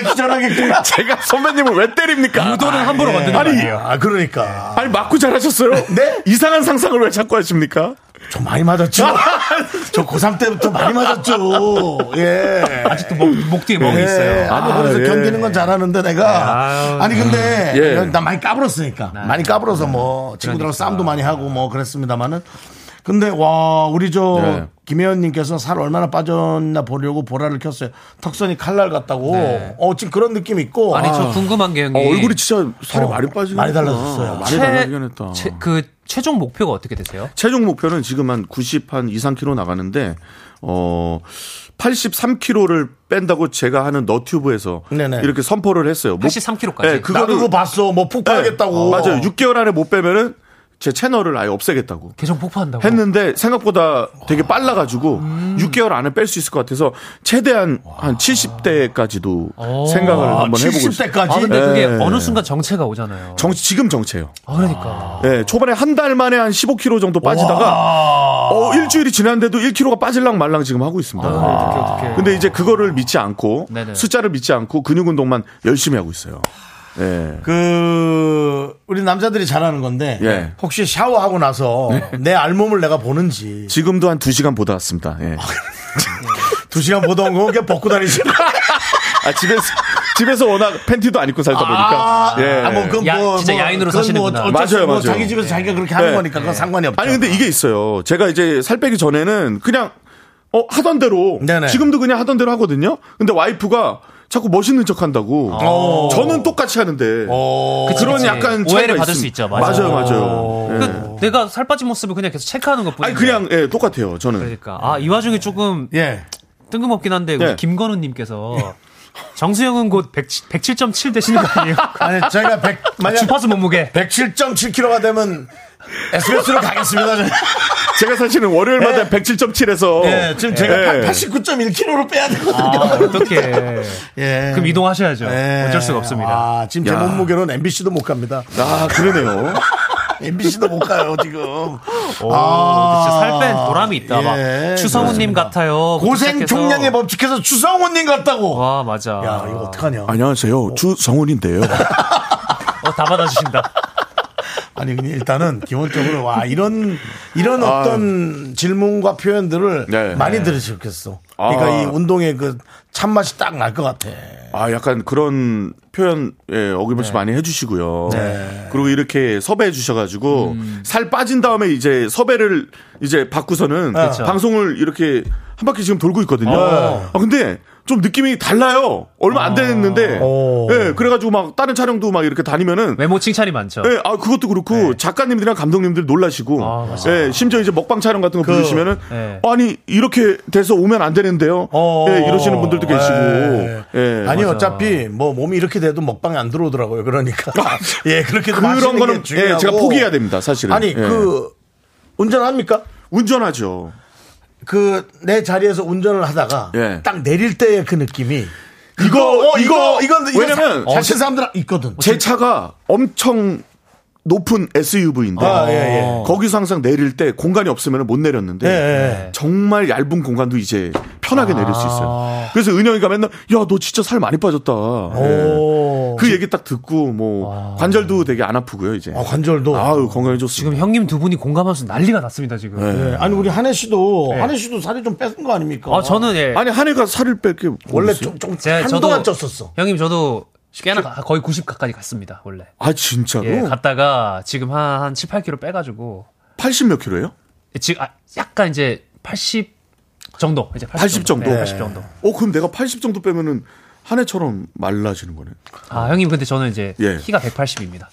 Speaker 1: 기절하겠구나. 예.
Speaker 3: 제가 선배님을 왜 때립니까?
Speaker 2: 무도는 함부로 만드는 거
Speaker 3: 그러니까. 아니,
Speaker 2: 아니에요.
Speaker 1: 아 그러니까
Speaker 3: 아니 맞고 잘하셨어요. 네? 이상한 상상을 왜 자꾸 하십니까?
Speaker 1: 저 많이 맞았죠. 저 고3 때부터 많이 맞았죠. 예.
Speaker 2: 아직도 목, 목 뒤에 멍이
Speaker 1: 예.
Speaker 2: 있어요.
Speaker 1: 아니, 그래서
Speaker 3: 네. 예.
Speaker 1: 견디는 건 잘하는데 내가.
Speaker 2: 아유.
Speaker 1: 아니, 근데.
Speaker 3: 예.
Speaker 1: 나 많이 까불었으니까.
Speaker 3: 네.
Speaker 1: 많이 까불어서 뭐,
Speaker 3: 그러니까.
Speaker 1: 친구들하고 싸움도 많이 하고 뭐 그랬습니다만은. 근데, 와, 우리 저,
Speaker 3: 네.
Speaker 1: 김혜연님께서 살 얼마나 빠졌나 보려고 보라를 켰어요. 턱선이 칼날 같다고.
Speaker 3: 네.
Speaker 1: 어, 지금 그런 느낌 있고.
Speaker 2: 아니,
Speaker 1: 아.
Speaker 2: 저 궁금한 게 형님.
Speaker 3: 어, 얼굴이 진짜 살이
Speaker 1: 어,
Speaker 3: 많이 아, 빠지고
Speaker 1: 많이 달라졌어요.
Speaker 3: 많이 달라지긴 했다.
Speaker 2: 최, 그 최종 목표가 어떻게 되세요?
Speaker 3: 최종 목표는 지금 한 90, 한 2, 3kg 나가는데, 어, 83kg를 뺀다고 제가 하는 너튜브에서
Speaker 1: 네네.
Speaker 3: 이렇게 선포를 했어요. 목-
Speaker 2: 83kg 까지?
Speaker 3: 네,
Speaker 1: 나도 그거
Speaker 3: 그거를.
Speaker 1: 봤어. 뭐 폭파하겠다고.
Speaker 3: 네, 맞아요. 6개월 안에 못 빼면은 제 채널을 아예 없애겠다고.
Speaker 2: 계정 폭파한다고.
Speaker 3: 했는데 생각보다 되게 빨라가지고 6개월 안에 뺄 수 있을 것 같아서 최대한 한 70대까지도 생각을
Speaker 1: 아,
Speaker 3: 한번 해보고
Speaker 1: 70대 까지?
Speaker 2: 아, 근데 그게
Speaker 3: 네.
Speaker 2: 어느 순간 정체가 오잖아요.
Speaker 3: 정, 지금 정체예요.
Speaker 2: 아, 그러니까.
Speaker 3: 예, 초반에 한 달 만에 한 15kg 정도 빠지다가 어, 일주일이 지났는데도 1kg가 빠질랑 말랑 지금 하고
Speaker 2: 아,
Speaker 3: 있습니다.
Speaker 2: 어떻게 어떻게.
Speaker 3: 근데 이제 그거를 믿지 않고
Speaker 2: 네, 네네.
Speaker 3: 숫자를 믿지 않고 근육 운동만 열심히 하고 있어요. 예.
Speaker 1: 그 우리 남자들이 잘하는 건데
Speaker 3: 예. 네.
Speaker 1: 혹시 샤워하고 나서 내 알몸을 내가 보는지 아,
Speaker 3: 지금도 한 2시간 보다 왔습니다. 예.
Speaker 1: 두 시간 보던 거 그냥 벗고 다니지
Speaker 3: 아, 집에서 집에서 워낙 팬티도 안 입고 살다 보니까. 예.
Speaker 1: 아, 뭐 그건
Speaker 2: 야,
Speaker 1: 뭐
Speaker 2: 진짜
Speaker 1: 뭐
Speaker 2: 야인으로
Speaker 1: 그건 뭐
Speaker 2: 사시는구나.
Speaker 1: 어쩔 수
Speaker 3: 맞아요,
Speaker 1: 없고
Speaker 3: 맞아요.
Speaker 1: 자기 집에서 자기가 그렇게 하는
Speaker 3: 네.
Speaker 1: 거니까 그건 상관이 없죠.
Speaker 3: 아니 근데 이게 있어요. 제가 이제 살 빼기 전에는 그냥 어 하던 대로
Speaker 1: 네네.
Speaker 3: 지금도 그냥 하던 대로 하거든요. 근데 와이프가 자꾸 멋있는 척한다고.
Speaker 1: 오.
Speaker 3: 저는 똑같이 하는데
Speaker 1: 어.
Speaker 2: 그치,
Speaker 3: 그런
Speaker 2: 그치.
Speaker 3: 약간
Speaker 2: 오해를
Speaker 3: 차이가
Speaker 2: 받을
Speaker 3: 있습-
Speaker 2: 수 있죠. 맞아.
Speaker 3: 맞아요, 맞아요. 예.
Speaker 2: 그 내가 살 빠진 모습을 그냥 계속 체크하는 것뿐.
Speaker 3: 아니 그냥 예 똑같아요. 저는
Speaker 2: 그러니까. 아, 이 와중에 조금
Speaker 1: 예.
Speaker 2: 뜬금없긴 한데 우리
Speaker 3: 네.
Speaker 2: 김건우님께서 정수영은 곧 107.7 되시는 거 아니에요?
Speaker 1: 아니 저희가 100 만약
Speaker 2: 주파수 몸무게.
Speaker 1: 107.7kg가 되면 SBS로 가겠습니다. 저는.
Speaker 3: 제가 사실은 월요일마다 네. 107.7에서
Speaker 1: 예, 지금 제가 89.1kg로 빼야 되거든요.
Speaker 2: 어떻게?
Speaker 1: 예.
Speaker 2: 아, 그럼 이동하셔야죠.
Speaker 3: 네.
Speaker 1: 예.
Speaker 2: 어쩔 수가 없습니다.
Speaker 1: 아, 지금 제
Speaker 3: 야.
Speaker 1: 몸무게로는 MBC도 못 갑니다.
Speaker 3: 아 그러네요.
Speaker 1: MBC도 못 가요 지금.
Speaker 2: 오,
Speaker 1: 아.
Speaker 2: 진짜 살 뺀 보람이 있다.
Speaker 1: 예,
Speaker 2: 막 추성훈님 같아요.
Speaker 1: 고생 종량의 법칙해서 추성훈님 같다고.
Speaker 2: 와 맞아.
Speaker 1: 야 이거 어떡하냐.
Speaker 3: 안녕하세요. 주성훈인데요.
Speaker 2: 어, 다 받아주신다.
Speaker 1: 아니 근데 일단은 기본적으로 와 이런 이런 어떤 질문과 표현들을
Speaker 3: 아. 네.
Speaker 1: 많이 들으셨겠어. 그러니까
Speaker 3: 아.
Speaker 1: 이 운동의 그 참맛이 딱 날 것 같아.
Speaker 3: 아, 약간 그런 표현, 예, 어김없이 많이 해주시고요.
Speaker 1: 네.
Speaker 3: 그리고 이렇게 섭외해 주셔가지고, 살 빠진 다음에 이제 섭외를 이제 받고서는
Speaker 1: 그쵸.
Speaker 3: 방송을 이렇게 한 바퀴 지금 돌고 있거든요.
Speaker 1: 어.
Speaker 3: 아, 근데 좀 느낌이 달라요. 얼마 안 됐는데,
Speaker 1: 어.
Speaker 3: 예, 그래가지고 막 다른 촬영도 막 이렇게 다니면은,
Speaker 2: 외모 칭찬이 많죠.
Speaker 3: 예, 아, 그것도 그렇고, 작가님들이랑 감독님들 놀라시고,
Speaker 2: 아, 맞아요.
Speaker 3: 예, 심지어 이제 먹방 촬영 같은 거
Speaker 1: 그,
Speaker 3: 보여주시면은,
Speaker 2: 예.
Speaker 3: 아니, 이렇게 돼서 오면 안 되는데요.
Speaker 1: 어.
Speaker 3: 예, 이러시는 분들도 계시고,
Speaker 1: 예.
Speaker 3: 예.
Speaker 1: 아니 어차피 뭐 몸이 이렇게 돼도 먹방에 안 들어오더라고요. 그러니까 예 그렇게
Speaker 3: 아, 그런 거는 예, 제가 포기해야 됩니다, 사실은.
Speaker 1: 아니
Speaker 3: 예.
Speaker 1: 그 운전합니까?
Speaker 3: 운전하죠.
Speaker 1: 그 내 자리에서 운전을 하다가
Speaker 3: 예.
Speaker 1: 딱 내릴 때의 그 느낌이 어,
Speaker 3: 어, 이거, 이거,
Speaker 1: 왜냐면
Speaker 3: 왜냐면
Speaker 1: 자신 사람들 어. 있거든.
Speaker 3: 제 차가 엄청 높은 SUV인데
Speaker 1: 아, 예, 예.
Speaker 3: 어. 거기서 항상 내릴 때 공간이 없으면 못 내렸는데
Speaker 1: 예, 예.
Speaker 3: 정말 얇은 공간도 이제 편하게 내릴 수
Speaker 2: 아,
Speaker 3: 있어요. 그래서 은영이가 맨날 야 너 진짜 살 많이 빠졌다. 예.
Speaker 1: 오.
Speaker 3: 그 얘기 딱 듣고 뭐 관절도 되게 안 아프고요 이제.
Speaker 1: 아, 관절도.
Speaker 3: 아유 건강이
Speaker 2: 지금
Speaker 3: 좋습니다.
Speaker 2: 형님 두 분이 공감하면서 난리가 났습니다 지금.
Speaker 3: 네.
Speaker 1: 예, 아니 우리 한혜 씨도 한혜 씨도 살이 좀 뺏은 거 네. 아닙니까?
Speaker 2: 아 저는 예.
Speaker 3: 아니 한해가 살을 뺄게
Speaker 1: 원래 좀좀
Speaker 2: 제가
Speaker 1: 한동안
Speaker 2: 저도-
Speaker 1: 쪘었어.
Speaker 2: 형님 저도 꽤나 가- 거의 90 가까이 갔습니다 원래.
Speaker 3: 아 진짜로
Speaker 2: 예, 갔다가 지금 한, 한 7, 8kg 빼가지고
Speaker 3: 80 몇 킬로예요?
Speaker 2: 지금 아, 약간 이제 80 정도 이제
Speaker 3: 80 정도?
Speaker 2: 네, 80 정도.
Speaker 3: 어 그럼 내가 80 정도 빼면은 한해처럼 말라지는 거네.
Speaker 2: 아 형님 근데 저는 이제
Speaker 3: 예.
Speaker 2: 키가 180입니다.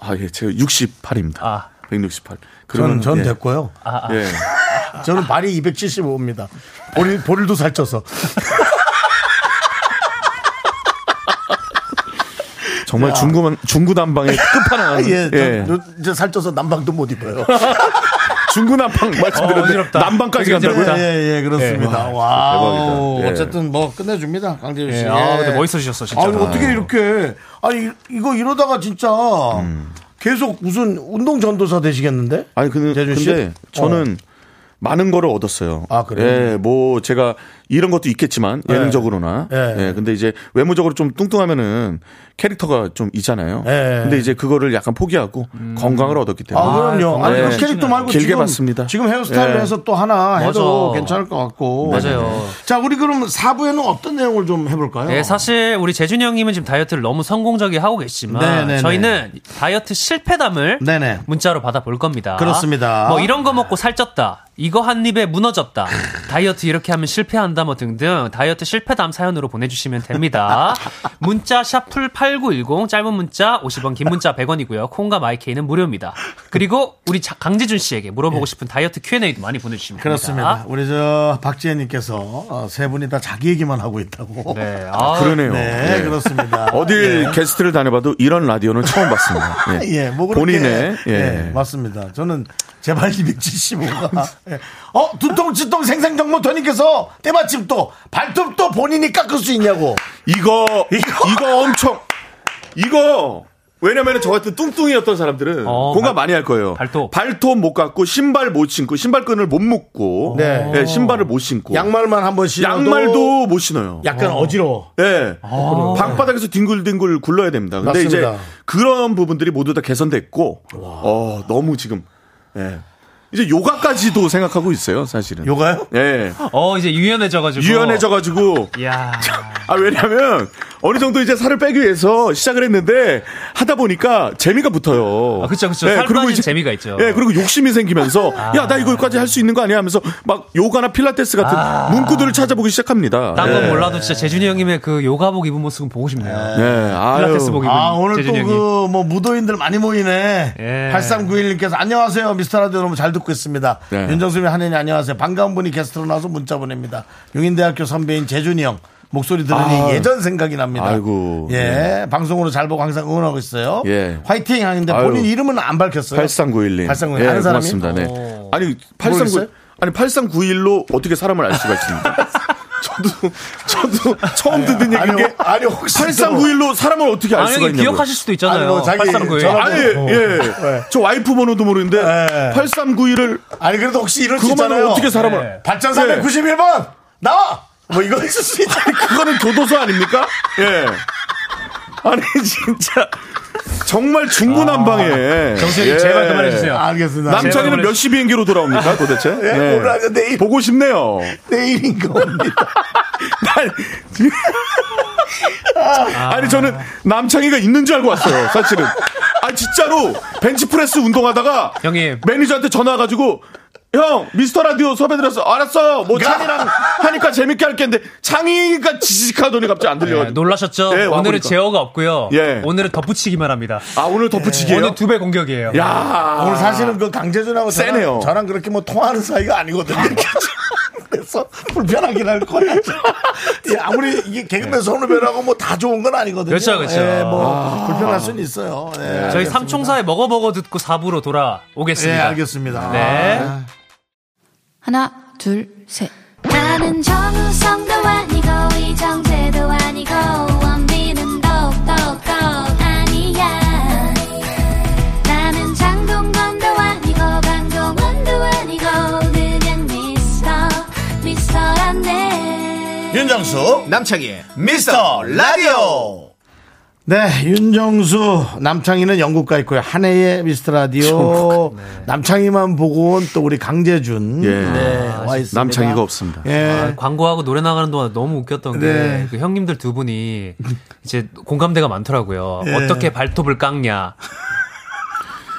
Speaker 3: 아, 예, 제가 68입니다.
Speaker 2: 아.
Speaker 3: 168.
Speaker 1: 저는 전
Speaker 3: 예.
Speaker 1: 됐고요.
Speaker 2: 아, 아.
Speaker 3: 예.
Speaker 1: 저는 발이 275입니다. 볼일 볼일도 살쪄서.
Speaker 3: 정말 중구만, 중구난방의 끝판왕.
Speaker 1: 예,
Speaker 3: 아, 예.
Speaker 1: 저, 저 살쪄서 난방도 못 입어요.
Speaker 3: 중구난방 말씀드렸는데
Speaker 1: 어지럽다.
Speaker 3: 난방까지 간다고요?
Speaker 1: 예, 예, 예, 그렇습니다.
Speaker 3: 예.
Speaker 1: 와우.
Speaker 3: 대박이다. 예.
Speaker 1: 어쨌든 뭐 끝내줍니다. 강재주 씨.
Speaker 2: 예, 아, 근데 멋있으셨어, 진짜.
Speaker 1: 아, 어떻게 이렇게. 아니, 이거 이러다가 진짜 계속 무슨 운동 전도사 되시겠는데?
Speaker 3: 음. 아니 근데,
Speaker 1: 재준 씨? 어.
Speaker 3: 근데 저는 많은 거를 얻었어요.
Speaker 1: 아, 그래요?
Speaker 3: 예, 뭐 제가 이런 것도 있겠지만
Speaker 1: 예.
Speaker 3: 예능적으로나.
Speaker 1: 예.
Speaker 3: 예. 근데 이제 외모적으로 좀 뚱뚱하면은 캐릭터가 좀 있잖아요.
Speaker 1: 예.
Speaker 3: 근데 이제 그거를 약간 포기하고 건강을 얻었기 때문에.
Speaker 1: 아, 그럼요. 아니,
Speaker 3: 예.
Speaker 1: 그 캐릭터 말고
Speaker 3: 길게
Speaker 1: 지금,
Speaker 3: 봤습니다.
Speaker 1: 지금 헤어스타일로
Speaker 3: 예.
Speaker 1: 해서 또 하나 해도
Speaker 2: 맞아.
Speaker 1: 괜찮을 것 같고.
Speaker 2: 맞아요.
Speaker 1: 자, 우리 그럼 4부에는 어떤 내용을 좀 해볼까요?
Speaker 2: 네, 사실 우리 재준이 형님은 지금 다이어트를 너무 성공적이 하고 계시지만
Speaker 1: 네네네. 네.
Speaker 2: 저희는 다이어트 실패담을 문자로 받아볼 겁니다.
Speaker 1: 그렇습니다.
Speaker 2: 뭐 이런 거 먹고 살쪘다. 이거 한 입에 무너졌다. 다이어트 이렇게 하면 실패한다 뭐 등등 다이어트 실패담 사연으로 보내주시면 됩니다. 문자 샵풀 8910 짧은 문자 50원 긴 문자 100원이고요. 콩과 마이케이는 무료입니다. 그리고 우리 자- 강재준 씨에게 물어보고 싶은 다이어트 Q&A도 많이 보내주시면
Speaker 1: 예. 그렇습니다. 우리 저 박지혜님께서 어, 세 분이 다 자기 얘기만 하고 있다고.
Speaker 2: 네,
Speaker 3: 아, 그러네요.
Speaker 1: 네,
Speaker 3: 예.
Speaker 1: 그렇습니다.
Speaker 3: 어딜 게스트를 다녀봐도 이런 라디오는 처음 봤습니다. 예.
Speaker 1: 예, 뭐 그렇게-
Speaker 3: 본인의 예.
Speaker 1: 예, 맞습니다. 저는 제발 275가 어 두통 치통 생생 정모터님께서 때마침 또 발톱도 본인이 깎을 수 있냐고.
Speaker 3: 이거 이거 엄청 이거 왜냐면 저 같은 뚱뚱이었던 사람들은 공감 많이 할 거예요. 어, 발톱 못 깎고 신발 못 신고 신발끈을 못 묶고
Speaker 1: 네.
Speaker 3: 예, 신발을 못 신고
Speaker 1: 양말만 한번 신어도
Speaker 3: 양말도 못 신어요.
Speaker 1: 약간 어. 지러워
Speaker 3: 예. 방바닥에서 뒹굴뒹굴 굴러야 됩니다. 근데
Speaker 1: 맞습니다.
Speaker 3: 이제 그런 부분들이 모두 다 개선됐고 어, 너무 지금 예. 이제 요가까지도 생각하고 있어요, 사실은.
Speaker 1: 요가요?
Speaker 3: 예.
Speaker 2: 어 이제 유연해져가지고
Speaker 3: 유연해져가지고
Speaker 2: 야
Speaker 3: 아, 왜냐면, 어느 정도 이제 살을 빼기 위해서 시작을 했는데, 하다 보니까 재미가 붙어요.
Speaker 2: 아, 그쵸, 그쵸.
Speaker 3: 네,
Speaker 2: 살 빠진 재미가 있죠.
Speaker 3: 예, 그리고 욕심이 생기면서,
Speaker 5: 아.
Speaker 3: 야, 나 이거까지 할 수 있는 거 아니야 하면서, 막, 요가나 필라테스 같은 문구들을 찾아보기 시작합니다.
Speaker 2: 딴 건
Speaker 3: 예.
Speaker 2: 몰라도 진짜 재준이 형님의 그 요가복 입은 모습은 보고 싶네요.
Speaker 3: 예, 아유.
Speaker 2: 필라테스복 입은
Speaker 1: 아, 오늘
Speaker 2: 재준이
Speaker 1: 또
Speaker 2: 형님. 예.
Speaker 1: 그 뭐 무도인들 많이 모이네. 8391님께서 안녕하세요. 미스터 라디오 너무 잘 듣고 있습니다.
Speaker 3: 네.
Speaker 1: 윤정수님 한현이 안녕하세요. 반가운 분이 게스트로 나와서 문자 보냅니다. 용인대학교 선배인 재준이 형. 목소리 들으니
Speaker 3: 아.
Speaker 1: 예전 생각이 납니다.
Speaker 3: 아이고. 네.
Speaker 1: 예. 방송으로 잘 보고 항상 응원하고 있어요.
Speaker 3: 예.
Speaker 1: 화이팅 하는데
Speaker 3: 아유.
Speaker 1: 본인 이름은 안 밝혔어요.
Speaker 3: 8391님.
Speaker 1: 8391.
Speaker 3: 예,
Speaker 1: 아는 그 사람이?
Speaker 3: 고맙습니다. 네.
Speaker 1: 오.
Speaker 3: 아니,
Speaker 1: 모르겠어요?
Speaker 3: 8391. 아니, 8391로 어떻게 사람을 알 수가 있습니까? 저도, 저도 처음 듣는 얘기인
Speaker 1: 아니,
Speaker 3: 게.
Speaker 1: 아니, 혹시 또-
Speaker 3: 8391로 사람을 어떻게 알
Speaker 2: 아니,
Speaker 3: 수가 있냐고.
Speaker 2: 기억하실 수도 있잖아요.
Speaker 1: 아니, 뭐 자기
Speaker 2: 8391.
Speaker 1: 전화번호.
Speaker 3: 아니,
Speaker 1: 어.
Speaker 3: 예.
Speaker 1: 네.
Speaker 3: 저 와이프 번호도 모르는데 8391을
Speaker 1: 아니, 그래도 혹시 이럴 수
Speaker 3: 그것만은
Speaker 1: 있잖아요.
Speaker 3: 어떻게 사람을 알-
Speaker 1: 발전
Speaker 3: 네.
Speaker 1: 391번! 나와! 뭐 이거 있을 수 있다.
Speaker 3: 그거는 교도소 아닙니까? 예. 아니 진짜 정말 중구난방에.
Speaker 2: 아, 정수영님 제발 그만해주세요.
Speaker 1: 알겠습니다. 제발
Speaker 3: 남창이는
Speaker 1: 그만해-
Speaker 3: 몇 시 비행기로 돌아옵니까 도대체?
Speaker 1: 예, 오늘 아니야, 내일.
Speaker 3: 네. 보고 싶네요.
Speaker 1: 내일인 겁니다.
Speaker 3: 아니 저는 남창이가 있는 줄 알고 왔어요. 사실은. 아 진짜로 벤치프레스 운동하다가
Speaker 2: 형님.
Speaker 3: 매니저한테 전화가지고 형 미스터 라디오 섭외드렸어 알았어 뭐 창이랑 하니까 재밌게 할게 했는데 창이가 지식하더니 갑자기 안 들려
Speaker 2: 네, 놀라셨죠?
Speaker 3: 예,
Speaker 2: 오늘은
Speaker 3: 와보니까.
Speaker 2: 제어가 없고요.
Speaker 3: 예.
Speaker 2: 오늘은 덧붙이기만 합니다.
Speaker 3: 아 오늘 덧붙이기예요?
Speaker 2: 오늘 두 배 공격이에요.
Speaker 3: 야
Speaker 1: 오늘 사실은 그 강재준하고
Speaker 3: 아. 세네요.
Speaker 1: 저랑, 저랑 그렇게 뭐 통하는 사이가 아니거든요. 그래서 불편하긴 할 거예요. 예, 아무리 이게 개그맨 선후배라고 뭐 다 좋은 건 아니거든요.
Speaker 2: 그렇죠, 그렇죠.
Speaker 1: 예, 뭐 불편할 수는 있어요. 예,
Speaker 2: 저희
Speaker 1: 알겠습니다.
Speaker 2: 삼총사의 먹어먹어 듣고 4부로 돌아오겠습니다.
Speaker 1: 예, 알겠습니다. 아.
Speaker 2: 네.
Speaker 4: 하나, 둘, 셋.
Speaker 6: 나는 정우성도 아니고 이정재도 아니고 원빈은 더욱더 아니야 나는 장동건도 아니고 강동원도 아니고 그냥 미스터 미스터란데
Speaker 1: 윤정수 남창희의 미스터 라디오 네 윤정수 남창희는 영국 가 있고요 한 해의 미스터 라디오
Speaker 2: 네.
Speaker 1: 남창희만 보고 온 또 우리 강재준
Speaker 3: 예.
Speaker 1: 네, 와 있습니다
Speaker 3: 남창희가 없습니다.
Speaker 1: 예.
Speaker 2: 아, 광고하고 노래 나가는 동안 너무 웃겼던
Speaker 1: 네.
Speaker 2: 게그 형님들 두 분이 이제 공감대가 많더라고요.
Speaker 1: 예.
Speaker 2: 어떻게 발톱을 깎냐.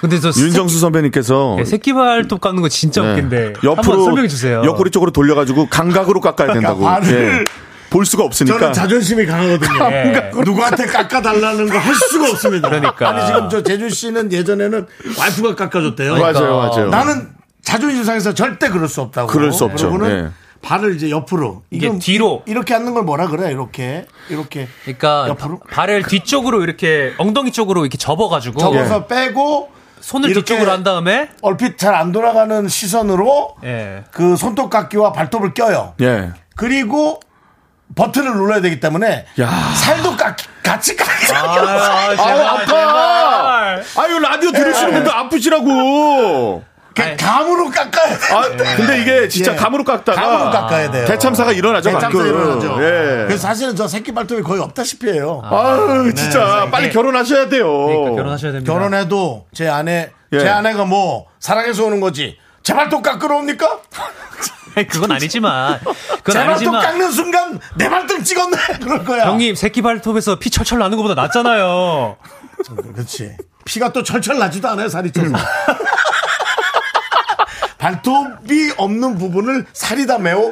Speaker 2: 근데 저 예,
Speaker 3: 윤정수 선배님께서
Speaker 2: 새끼, 새끼 발톱 깎는 거 진짜
Speaker 3: 네.
Speaker 2: 웃긴데 한번
Speaker 3: 옆으로
Speaker 2: 설명해 주세요.
Speaker 3: 옆구리 쪽으로 돌려가지고 감각으로 깎아야 된다고.
Speaker 1: 발을-
Speaker 3: 예. 볼 수가 없으니까.
Speaker 1: 그러니까 저는 자존심이 강하거든요.
Speaker 2: 예.
Speaker 1: 누구한테 깎아달라는 걸 할 수가 없습니다.
Speaker 2: 그러니까.
Speaker 1: 아니 지금 저 재준 씨는 예전에는 와이프가 깎아줬대요.
Speaker 2: 어,
Speaker 3: 맞아요, 맞아요.
Speaker 10: 그렇죠.
Speaker 1: 나는 자존심 상해서 절대 그럴 수 없다고.
Speaker 3: 그럴 수 없죠.
Speaker 1: 그러고는
Speaker 10: 네.
Speaker 3: 예.
Speaker 1: 발을 이제 옆으로
Speaker 2: 이게
Speaker 1: 이건
Speaker 2: 뒤로.
Speaker 1: 이렇게 하는 걸 뭐라 그래? 이렇게 이렇게
Speaker 10: 예.
Speaker 2: 그러니까 바- 발을 뒤쪽으로 이렇게 엉덩이 쪽으로 이렇게 접어가지고
Speaker 1: 접어서 빼고
Speaker 2: 손을 뒤쪽으로 한 다음에
Speaker 1: 얼핏 잘 안 돌아가는 시선으로
Speaker 2: 예.
Speaker 1: 그 손톱깎이와 발톱을 껴요.
Speaker 10: 예.
Speaker 1: 그리고 버튼을 눌러야 되기 때문에 살도 깎 같이 깎여.
Speaker 10: 아유, 아파. 아유, 라디오 들으시는 분들 아프시라고.
Speaker 1: 감으로 깎아야 돼.
Speaker 10: 아, 근데 이게 진짜
Speaker 1: 예.
Speaker 10: 감으로 깎다가
Speaker 1: 감으로 깎아야 돼요.
Speaker 10: 대참사가 일어나죠,
Speaker 1: 대참사
Speaker 10: 가끔.
Speaker 1: 일어나죠.
Speaker 10: 예.
Speaker 1: 그래서 사실은 저 새끼 발톱이 거의 없다시피 해요.
Speaker 10: 아유, 진짜 빨리 결혼하셔야 돼요.
Speaker 3: 어.
Speaker 2: 그러니까
Speaker 1: 음. 결혼해도 제 아내,
Speaker 10: 예.
Speaker 1: 제 아내가 뭐 사랑해서 오는 거지. 제 발톱 깎으러 옵니까?
Speaker 2: 그건 아니지만
Speaker 1: 제
Speaker 2: 그건
Speaker 1: 발톱
Speaker 2: 아니지만
Speaker 1: 깎는 순간 내 발등 찍었네 그럴 거야.
Speaker 2: 형님 새끼 발톱에서 피 철철 나는 것보다 낫잖아요.
Speaker 1: 그렇지. 피가 또 철철 나지도 않아요 살이 쪄서. 발톱이 없는 부분을 살이 다 메워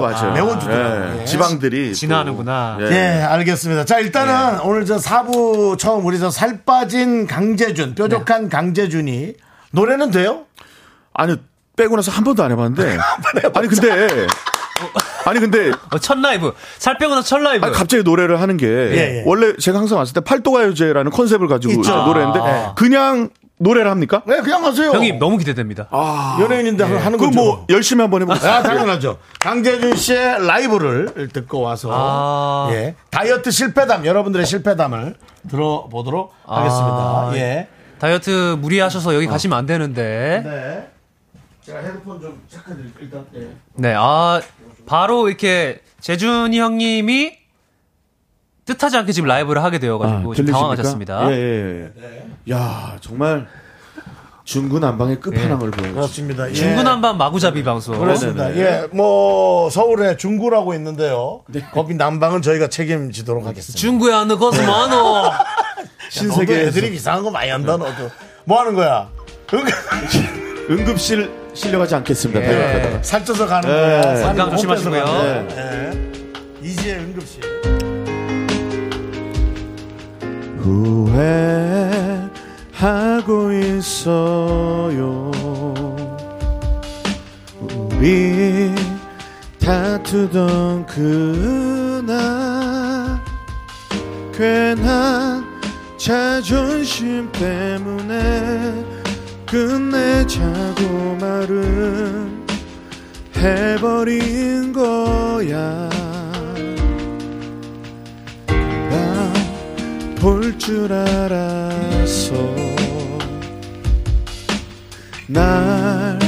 Speaker 10: 맞아요, 맞아요.
Speaker 1: 메워주더라고요.
Speaker 10: 예.
Speaker 1: 예.
Speaker 10: 지방들이. 진화하는구나.
Speaker 1: 예, 알겠습니다. 자, 일단은 오늘 저 4부 처음 우리 저 살 빠진 강재준, 뾰족한 강재준이 노래는 돼요?
Speaker 10: 아니, 빼고 나서 한 번도 안 해봤는데. 아니, 근데. 아니, 근데.
Speaker 2: 어, 첫 라이브. 살 빼고 나서 첫 라이브.
Speaker 10: 아니, 갑자기 노래를 하는 게.
Speaker 2: 예, 예.
Speaker 10: 원래 제가 항상 왔을 때 팔도가요제라는 컨셉을 가지고
Speaker 2: 있죠.
Speaker 10: 노래했는데.
Speaker 2: 아.
Speaker 10: 그냥 노래를 합니까?
Speaker 1: 네, 그냥 하세요. 아.
Speaker 2: 형님 너무 기대됩니다.
Speaker 10: 아.
Speaker 1: 연예인인데 하는 거죠.
Speaker 10: 그럼 뭐, 열심히 한번 해보세요.
Speaker 1: 아, 당연하죠. 강재준 씨의 라이브를 듣고 와서
Speaker 2: 아.
Speaker 1: 예, 다이어트 실패담 여러분들의 실패담을 들어보도록
Speaker 2: 아.
Speaker 1: 하겠습니다. 예.
Speaker 2: 다이어트 무리하셔서
Speaker 10: 아.
Speaker 2: 여기 가시면 안 되는데.
Speaker 1: 네. 제가 헤드폰 좀 잠깐 일- 일단 예.
Speaker 2: 네, 아, 바로 이렇게 재준이 형님이 뜻하지 않게 지금 라이브를 하게 되어가지고 좀
Speaker 10: 아, 들리십니까?
Speaker 2: 당황하셨습니다.
Speaker 10: 예, 예, 예. 야, 정말 중구난방의 끝판왕을 보여요.
Speaker 1: 그렇습니다. 예.
Speaker 2: 중구난방 마구잡이 방송.
Speaker 1: 그렇습니다.
Speaker 2: 네.
Speaker 1: 예, 뭐 서울에 중구라고 있는데요.
Speaker 2: 네.
Speaker 1: 거기 난방은 저희가 책임지도록 하겠습니다.
Speaker 2: 중구야, 너
Speaker 10: 네.
Speaker 2: 거기서 뭐하노?
Speaker 1: 신세계
Speaker 2: 너도
Speaker 1: 애들이 이상한 거 많이 한다 너도. 뭐 하는 거야? 그러니까
Speaker 10: 응급실 실려가지 않겠습니다.
Speaker 1: 예. 살쪄서 가는
Speaker 10: 예.
Speaker 1: 거야. 살이
Speaker 10: 건강
Speaker 1: 못 빼서
Speaker 10: 조심하시고요. 네.
Speaker 1: 가는 거야. 예. 이제 응급실.
Speaker 10: 후회하고 있어요. 우리 다투던 그날 괜한 자존심 때문에 끝내자고 말은 해버린 거야. 볼 줄 알았어 날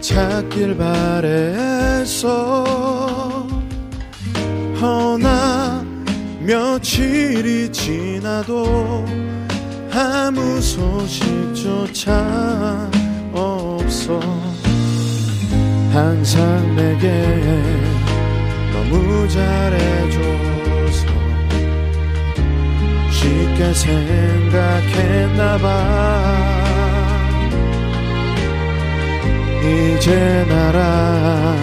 Speaker 10: 찾길 바랬어 허나 며칠이 지나도 아무 소식조차 없어 항상 내게 너무 잘해줘서 쉽게 생각했나봐 이제 나라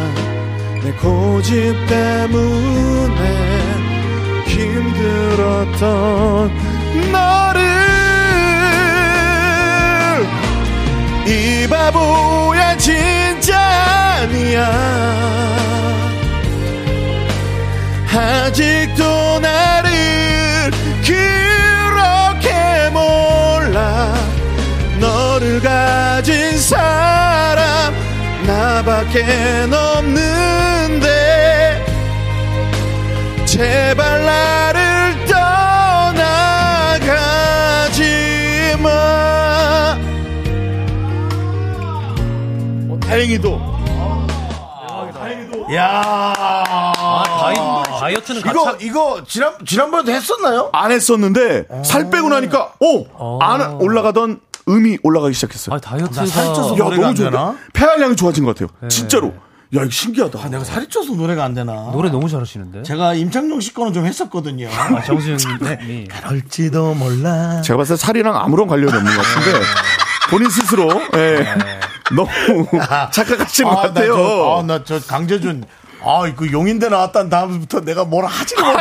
Speaker 10: 내 고집 때문에 힘들었던 너를 이 바보야 진짜 아니야 아직도 나를 그렇게 몰라 너를 가진 사람 나밖에 없는데 제발 나를 떠나가지 마 어, 다행히도
Speaker 1: 야
Speaker 10: 아,
Speaker 2: 다이, 어트는
Speaker 1: 이거 이거 지난 지난번에도 했었나요?
Speaker 10: 안 했었는데 아, 살 빼고
Speaker 1: 아,
Speaker 10: 나니까 오안 올라가던 음이 올라가기 시작했어요.
Speaker 2: 다이어트가
Speaker 1: 살쪄서
Speaker 10: 야,
Speaker 1: 노래가
Speaker 10: 너무
Speaker 1: 안
Speaker 10: 좋은데?
Speaker 1: 되나? 네.
Speaker 10: 폐활량이 좋아진 것 같아요. 진짜로. 야 이거 신기하다.
Speaker 1: 아, 내가 살이 쪄서 노래가 안 되나?
Speaker 2: 노래 너무 잘하시는데?
Speaker 1: 제가 임창정 씨 거는 좀 했었거든요.
Speaker 2: 아, 정수영
Speaker 1: 네. 그럴지도 몰라. 네.
Speaker 10: 제가 봤을 때 살이랑 아무런 관련이 없는 것 같은데 본인 스스로 예. 너무 착각하신 것 같아요.
Speaker 1: 나 저 강재준 아, 그 용인대 나왔다는 다음부터 내가 뭘 하지를 못해.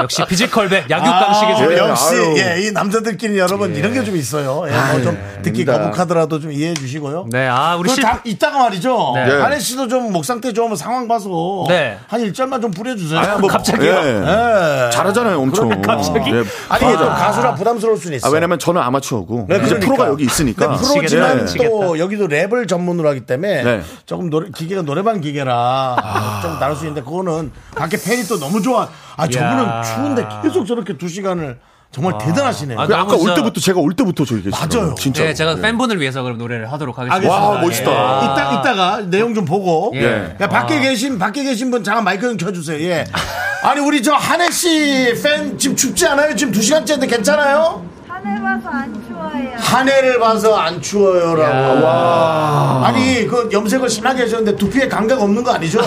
Speaker 2: 역시 피지컬배 약육강식에서
Speaker 1: 아, 역시 예, 이 남자들끼리 여러분
Speaker 2: 예.
Speaker 1: 이런 게 좀 있어요. 예, 뭐
Speaker 2: 아유,
Speaker 1: 좀 듣기
Speaker 2: 아닙니다.
Speaker 1: 거북하더라도 좀 이해해 주시고요.
Speaker 2: 네, 아, 우리
Speaker 1: 그
Speaker 2: 실-
Speaker 1: 다, 이따가 말이죠.
Speaker 2: 네.
Speaker 1: 한혜 씨도 좀 목 상태 좀 상황 봐서
Speaker 3: 네.
Speaker 1: 한 일절만 좀 부려주세요.
Speaker 3: 아니, 뭐, 갑자기요? 예. 잘하잖아요, 엄청.
Speaker 1: 그러니까 갑자기?
Speaker 3: 예,
Speaker 1: 아니 이게 좀
Speaker 3: 아.
Speaker 1: 가수라 부담스러울 수는 있어.
Speaker 3: 아, 왜냐면 저는 아마추어고.
Speaker 1: 네,
Speaker 3: 이제
Speaker 1: 그러니까.
Speaker 3: 프로가 여기 있으니까.
Speaker 1: 근데 프로지만
Speaker 3: 예.
Speaker 1: 또 여기도 랩을 전문으로 하기 때문에
Speaker 3: 네.
Speaker 1: 조금 노래, 기계가 노래방 기계라 좀 다를 수 있는데 그거는 밖에 팬이 또 너무 좋아. 아 저분은
Speaker 3: 야.
Speaker 1: 추운데 계속 저렇게 두 시간을 정말 대단하시네요.
Speaker 3: 아, 까
Speaker 2: 진짜-
Speaker 3: 올 때부터 제가 올 때부터 저기 계시죠.
Speaker 1: 맞아요.
Speaker 3: 진짜.
Speaker 2: 네, 제가 팬분을 위해서 그럼 노래를 하도록 하겠습니다.
Speaker 3: 알겠습니다. 와, 멋있다.
Speaker 2: 예.
Speaker 1: 이따, 이따가 내용 좀 보고.
Speaker 2: 예.
Speaker 1: 야, 밖에
Speaker 2: 아.
Speaker 1: 계신, 밖에 계신 분 잠깐 마이크 좀 켜주세요. 예. 아니, 우리 저 한혜 씨 팬 지금 춥지 않아요? 지금 두 시간째인데 괜찮아요?
Speaker 16: 하늘 봐서 안 추워요.
Speaker 1: 한해를 봐서 안 추워요라고. 와. 아니, 그 염색을 심하게 하셨는데 두피에 감각 없는 거 아니죠?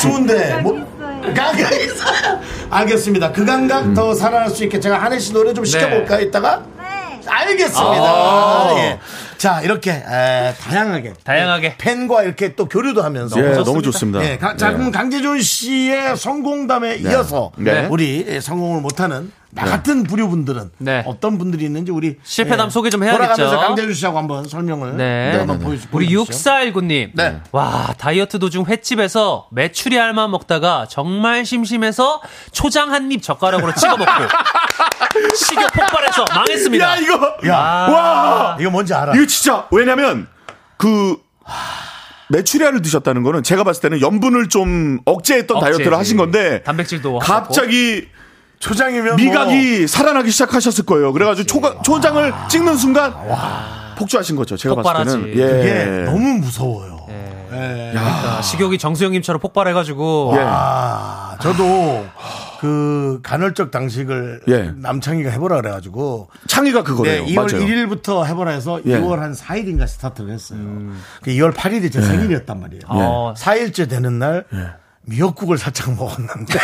Speaker 1: 추운데. 뭐, 감각 있어요. 알겠습니다. 그 감각
Speaker 3: 음.
Speaker 1: 더 살아날 수 있게 제가 한혜 씨 노래 좀
Speaker 14: 네.
Speaker 1: 시켜볼까요, 이따가? 네. 알겠습니다.
Speaker 14: 아.
Speaker 1: 예. 자, 이렇게, 에, 다양하게. 다양하게. 팬과 이렇게 또 교류도 하면서.
Speaker 3: 예, 너무 좋습니다.
Speaker 1: 예, 가- 자,
Speaker 3: 네.
Speaker 1: 그럼 강재준 씨의 성공담에
Speaker 3: 네.
Speaker 1: 이어서
Speaker 3: 네.
Speaker 1: 우리 성공을 못하는 나
Speaker 3: 네.
Speaker 1: 같은 부류분들은 어떤 분들이 있는지 우리
Speaker 2: 실패담
Speaker 1: 예,
Speaker 2: 소개 좀 해야겠죠.
Speaker 1: 돌아가면서 강재준 씨하고 한번 설명을
Speaker 2: 네.
Speaker 1: 한번 보여주
Speaker 2: 우리 6419님.
Speaker 3: 네.
Speaker 2: 와, 다이어트 도중 횟집에서 메추리 알만 먹다가 정말 심심해서 초장 한 입 젓가락으로 찍어 먹고 식욕 폭발해서 망했습니다.
Speaker 3: 야, 이거.
Speaker 2: 야.
Speaker 3: 와.
Speaker 1: 이거 뭔지 알아.
Speaker 3: 이거 진짜. 왜냐면, 그, 메추리알을 드셨다는 거는 제가 봤을 때는 염분을 좀 억제했던
Speaker 2: 억제지.
Speaker 3: 다이어트를 하신 건데
Speaker 2: 단백질도
Speaker 3: 갑자기 뭐
Speaker 1: 초장이면
Speaker 3: 미각이 살아나기 시작하셨을 거예요. 어. 그래가지고 아. 초가, 초장을 찍는 순간 폭주하신 거죠. 제가
Speaker 2: 폭발하지.
Speaker 3: 봤을 때는 예.
Speaker 2: 그게
Speaker 1: 너무 무서워요.
Speaker 2: 네. 그러니까 식욕이 정수영님처럼 폭발해가지고
Speaker 1: 와, 아, 저도 그 간헐적 당식을
Speaker 3: 예.
Speaker 1: 남창희가 해보라 그래가지고
Speaker 3: 창희가 그거래요.
Speaker 1: 네, 2월
Speaker 3: 맞아요.
Speaker 1: 1일부터 해보라 해서
Speaker 3: 예.
Speaker 1: 2월 한 4일인가 스타트를 했어요. 그 2월 8일이 제 생일이었단 말이에요.
Speaker 2: 음. 어.
Speaker 1: 4일째 되는 날
Speaker 3: 예.
Speaker 1: 미역국을 살짝 먹었는데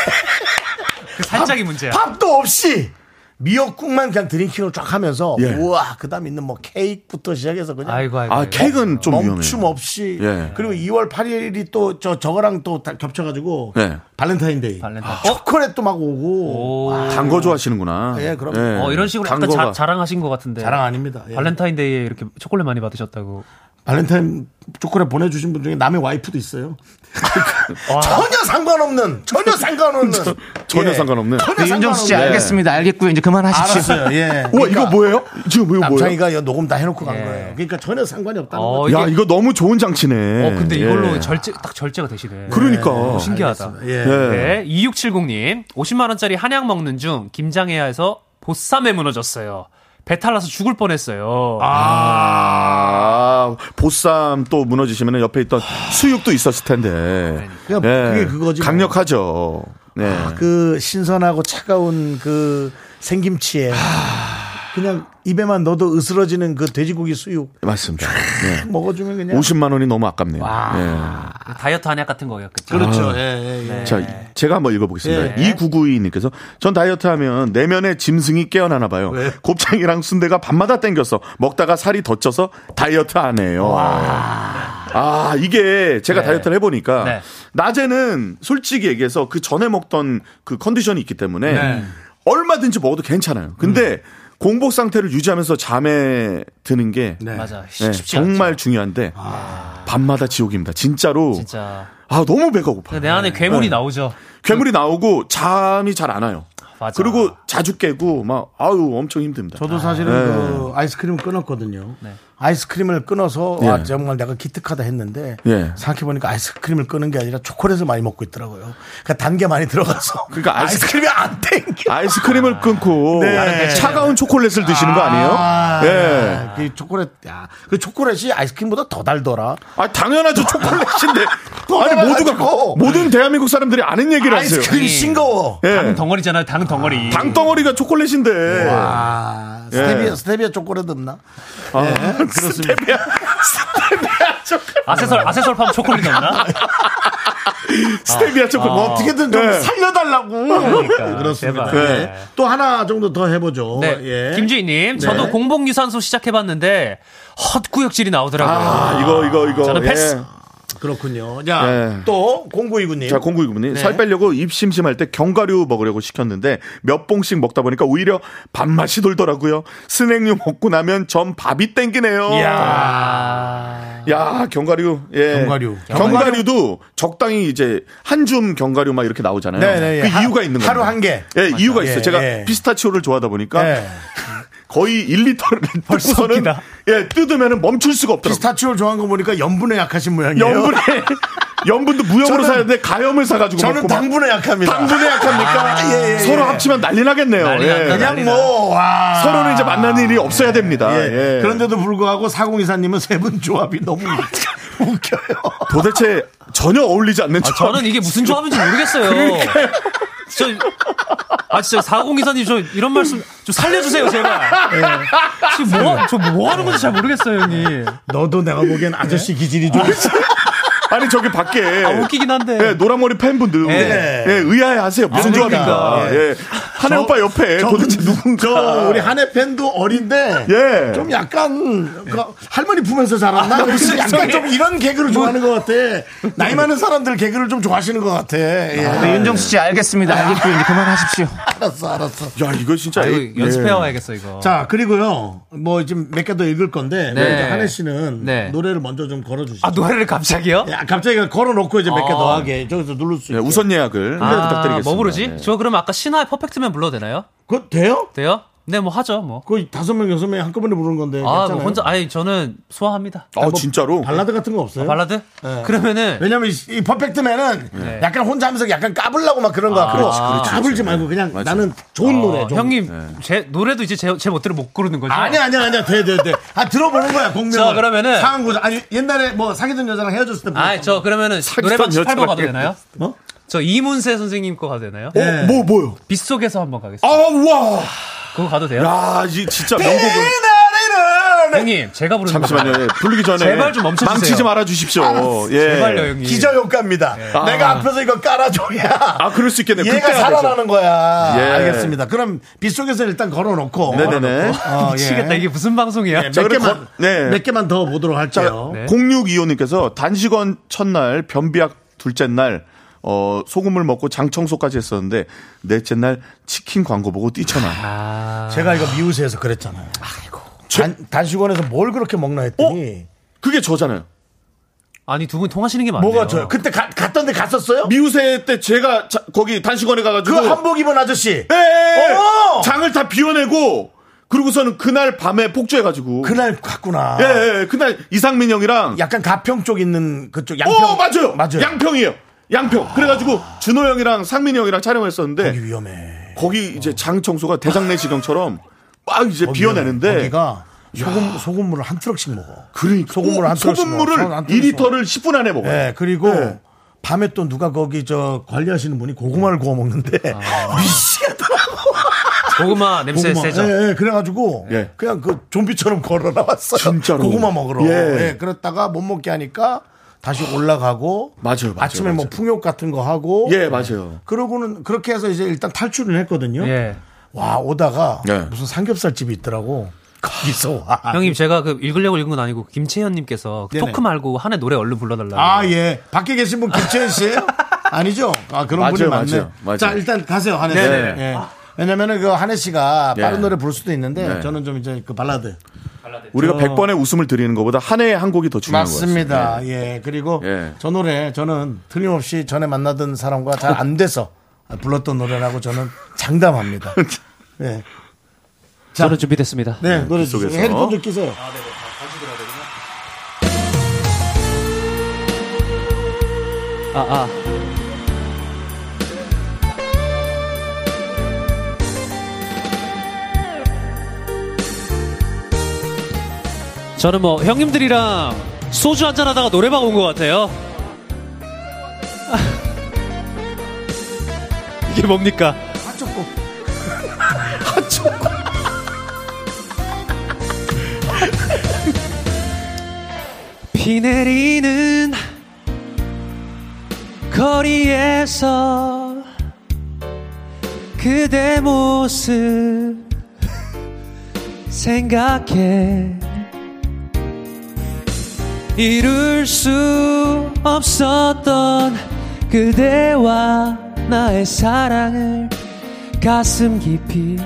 Speaker 2: 그 살짝이 문제야.
Speaker 1: 밥도 없이 미역국만 그냥 드링킹을 쫙 하면서
Speaker 3: 예.
Speaker 1: 우와 그다음 있는 뭐 케이크부터 시작해서 그냥
Speaker 2: 아이고, 아이고,
Speaker 3: 아, 케이크는 좀
Speaker 1: 멈춤
Speaker 3: 위험해요.
Speaker 1: 없이
Speaker 3: 예.
Speaker 1: 그리고 2월 8일이 또 저 저거랑 또 다 겹쳐가지고
Speaker 3: 네.
Speaker 1: 발렌타인데이 아, 초콜릿도 막 오고 와.
Speaker 3: 단 거 좋아하시는구나.
Speaker 1: 예, 그럼.
Speaker 2: 어, 이런 식으로
Speaker 3: 단
Speaker 2: 약간
Speaker 3: 거가.
Speaker 2: 자, 자랑하신 것 같은데.
Speaker 1: 자랑 아닙니다. 예.
Speaker 2: 발렌타인데이에 이렇게 초콜릿 많이 받으셨다고.
Speaker 1: 발렌타인 초콜릿 보내주신 분 중에 남의 와이프도 있어요. 전혀 상관없는 전혀 상관없는
Speaker 3: 전혀
Speaker 1: 예.
Speaker 3: 네, 상관없는.
Speaker 1: 전혀
Speaker 5: 윤정수 네, 씨
Speaker 1: 상관없는.
Speaker 5: 알겠습니다. 알겠고요. 이제 그만하십시오.
Speaker 1: 알았어요. 예.
Speaker 5: 우와, 이거
Speaker 3: 뭐예요? 지금 이거
Speaker 5: 뭐예요?
Speaker 1: 남창이가 여- 녹음 다 해놓고 간 거예요. 그러니까 전혀 상관이 없다는 거죠.
Speaker 3: 야, 어, 이거 너무 좋은 장치네.
Speaker 2: 어, 근데 이걸로
Speaker 3: 예.
Speaker 2: 절제, 딱 절제가 되시네.
Speaker 3: 그러니까.
Speaker 2: 어, 신기하다.
Speaker 3: 예.
Speaker 2: 네. 2670님, 50만원짜리 한약 먹는 중, 김장해야에서 보쌈에 무너졌어요. 배탈 나서 죽을 뻔했어요.
Speaker 3: 아, 보쌈 또 무너지시면 옆에 있던 수육도 있었을 텐데.
Speaker 1: 그러니까 그게 그거지 뭐.
Speaker 3: 네. 예. 강력하죠. 네.
Speaker 1: 그 신선하고 차가운 그 생김치에 그냥 입에만 넣어도 으스러지는 그 돼지고기 수육
Speaker 3: 맞습니다. 네.
Speaker 1: 먹어주면 그냥
Speaker 3: 50만 원이 너무 아깝네요. 예.
Speaker 2: 다이어트 한약 같은 거였겠죠.
Speaker 3: 그렇죠.
Speaker 2: 아.
Speaker 1: 예, 예, 예.
Speaker 3: 자, 제가 한번 읽어보겠습니다.
Speaker 2: 예.
Speaker 3: 2992님께서 전 다이어트 하면 내면의 짐승이 깨어나나 봐요. 곱창이랑 순대가 밤마다 땡겨서 먹다가 살이 더 쪄서 다이어트 안 해요. 아, 이게 제가
Speaker 11: 네.
Speaker 3: 다이어트를 해보니까
Speaker 11: 네.
Speaker 3: 낮에는 솔직히 얘기해서 그 전에 먹던 그 컨디션이 있기 때문에
Speaker 11: 네.
Speaker 3: 얼마든지 먹어도 괜찮아요. 근데
Speaker 5: 음.
Speaker 3: 공복 상태를 유지하면서 잠에 드는 게
Speaker 2: 맞아. 쉽-
Speaker 3: 네,
Speaker 2: 쉽지 않죠.
Speaker 3: 정말 중요한데 밤마다 지옥입니다. 진짜로.
Speaker 2: 진짜.
Speaker 3: 아 너무 배가 고파요.
Speaker 2: 내 안에 괴물이
Speaker 3: 네.
Speaker 2: 나오죠.
Speaker 3: 괴물이 나오고 잠이 잘 안 와요.
Speaker 2: 맞아.
Speaker 3: 그리고 자주 깨고 막 아유 엄청 힘듭니다.
Speaker 1: 저도 사실은
Speaker 3: 네.
Speaker 1: 그 아이스크림 끊었거든요.
Speaker 2: 네.
Speaker 1: 아이스크림을 끊어서
Speaker 3: 예.
Speaker 1: 아, 정말 내가 기특하다 했는데
Speaker 3: 예.
Speaker 1: 생각해보니까 아이스크림을 끊은 게 아니라 초콜릿을 많이 먹고 있더라고요. 그러니까 단 게 많이 들어가서
Speaker 3: 그러니까
Speaker 1: 아이스크림이 안 땡겨.
Speaker 3: 아이스크림을 끊고
Speaker 1: 네.
Speaker 3: 차가운 초콜릿을 드시는 거 아니에요?
Speaker 1: 아,
Speaker 3: 예.
Speaker 1: 그 초콜릿, 야, 그 초콜릿이 아이스크림보다 더 달더라.
Speaker 3: 아 당연하죠 초콜릿인데
Speaker 1: 더
Speaker 3: 아니 모두가
Speaker 1: 달아가지고.
Speaker 3: 모든 대한민국 사람들이 아는 얘기를 하세요.
Speaker 2: 예.
Speaker 1: 아이스크림 싱거워.
Speaker 2: 당 덩어리잖아요. 당 덩어리.
Speaker 3: 네. 당 덩어리가 초콜릿인데.
Speaker 1: 와,
Speaker 3: 예.
Speaker 1: 스테비아, 스테비아 초콜릿 없나?
Speaker 3: 아,
Speaker 1: 예, 그렇습니다.
Speaker 3: 스테비아, 스테비아 초콜릿.
Speaker 2: 아세솔, 아세솔 팜 초콜릿 넣나?
Speaker 3: 스테비아 초콜릿.
Speaker 1: 뭐 어떻게든 좀
Speaker 3: 네.
Speaker 1: 살려달라고.
Speaker 2: 그러니까,
Speaker 1: 그렇습니다.
Speaker 2: 제발.
Speaker 1: 예.
Speaker 2: 네.
Speaker 1: 또 하나 정도 더 해보죠.
Speaker 2: 네.
Speaker 3: 어,
Speaker 1: 예.
Speaker 2: 김주희님, 저도
Speaker 1: 네.
Speaker 2: 공복유산소 시작해봤는데 헛구역질이 나오더라고요.
Speaker 3: 아, 이거, 이거, 이거.
Speaker 2: 저는
Speaker 3: 예.
Speaker 2: 패스.
Speaker 1: 그렇군요. 자, 또 0929님.
Speaker 3: 자, 0929님.
Speaker 1: 네.
Speaker 3: 살 빼려고 입심심할 때 경과류 먹으려고 시켰는데 몇 봉씩 먹다 보니까 오히려 밥맛이 돌더라고요. 스낵류 먹고 나면 전 밥이 땡기네요.
Speaker 1: 이야.
Speaker 3: 야, 경과류. 예.
Speaker 1: 견과류.
Speaker 3: 견과류. 도 적당히 이제 한 줌 경과류 막 이렇게 나오잖아요.
Speaker 1: 네네, 예.
Speaker 3: 그
Speaker 1: 하-
Speaker 3: 이유가 있는 거예요.
Speaker 1: 하루 한 개.
Speaker 3: 예, 이유가
Speaker 1: 맞아요.
Speaker 3: 있어요.
Speaker 1: 예,
Speaker 3: 제가
Speaker 1: 예.
Speaker 3: 피스타치오를 좋아하다 보니까
Speaker 1: 예.
Speaker 3: 거의 1리터를 뜯고서는 예, 뜯으면 멈출 수가 없더라고요.
Speaker 1: 그 피스타치오를 좋아한 거 보니까 염분에 약하신 모양이에요.
Speaker 3: 염분에 염분도 무염으로
Speaker 1: 저는-
Speaker 3: 사야 되는데 가염을 사가지고
Speaker 1: 저는
Speaker 3: 먹고 막-
Speaker 1: 당분에 약합니다.
Speaker 3: 당분에 약합니까?
Speaker 1: 아, 예, 예, 예.
Speaker 3: 서로 합치면 난리 나겠네요.
Speaker 1: 난리
Speaker 3: 예.
Speaker 1: 났다, 난리 그냥 뭐, 와.
Speaker 3: 서로는 이제 만나는 일이 없어야 됩니다.
Speaker 1: 예.
Speaker 3: 예.
Speaker 1: 그런데도 불구하고 사공이사님은 세 분 조합이 너무
Speaker 3: 도대체 전혀 어울리지 않는
Speaker 2: 아, 저는 이게 무슨 조합인지 모르겠어요. 저, 아, 진짜 4024님, 저 이런 말씀 좀 살려주세요, 제발.
Speaker 3: 네.
Speaker 2: 지금 뭐, 저 뭐 하는 건지 잘 모르겠어요, 형님.
Speaker 1: 너도 내가 보기엔 아저씨 기질이 좀 있어.
Speaker 3: 아니 저기 밖에
Speaker 1: 아, 웃기긴 한데.
Speaker 3: 예, 노랑머리 팬분들
Speaker 1: 예.
Speaker 3: 예. 의아해하세요 무슨
Speaker 1: 아, 그러니까.
Speaker 3: 조합인가
Speaker 1: 예.
Speaker 3: 예. 한해
Speaker 1: 저-
Speaker 3: 오빠 옆에
Speaker 1: 저-
Speaker 3: 도대체 누군가
Speaker 1: 저 우리 한해 팬도 어린데
Speaker 3: 예.
Speaker 1: 좀 약간 그 할머니 품에서 자랐나?
Speaker 3: 아, 무슨
Speaker 1: 약간
Speaker 3: 소리야.
Speaker 1: 좀 이런 개그를 좋아하는 것 같아. 나이 많은 사람들 개그를 좀 좋아하시는 것 같아. 예.
Speaker 5: 네, 윤정수 씨 알겠습니다.
Speaker 3: 아.
Speaker 5: 알겠고요. 이제 그만하십시오.
Speaker 1: 알았어, 알았어.
Speaker 3: 야 이거 진짜
Speaker 2: 아이고,
Speaker 3: 예.
Speaker 2: 연습해 와야겠어, 이거.
Speaker 1: 자 그리고요 뭐 지금 몇 개 더 읽을 건데
Speaker 2: 네.
Speaker 1: 이제 한혜 씨는
Speaker 2: 네.
Speaker 1: 노래를 먼저 좀 걸어주시죠.
Speaker 2: 아, 노래를 갑자기요?
Speaker 1: 예, 갑자기 걸어놓고 이제 몇 개
Speaker 2: 아.
Speaker 1: 더 하게 저기서 누를 수
Speaker 3: 예,
Speaker 1: 있게.
Speaker 3: 우선 예약을 부탁드리겠습니다.
Speaker 2: 뭐 부르지?
Speaker 3: 예.
Speaker 2: 저 그럼 아까 신화의 퍼펙트맨 불러도 되나요?
Speaker 1: 그거 돼요?
Speaker 2: 돼요? 네, 뭐 하죠, 뭐.
Speaker 1: 거의 다섯 명 여섯 명 한꺼번에 부르는 건데.
Speaker 2: 아,
Speaker 1: 괜찮아요?
Speaker 2: 뭐 혼자, 아니, 저는 소화합니다.
Speaker 3: 아 진짜로
Speaker 1: 발라드 같은 거 없어요?
Speaker 2: 네? 아, 발라드?
Speaker 1: 예.
Speaker 2: 그러면은.
Speaker 1: 왜냐면 이- 이 퍼펙트맨은
Speaker 2: 네.
Speaker 1: 약간 혼자 하면서 약간 까불라고 막 그런 거
Speaker 3: 아,
Speaker 1: 같고
Speaker 2: 그렇지, 그렇지,
Speaker 1: 까불지
Speaker 3: 네.
Speaker 1: 말고 그냥 나는 좋은 노래 좀.
Speaker 2: 어, 형님, 제 노래도 이제 제, 제 멋대로 못 고르는 거죠?
Speaker 1: 아니야 아니야 아니야 돼 돼 돼. 아 들어보는 거야 공명.
Speaker 2: 자, 그러면은-
Speaker 1: 상황고사 아니 옛날에 뭐 사귀던 여자랑 헤어졌을 때.
Speaker 2: 아, 저 그러면은 노래방 18번 가도 되나요? 저 이문세 선생님 거 가도 되나요?
Speaker 1: 네.
Speaker 3: 어, 뭐 뭐요?
Speaker 2: 빗속에서 한번 가겠습니다.
Speaker 3: 아
Speaker 1: 어?
Speaker 3: 와.
Speaker 2: 그거 가도 돼요?
Speaker 3: 야, 이 진짜 명곡을
Speaker 2: 형님, 제가 부르는
Speaker 3: 잠시만요.
Speaker 2: 거.
Speaker 3: 예, 부르기 전에
Speaker 2: 제발 좀 멈춰 주세요.
Speaker 3: 망치 좀 어. 알아 주십시오.
Speaker 6: 예.
Speaker 3: 예.
Speaker 2: 제발요, 형님.
Speaker 1: 기저 효과입니다.
Speaker 3: 아.
Speaker 1: 내가 앞에서 이거 깔아줘야.
Speaker 3: 아, 그럴 수 있겠네.
Speaker 1: 얘가
Speaker 3: 그때야
Speaker 1: 살아나는
Speaker 3: 되죠.
Speaker 1: 거야.
Speaker 3: 예.
Speaker 1: 알겠습니다. 그럼 빗속에서 일단 걸어놓고.
Speaker 3: 네네네.
Speaker 2: 아, 미치겠다. 이게 무슨 방송이야?
Speaker 1: 몇
Speaker 3: 그래,
Speaker 1: 개만,
Speaker 3: 거- 네.
Speaker 1: 몇 개만 더 보도록 할게요.
Speaker 3: 0625님께서 단식원 첫날, 변비약 둘째 날, 어, 소금을 먹고 장청소까지 했었는데, 넷째 날 치킨 광고 보고 뛰쳐나.
Speaker 1: 제가 이거 미우새에서 그랬잖아요. 단, 단식원에서 뭘 그렇게 먹나 했더니.
Speaker 3: 그게 저잖아요.
Speaker 2: 아니, 두 분 통하시는 게 맞네요.
Speaker 1: 뭐가 저요? 그때 가- 갔던 데 갔었어요?
Speaker 3: 미우새 때 제가 자- 거기 단식원에
Speaker 1: 그
Speaker 3: 가가지고.
Speaker 1: 한복 입은 아저씨.
Speaker 3: 예, 예, 예.
Speaker 1: 어!
Speaker 3: 장을 다 비워내고, 그리고서는 그날 밤에 폭주해가지고.
Speaker 1: 그날 갔구나.
Speaker 3: 예, 예, 예. 그날 이상민 형이랑.
Speaker 1: 약간 가평 쪽 있는 그쪽 양평.
Speaker 3: 어, 맞아요.
Speaker 1: 맞아요.
Speaker 3: 양평이에요. 양평. 그래가지고 준호 형이랑 상민 형이랑 촬영을 했었는데. 거기
Speaker 1: 위험해.
Speaker 3: 이제 장청소가 대장내시경처럼 막 이제 비워내는데.
Speaker 1: 거기가 소금, 소금물을 한 트럭씩 먹어.
Speaker 3: 그러니까
Speaker 1: 소금물을 한 트럭씩
Speaker 3: 소금물을
Speaker 1: 먹어. 한 트럭씩
Speaker 3: 2리터를 10분 안에 먹어요. 네.
Speaker 1: 예, 그리고 밤에 또 누가 거기 저 관리하시는 분이 고구마를 구워 먹는데
Speaker 3: 아.
Speaker 1: 미치겠더라고.
Speaker 2: 고구마 냄새
Speaker 1: 고구마.
Speaker 2: 세죠?
Speaker 1: 예, 예, 그래가지고
Speaker 3: 예.
Speaker 1: 그냥 그 좀비처럼 걸어 나왔어요.
Speaker 3: 진짜로.
Speaker 1: 고구마 먹으러.
Speaker 3: 예.
Speaker 1: 예. 그랬다가 못 먹게 하니까 다시 올라가고
Speaker 3: 맞아요, 맞아요,
Speaker 1: 침에
Speaker 3: 맞아요.
Speaker 1: 뭐 풍욕 같은 거 하고
Speaker 3: 예, 맞아요.
Speaker 1: 그러고는 그렇게 해서 이제 일단 탈출을 했거든요.
Speaker 2: 예.
Speaker 1: 와 오다가
Speaker 3: 예.
Speaker 1: 무슨 삼겹살 집이 있더라고. 거기서 와.
Speaker 2: 형님, 제가 그 읽으려고 읽은 건 아니고, 김채현님께서 그
Speaker 1: 네네.
Speaker 2: 토크 말고 한해 노래 얼른 불러달라고.
Speaker 1: 아, 예. 밖에 계신 분 김채연 씨예요? 아니죠? 아, 그런
Speaker 3: 맞아요,
Speaker 1: 분이 많네.
Speaker 3: 맞아요, 맞아요.
Speaker 1: 자, 일단 가세요, 한혜 씨.
Speaker 3: 네네.
Speaker 1: 예. 왜냐면은 그 한혜 씨가
Speaker 3: 예.
Speaker 1: 빠른 노래 부를 수도 있는데
Speaker 3: 네.
Speaker 1: 저는 좀 이제 그 발라드.
Speaker 3: 우리가
Speaker 1: 저-
Speaker 3: 100번의 웃음을 드리는 것보다 한 해에 한 곡이 더 중요한 것 같습니다.
Speaker 1: 맞습니다. 예. 그리고
Speaker 3: 예.
Speaker 1: 저 노래 저는 틀림없이 전에 만나던 사람과 잘 안 돼서 불렀던 노래라고 저는 장담합니다. 예. 자.
Speaker 5: 저는 준비됐습니다.
Speaker 1: 네, 노래 주세요.
Speaker 3: 속에서.
Speaker 1: 헤드폰 좀 끼세요.
Speaker 5: 아, 아.
Speaker 2: 저는 뭐, 형님들이랑 소주 한잔 하다가 노래방 온 것 같아요. 아. 이게 뭡니까?
Speaker 1: 한쪽 곡.
Speaker 2: 비 내리는 거리에서 그대 모습 생각해
Speaker 15: 이룰 수 없었던 그대와 나의 사랑을 가슴 깊이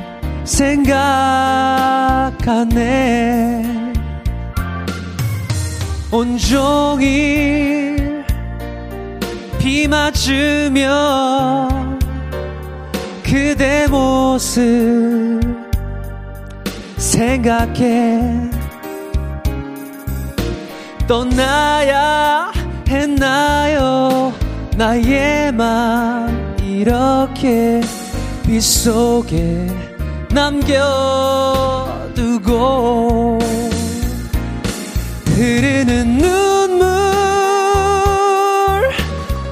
Speaker 15: 생각하네 온종일 비 맞으며 그대 모습 생각해 떠나야 했나요 나의 맘 이렇게 빗속에 남겨두고 흐르는 눈물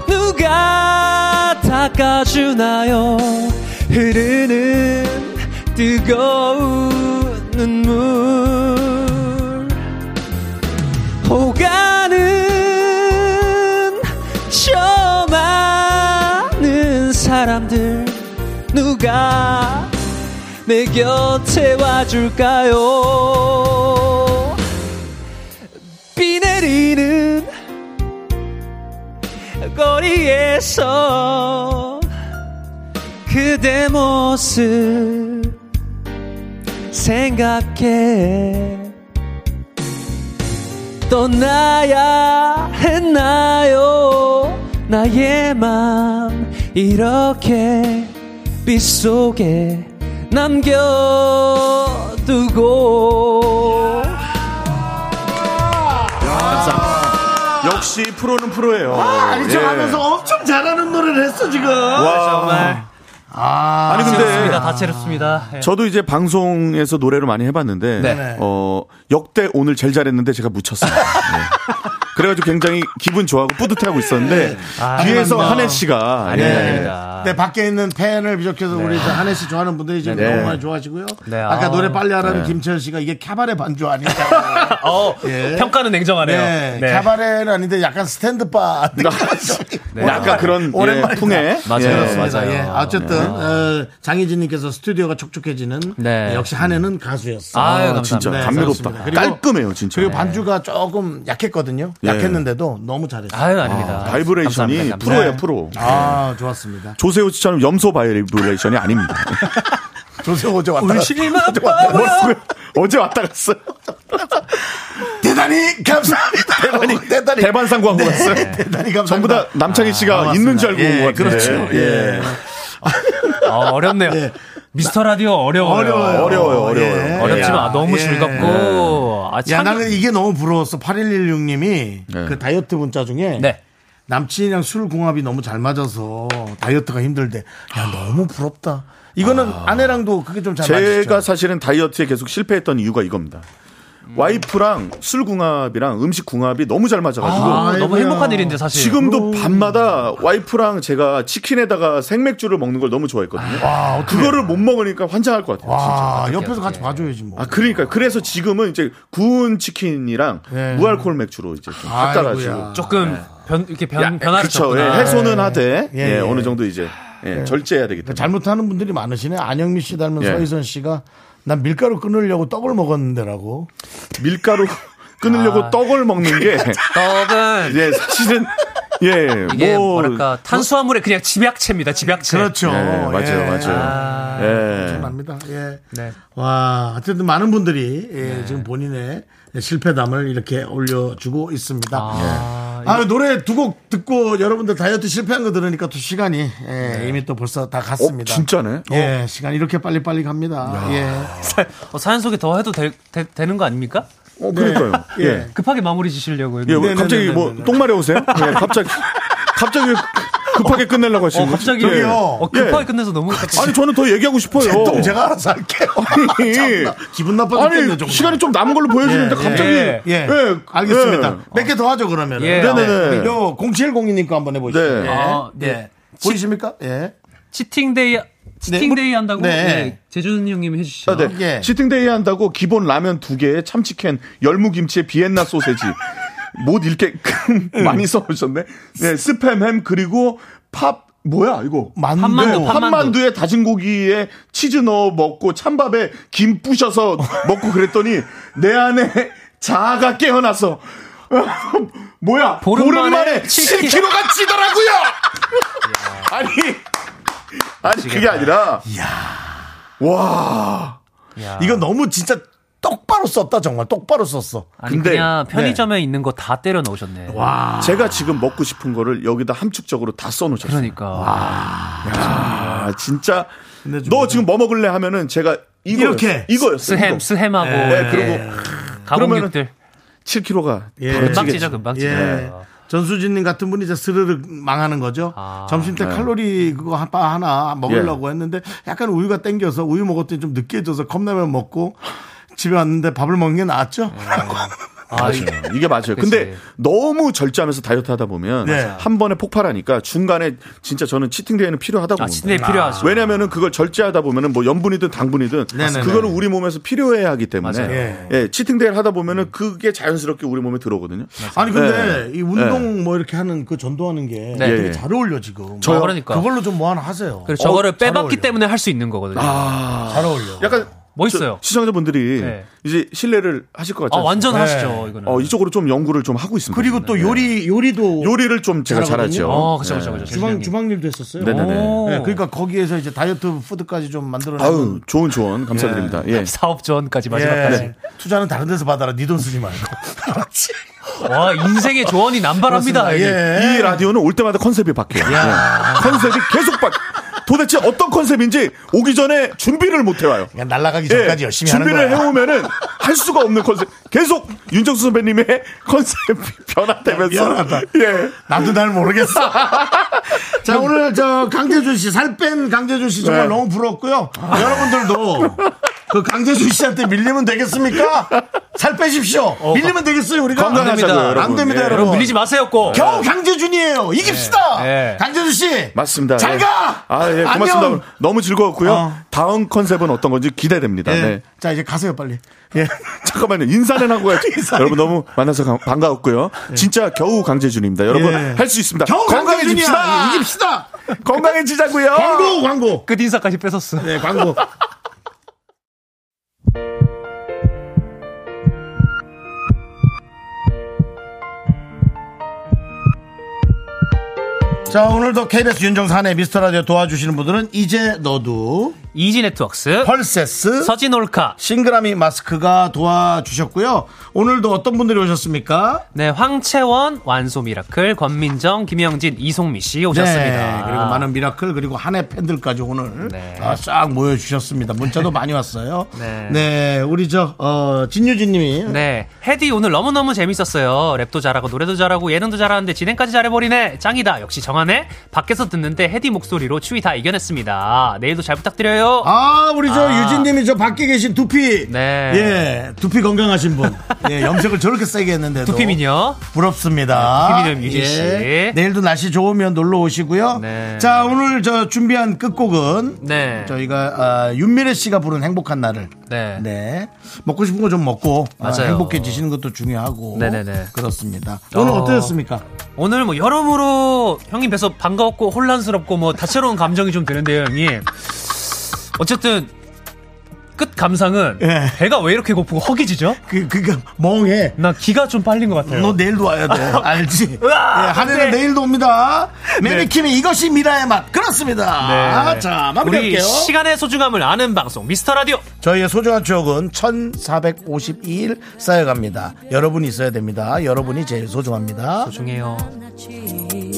Speaker 15: 누가 닦아주나요 흐르는 뜨거운 눈물 호가는 저 많은 사람들 누가 내 곁에 와줄까요 비 내리는 거리에서 그대 모습 생각해 떠나야 했나요 나의 맘 이렇게 빗속에 남겨두고
Speaker 3: 감사합니다. 역시 프로는 프로예요.
Speaker 1: 아, 아니 저
Speaker 3: 예.
Speaker 1: 하면서 엄청 잘하는 노래를 했어 지금.
Speaker 3: 와. 정말.
Speaker 1: 아,
Speaker 3: 아니, 그 근데-
Speaker 2: 다채롭습니다. 다채롭습니다. 예.
Speaker 3: 저도 이제 방송에서 노래를 많이 해봤는데
Speaker 2: 네.
Speaker 3: 어, 역대 오늘 제일 잘했는데 제가 묻혔어요. 네. 그래가지고 굉장히 기분 좋아하고 뿌듯해하고 있었는데 뒤에서
Speaker 1: 네. 아닙니다.
Speaker 3: 한혜 씨가
Speaker 1: 네.
Speaker 3: 예.
Speaker 1: 네, 밖에 있는 팬을 비롯해서 우리 저 한혜 씨 좋아하는 분들이 지금
Speaker 3: 네.
Speaker 1: 너무 많이 좋아하시고요.
Speaker 2: 네,
Speaker 1: 아까
Speaker 2: 아.
Speaker 1: 노래 빨리 하라는
Speaker 2: 네.
Speaker 1: 김채연 씨가 이게 캐바레 반주 아니냐.
Speaker 2: 어, 평가는 냉정하네요.
Speaker 1: 네, 캐바레는 아닌데 약간 스탠드 바
Speaker 3: 네. 약간 그런, 예, 풍의. 맞아요, 맞아요.
Speaker 1: 예. 아, 어쨌든 어, 장희진님께서 스튜디오가 촉촉해지는
Speaker 3: 네.
Speaker 1: 네, 역시 한해는 가수였어.
Speaker 3: 아유, 감사합니다. 진짜 감미롭다. 깔끔해요, 진짜. 네.
Speaker 1: 그리고 반주가 조금 약했거든요.
Speaker 3: 예.
Speaker 1: 약했는데도 너무 잘했어요.
Speaker 2: 아유, 아닙니다.
Speaker 3: 아, 바이브레이션이
Speaker 1: 감사합니다.
Speaker 3: 프로예요,
Speaker 1: 네.
Speaker 3: 프로.
Speaker 1: 아, 좋았습니다.
Speaker 3: 조세호 씨처럼 염소 바이브레이션이 아닙니다.
Speaker 1: 조세호 어제 왔다.
Speaker 3: 울지마,
Speaker 1: 갔다. 어제 왔다 갔다.
Speaker 3: 바보야. 어제 왔다 갔어요.
Speaker 1: 대단히 감사합니다. 대단히, 대단히.
Speaker 3: 대반상 광고
Speaker 1: 네,
Speaker 3: 같았어요.
Speaker 1: 대단히 감사합니다.
Speaker 3: 전부 다 남창희 씨가
Speaker 1: 아,
Speaker 3: 있는 줄 알고
Speaker 1: 맞습니다.
Speaker 3: 온것 같은데. 네.
Speaker 1: 그렇죠. 예.
Speaker 2: 어, 어렵네요. 미스터 라디오 어려워요.
Speaker 1: 어려워요.
Speaker 2: 어려워요,
Speaker 1: 어려워요.
Speaker 3: 네.
Speaker 1: 예.
Speaker 2: 어렵지만
Speaker 3: 아,
Speaker 1: 야,
Speaker 2: 너무
Speaker 1: 예.
Speaker 2: 즐겁고. 아,
Speaker 1: 야,
Speaker 2: 참.
Speaker 1: 나는 이게 너무 부러웠어. 8116님이
Speaker 3: 네.
Speaker 1: 그 다이어트 문자 중에
Speaker 2: 네.
Speaker 1: 남친이랑 술 궁합이 너무 잘 맞아서 다이어트가 힘들대. 야, 너무 부럽다. 이거는 아내랑도 그게 좀 잘 맞죠.
Speaker 3: 제가 사실은 다이어트에 계속 실패했던 이유가 이겁니다. 음. 와이프랑 술 궁합이랑 음식 궁합이 너무 잘 맞아가지고
Speaker 2: 아, 너무 행복한 일인데, 사실.
Speaker 3: 지금도 밤마다 와이프랑 제가 치킨에다가 생맥주를 먹는 걸 너무 좋아했거든요. 그거를 못 먹으니까 환장할 것 같아요.
Speaker 1: 와,
Speaker 3: 진짜.
Speaker 1: 옆에서 같이 봐줘야지 뭐.
Speaker 3: 아 그러니까 그래서 지금은 이제 구운 치킨이랑
Speaker 1: 네.
Speaker 3: 무알콜 맥주로 이제 그 좀 섞어가지고
Speaker 1: 아이고야.
Speaker 2: 조금 변, 이렇게 변,
Speaker 3: 네. 야,
Speaker 2: 변화를
Speaker 3: 그쵸. 예,
Speaker 2: 줬구나.
Speaker 3: 해소는 하되
Speaker 1: 예,
Speaker 3: 예,
Speaker 1: 예. 그
Speaker 3: 어느 정도 이제 예, 절제해야 되기 때문에
Speaker 1: 잘못하는 분들이 많으시네. 안영미 씨 닮은
Speaker 3: 예.
Speaker 1: 서희선 씨가 난 밀가루 끊으려고 떡을 먹었는데라고.
Speaker 3: 예. 밀가루 끊으려고
Speaker 1: 아.
Speaker 3: 떡을 먹는 게
Speaker 2: 떡은
Speaker 3: 예, 사실은 예,
Speaker 2: 이게
Speaker 3: 뭐-
Speaker 2: 뭐랄까 탄수화물의 그냥 집약체입니다. 집약체.
Speaker 1: 그렇죠.
Speaker 3: 예, 맞아요, 맞아요.
Speaker 9: 네.
Speaker 3: 예.
Speaker 1: 합니다. 예.
Speaker 2: 네.
Speaker 1: 와, 어쨌든 많은 분들이 예, 지금 본인의 실패담을 이렇게 올려주고 있습니다. 아, 노래 두 곡 듣고 여러분들 다이어트 실패한 거 들으니까 또 시간이 예, 이미 또 벌써 다 갔습니다.
Speaker 3: 어, 진짜네.
Speaker 1: 예, 시간 이렇게 빨리빨리 갑니다. 예.
Speaker 2: 사- 어, 사연 소개 더 해도 될- 되, 는거 아닙니까? 네.
Speaker 3: 어, 그러니까요. 예. 예.
Speaker 2: 급하게 마무리 지시려고
Speaker 3: 예,
Speaker 2: 했는데.
Speaker 3: 왜 갑자기 뭐 똥마려 오세요? 예, 갑자기 갑자기 왜 급하게 끝내려고 하시는
Speaker 2: 어,
Speaker 3: 거죠?
Speaker 2: 갑자기
Speaker 3: 예.
Speaker 2: 어, 급하게
Speaker 3: 예.
Speaker 2: 끝내서 너무
Speaker 3: 아니 저는 더 얘기하고 싶어요.
Speaker 1: 똥 제가 알아서 할게요. 참나, 기분 나빠 죽겠네,
Speaker 3: 아니
Speaker 1: 정말.
Speaker 3: 시간이 좀 남은 걸로 보여주는데 갑자기
Speaker 1: 예, 예. 알겠습니다.
Speaker 3: 예.
Speaker 1: 몇 개 더 하죠 그러면.
Speaker 3: 예, 네네네. 네.
Speaker 1: 요 0702님 거 한번 해보시죠.
Speaker 3: 네.
Speaker 1: 예.
Speaker 2: 아,
Speaker 1: 네.
Speaker 2: 네.
Speaker 1: 보이십니까? 예.
Speaker 2: 치팅데이 치팅데이 한다고
Speaker 3: 네.
Speaker 2: 네. 재준 형님이 해주시죠.
Speaker 3: 아, 네.
Speaker 1: 예.
Speaker 3: 치팅데이 한다고 기본 라면 두 개에 참치캔, 열무김치에 비엔나 소세지. 못 읽게
Speaker 2: 음.
Speaker 3: 많이 써오셨네. 네, 스팸 햄 그리고 팝 뭐야 이거?
Speaker 1: 만두.
Speaker 2: 한만두,
Speaker 3: 네.
Speaker 2: 한만두.
Speaker 3: 에 다진 고기에 치즈 넣어 먹고 찬밥에 김 부셔서 먹고 그랬더니 내 안에 자아가 깨어나서 뭐야? 보름만에 7kg가 찌더라고요. 아니 아니 그게 아니라 와
Speaker 1: 이거 너무 진짜 똑바로 썼다 정말 똑바로 썼어.
Speaker 2: 아니 그냥 편의점에 있는 거 다 때려 넣으셨네.
Speaker 3: 네. 와. 제가 지금 먹고 싶은 거를 여기다 함축적으로 다 써놓으셨어요.
Speaker 2: 그러니까.
Speaker 3: 야, 진짜. 너 지금 뭐 먹을래 하면은 제가 이거
Speaker 2: 이렇게.
Speaker 3: 이거였어요.
Speaker 2: 스햄,
Speaker 3: 이거.
Speaker 2: 스햄하고.
Speaker 3: 네,
Speaker 2: 예.
Speaker 3: 그리고 예,
Speaker 2: 가공육들.
Speaker 3: 7kg가
Speaker 2: 금방 찌죠, 금방
Speaker 3: 예.
Speaker 2: 찌죠.
Speaker 1: 예.
Speaker 2: 네.
Speaker 1: 전수진님 같은 분이 이제 스르륵 망하는 거죠.
Speaker 2: 아,
Speaker 1: 점심 때
Speaker 3: 네.
Speaker 1: 칼로리 그거 한 바 하나
Speaker 2: 예.
Speaker 1: 먹으려고 했는데 약간 우유가 땡겨서 우유 먹었더니 좀 늦게 져서 컵라면 먹고 집에 왔는데 밥을 먹는 게 낫죠.
Speaker 2: 음,
Speaker 3: 맞아요. 이게 맞아요. 근데 너무 절제하면서 다이어트 하다 보면
Speaker 1: 네.
Speaker 3: 한 번에 폭발하니까 중간에 진짜 저는 치팅데이는 필요하다고
Speaker 2: 아,
Speaker 3: 봅니다.
Speaker 2: 치팅데이 필요하죠.
Speaker 3: 왜냐면은 그걸 절제하다 보면은 뭐 연분이든 당분이든
Speaker 2: 네네네.
Speaker 3: 그거는 우리 몸에서 필요해야 하기 때문에
Speaker 1: 맞아요.
Speaker 2: 네.
Speaker 1: 예.
Speaker 3: 예, 치팅데이를 하다 보면은 그게 자연스럽게 우리 몸에 들어오거든요.
Speaker 1: 아니 근데
Speaker 3: 예.
Speaker 1: 이 운동 뭐 이렇게 하는 그 전도하는 게
Speaker 3: 네.
Speaker 1: 되게
Speaker 3: 예.
Speaker 1: 잘 어울려 지금.
Speaker 3: 저요?
Speaker 2: 그러니까.
Speaker 1: 걸로 좀 뭐 하나 하세요.
Speaker 2: 그래서 저거를
Speaker 1: 어, 잘
Speaker 2: 빼봤기 때문에 할 수 있는 거거든요.
Speaker 3: 아.
Speaker 1: 잘 어울려.
Speaker 3: 약간
Speaker 2: 멋있어요.
Speaker 3: 저- 시청자분들이
Speaker 2: 네.
Speaker 3: 이제 신뢰를 하실 것 같아요.
Speaker 2: 아, 완전 하시죠, 이거는.
Speaker 3: 어, 이쪽으로 좀 연구를 좀 하고
Speaker 2: 음,
Speaker 3: 있습니다.
Speaker 1: 그리고
Speaker 2: 네.
Speaker 1: 또 요리 요리도
Speaker 3: 요리를 좀 제가 잘하죠.
Speaker 2: 어,
Speaker 3: 네.
Speaker 1: 주방 주방일도 했었어요.
Speaker 3: 네네네. 오.
Speaker 1: 네, 그러니까 거기에서 이제 다이어트 푸드까지 좀 만들어낸
Speaker 3: 아유, 좋은 조언 감사드립니다. 네. 예.
Speaker 2: 네. 사업 조언까지
Speaker 1: 예. 투자는 다른 데서 받아라. 네 돈 쓰지 말고.
Speaker 2: 와, 인생의 조언이
Speaker 1: 예.
Speaker 2: 남발합니다.
Speaker 3: 이 라디오는 올 때마다 컨셉이 바뀌어요. 예. 컨셉이 계속 바뀌 도대체 어떤 컨셉인지 오기 전에 준비를 못 해와요.
Speaker 1: 그냥 날아가기 전까지 열심히 하는
Speaker 3: 예. 준비를
Speaker 1: 거야.
Speaker 3: 해오면은 할 수가 없는 컨셉. 계속 윤정수 선배님의 컨셉이 변화되면서.
Speaker 1: 미안하다.
Speaker 3: 예.
Speaker 1: 나도 날 모르겠어. 자 오늘 저 강재준 씨 살 뺀 강재준 씨 정말
Speaker 3: 네.
Speaker 1: 너무 부러웠고요. 여러분들도 그 강재준 씨한테 밀리면 되겠습니까? 살 빼십시오. 밀리면 되겠어요 우리가
Speaker 3: 건강하자고요,
Speaker 1: 안 됩니다. 안
Speaker 3: 여러분.
Speaker 1: 됩니다
Speaker 3: 예.
Speaker 1: 여러분.
Speaker 3: 여러분 밀리지
Speaker 2: 마세요 꼭.
Speaker 1: 겨우 강재준이에요. 이깁시다.
Speaker 2: 네.
Speaker 3: 예.
Speaker 1: 강재준 씨.
Speaker 3: 맞습니다.
Speaker 1: 잘
Speaker 3: 예.
Speaker 1: 가!
Speaker 3: 아, 예, 고맙습니다.
Speaker 1: 안녕!
Speaker 3: 너무 즐거웠고요.
Speaker 1: 어.
Speaker 3: 다음 컨셉은 어떤 건지 기대됩니다.
Speaker 1: 예.
Speaker 3: 네.
Speaker 1: 자 이제 가세요 빨리. 예.
Speaker 3: 잠깐만요. 인사는 하고 가야죠. 여러분 너무 만나서 감- 반가웠고요. 진짜 겨우 강재준입니다. 여러분
Speaker 1: 네. 예.
Speaker 3: 할 수 있습니다.
Speaker 1: 겨우
Speaker 3: 건강해집시다. 어.
Speaker 1: 강재준이야. 예, 이깁시다.
Speaker 3: 건강해지자고요.
Speaker 1: 광고 광고.
Speaker 2: 끝인사까지 뺏었어.
Speaker 1: 네 광고. 자 오늘도 KBS 윤정산의 미스터라디오 도와주시는 분들은 이제 너도
Speaker 2: 이지네트웍스
Speaker 1: 펄세스
Speaker 2: 서진올카
Speaker 1: 싱그라미 마스크가 도와주셨고요 오늘도 어떤 분들이 오셨습니까?
Speaker 2: 네, 황채원, 완소 미라클, 권민정, 김영진, 이송미 씨 오셨습니다. 아.
Speaker 1: 네, 그리고 많은 미라클 그리고 한해 팬들까지 오늘 아, 싹 모여주셨습니다 문자도 많이 왔어요
Speaker 2: 네.
Speaker 1: 네, 우리 저 어, 진유진님이
Speaker 2: 네, 헤디 오늘 너무너무 재밌었어요. 랩도 잘하고 노래도 잘하고 예능도 잘하는데 진행까지 잘해버리네. 짱이다. 역시 정하네. 밖에서 듣는데 헤디 목소리로 추위 다 이겨냈습니다. 내일도 잘 부탁드려요.
Speaker 1: 아 우리 저
Speaker 2: 아.
Speaker 1: 유진님이 저 밖에 계신 두피
Speaker 2: 네.
Speaker 1: 예 두피 건강하신 분 예, 염색을 저렇게 세게 했는데도
Speaker 2: 두피 미녀.
Speaker 1: 부럽습니다. 예,
Speaker 2: 네, 두피미녀 유진 씨.
Speaker 1: 내일도 날씨 좋으면 놀러 오시고요.
Speaker 2: 네.
Speaker 1: 자 오늘 저 준비한 끝곡은
Speaker 2: 네.
Speaker 1: 저희가 아, 윤미래 씨가 부른 행복한 날을
Speaker 2: 네.
Speaker 1: 네. 먹고 싶은 거 좀 먹고 아,
Speaker 2: 맞아요.
Speaker 1: 행복해지시는 것도 중요하고
Speaker 2: 네네네.
Speaker 1: 그렇습니다. 오늘
Speaker 2: 어.
Speaker 1: 어떠셨습니까?
Speaker 2: 오늘 뭐 여러모로 형님 뵈서 반가웠고 혼란스럽고 뭐 다채로운 감정이 좀 드는데요, 형님. 어쨌든 끝 감상은
Speaker 1: 예.
Speaker 2: 배가 왜 이렇게 고프고 허기지죠?
Speaker 1: 그 그니까 멍해.
Speaker 2: 나 기가 좀 빨린 것 같아요.
Speaker 1: 너 내일도 와야 돼. 알지? 예,
Speaker 2: 으아,
Speaker 1: 한해는
Speaker 2: 안 돼. 네.
Speaker 1: 내일도 옵니다. 메리킴의 이것이 미라의 맛. 그렇습니다. 자, 마무리할게요.
Speaker 2: 우리 시간의 소중함을 아는 방송 미스터 라디오.
Speaker 1: 저희의 소중한 추억은 1452일 쌓여갑니다. 여러분이 있어야 됩니다. 여러분이 제일 소중합니다.
Speaker 2: 중요해요.
Speaker 4: 지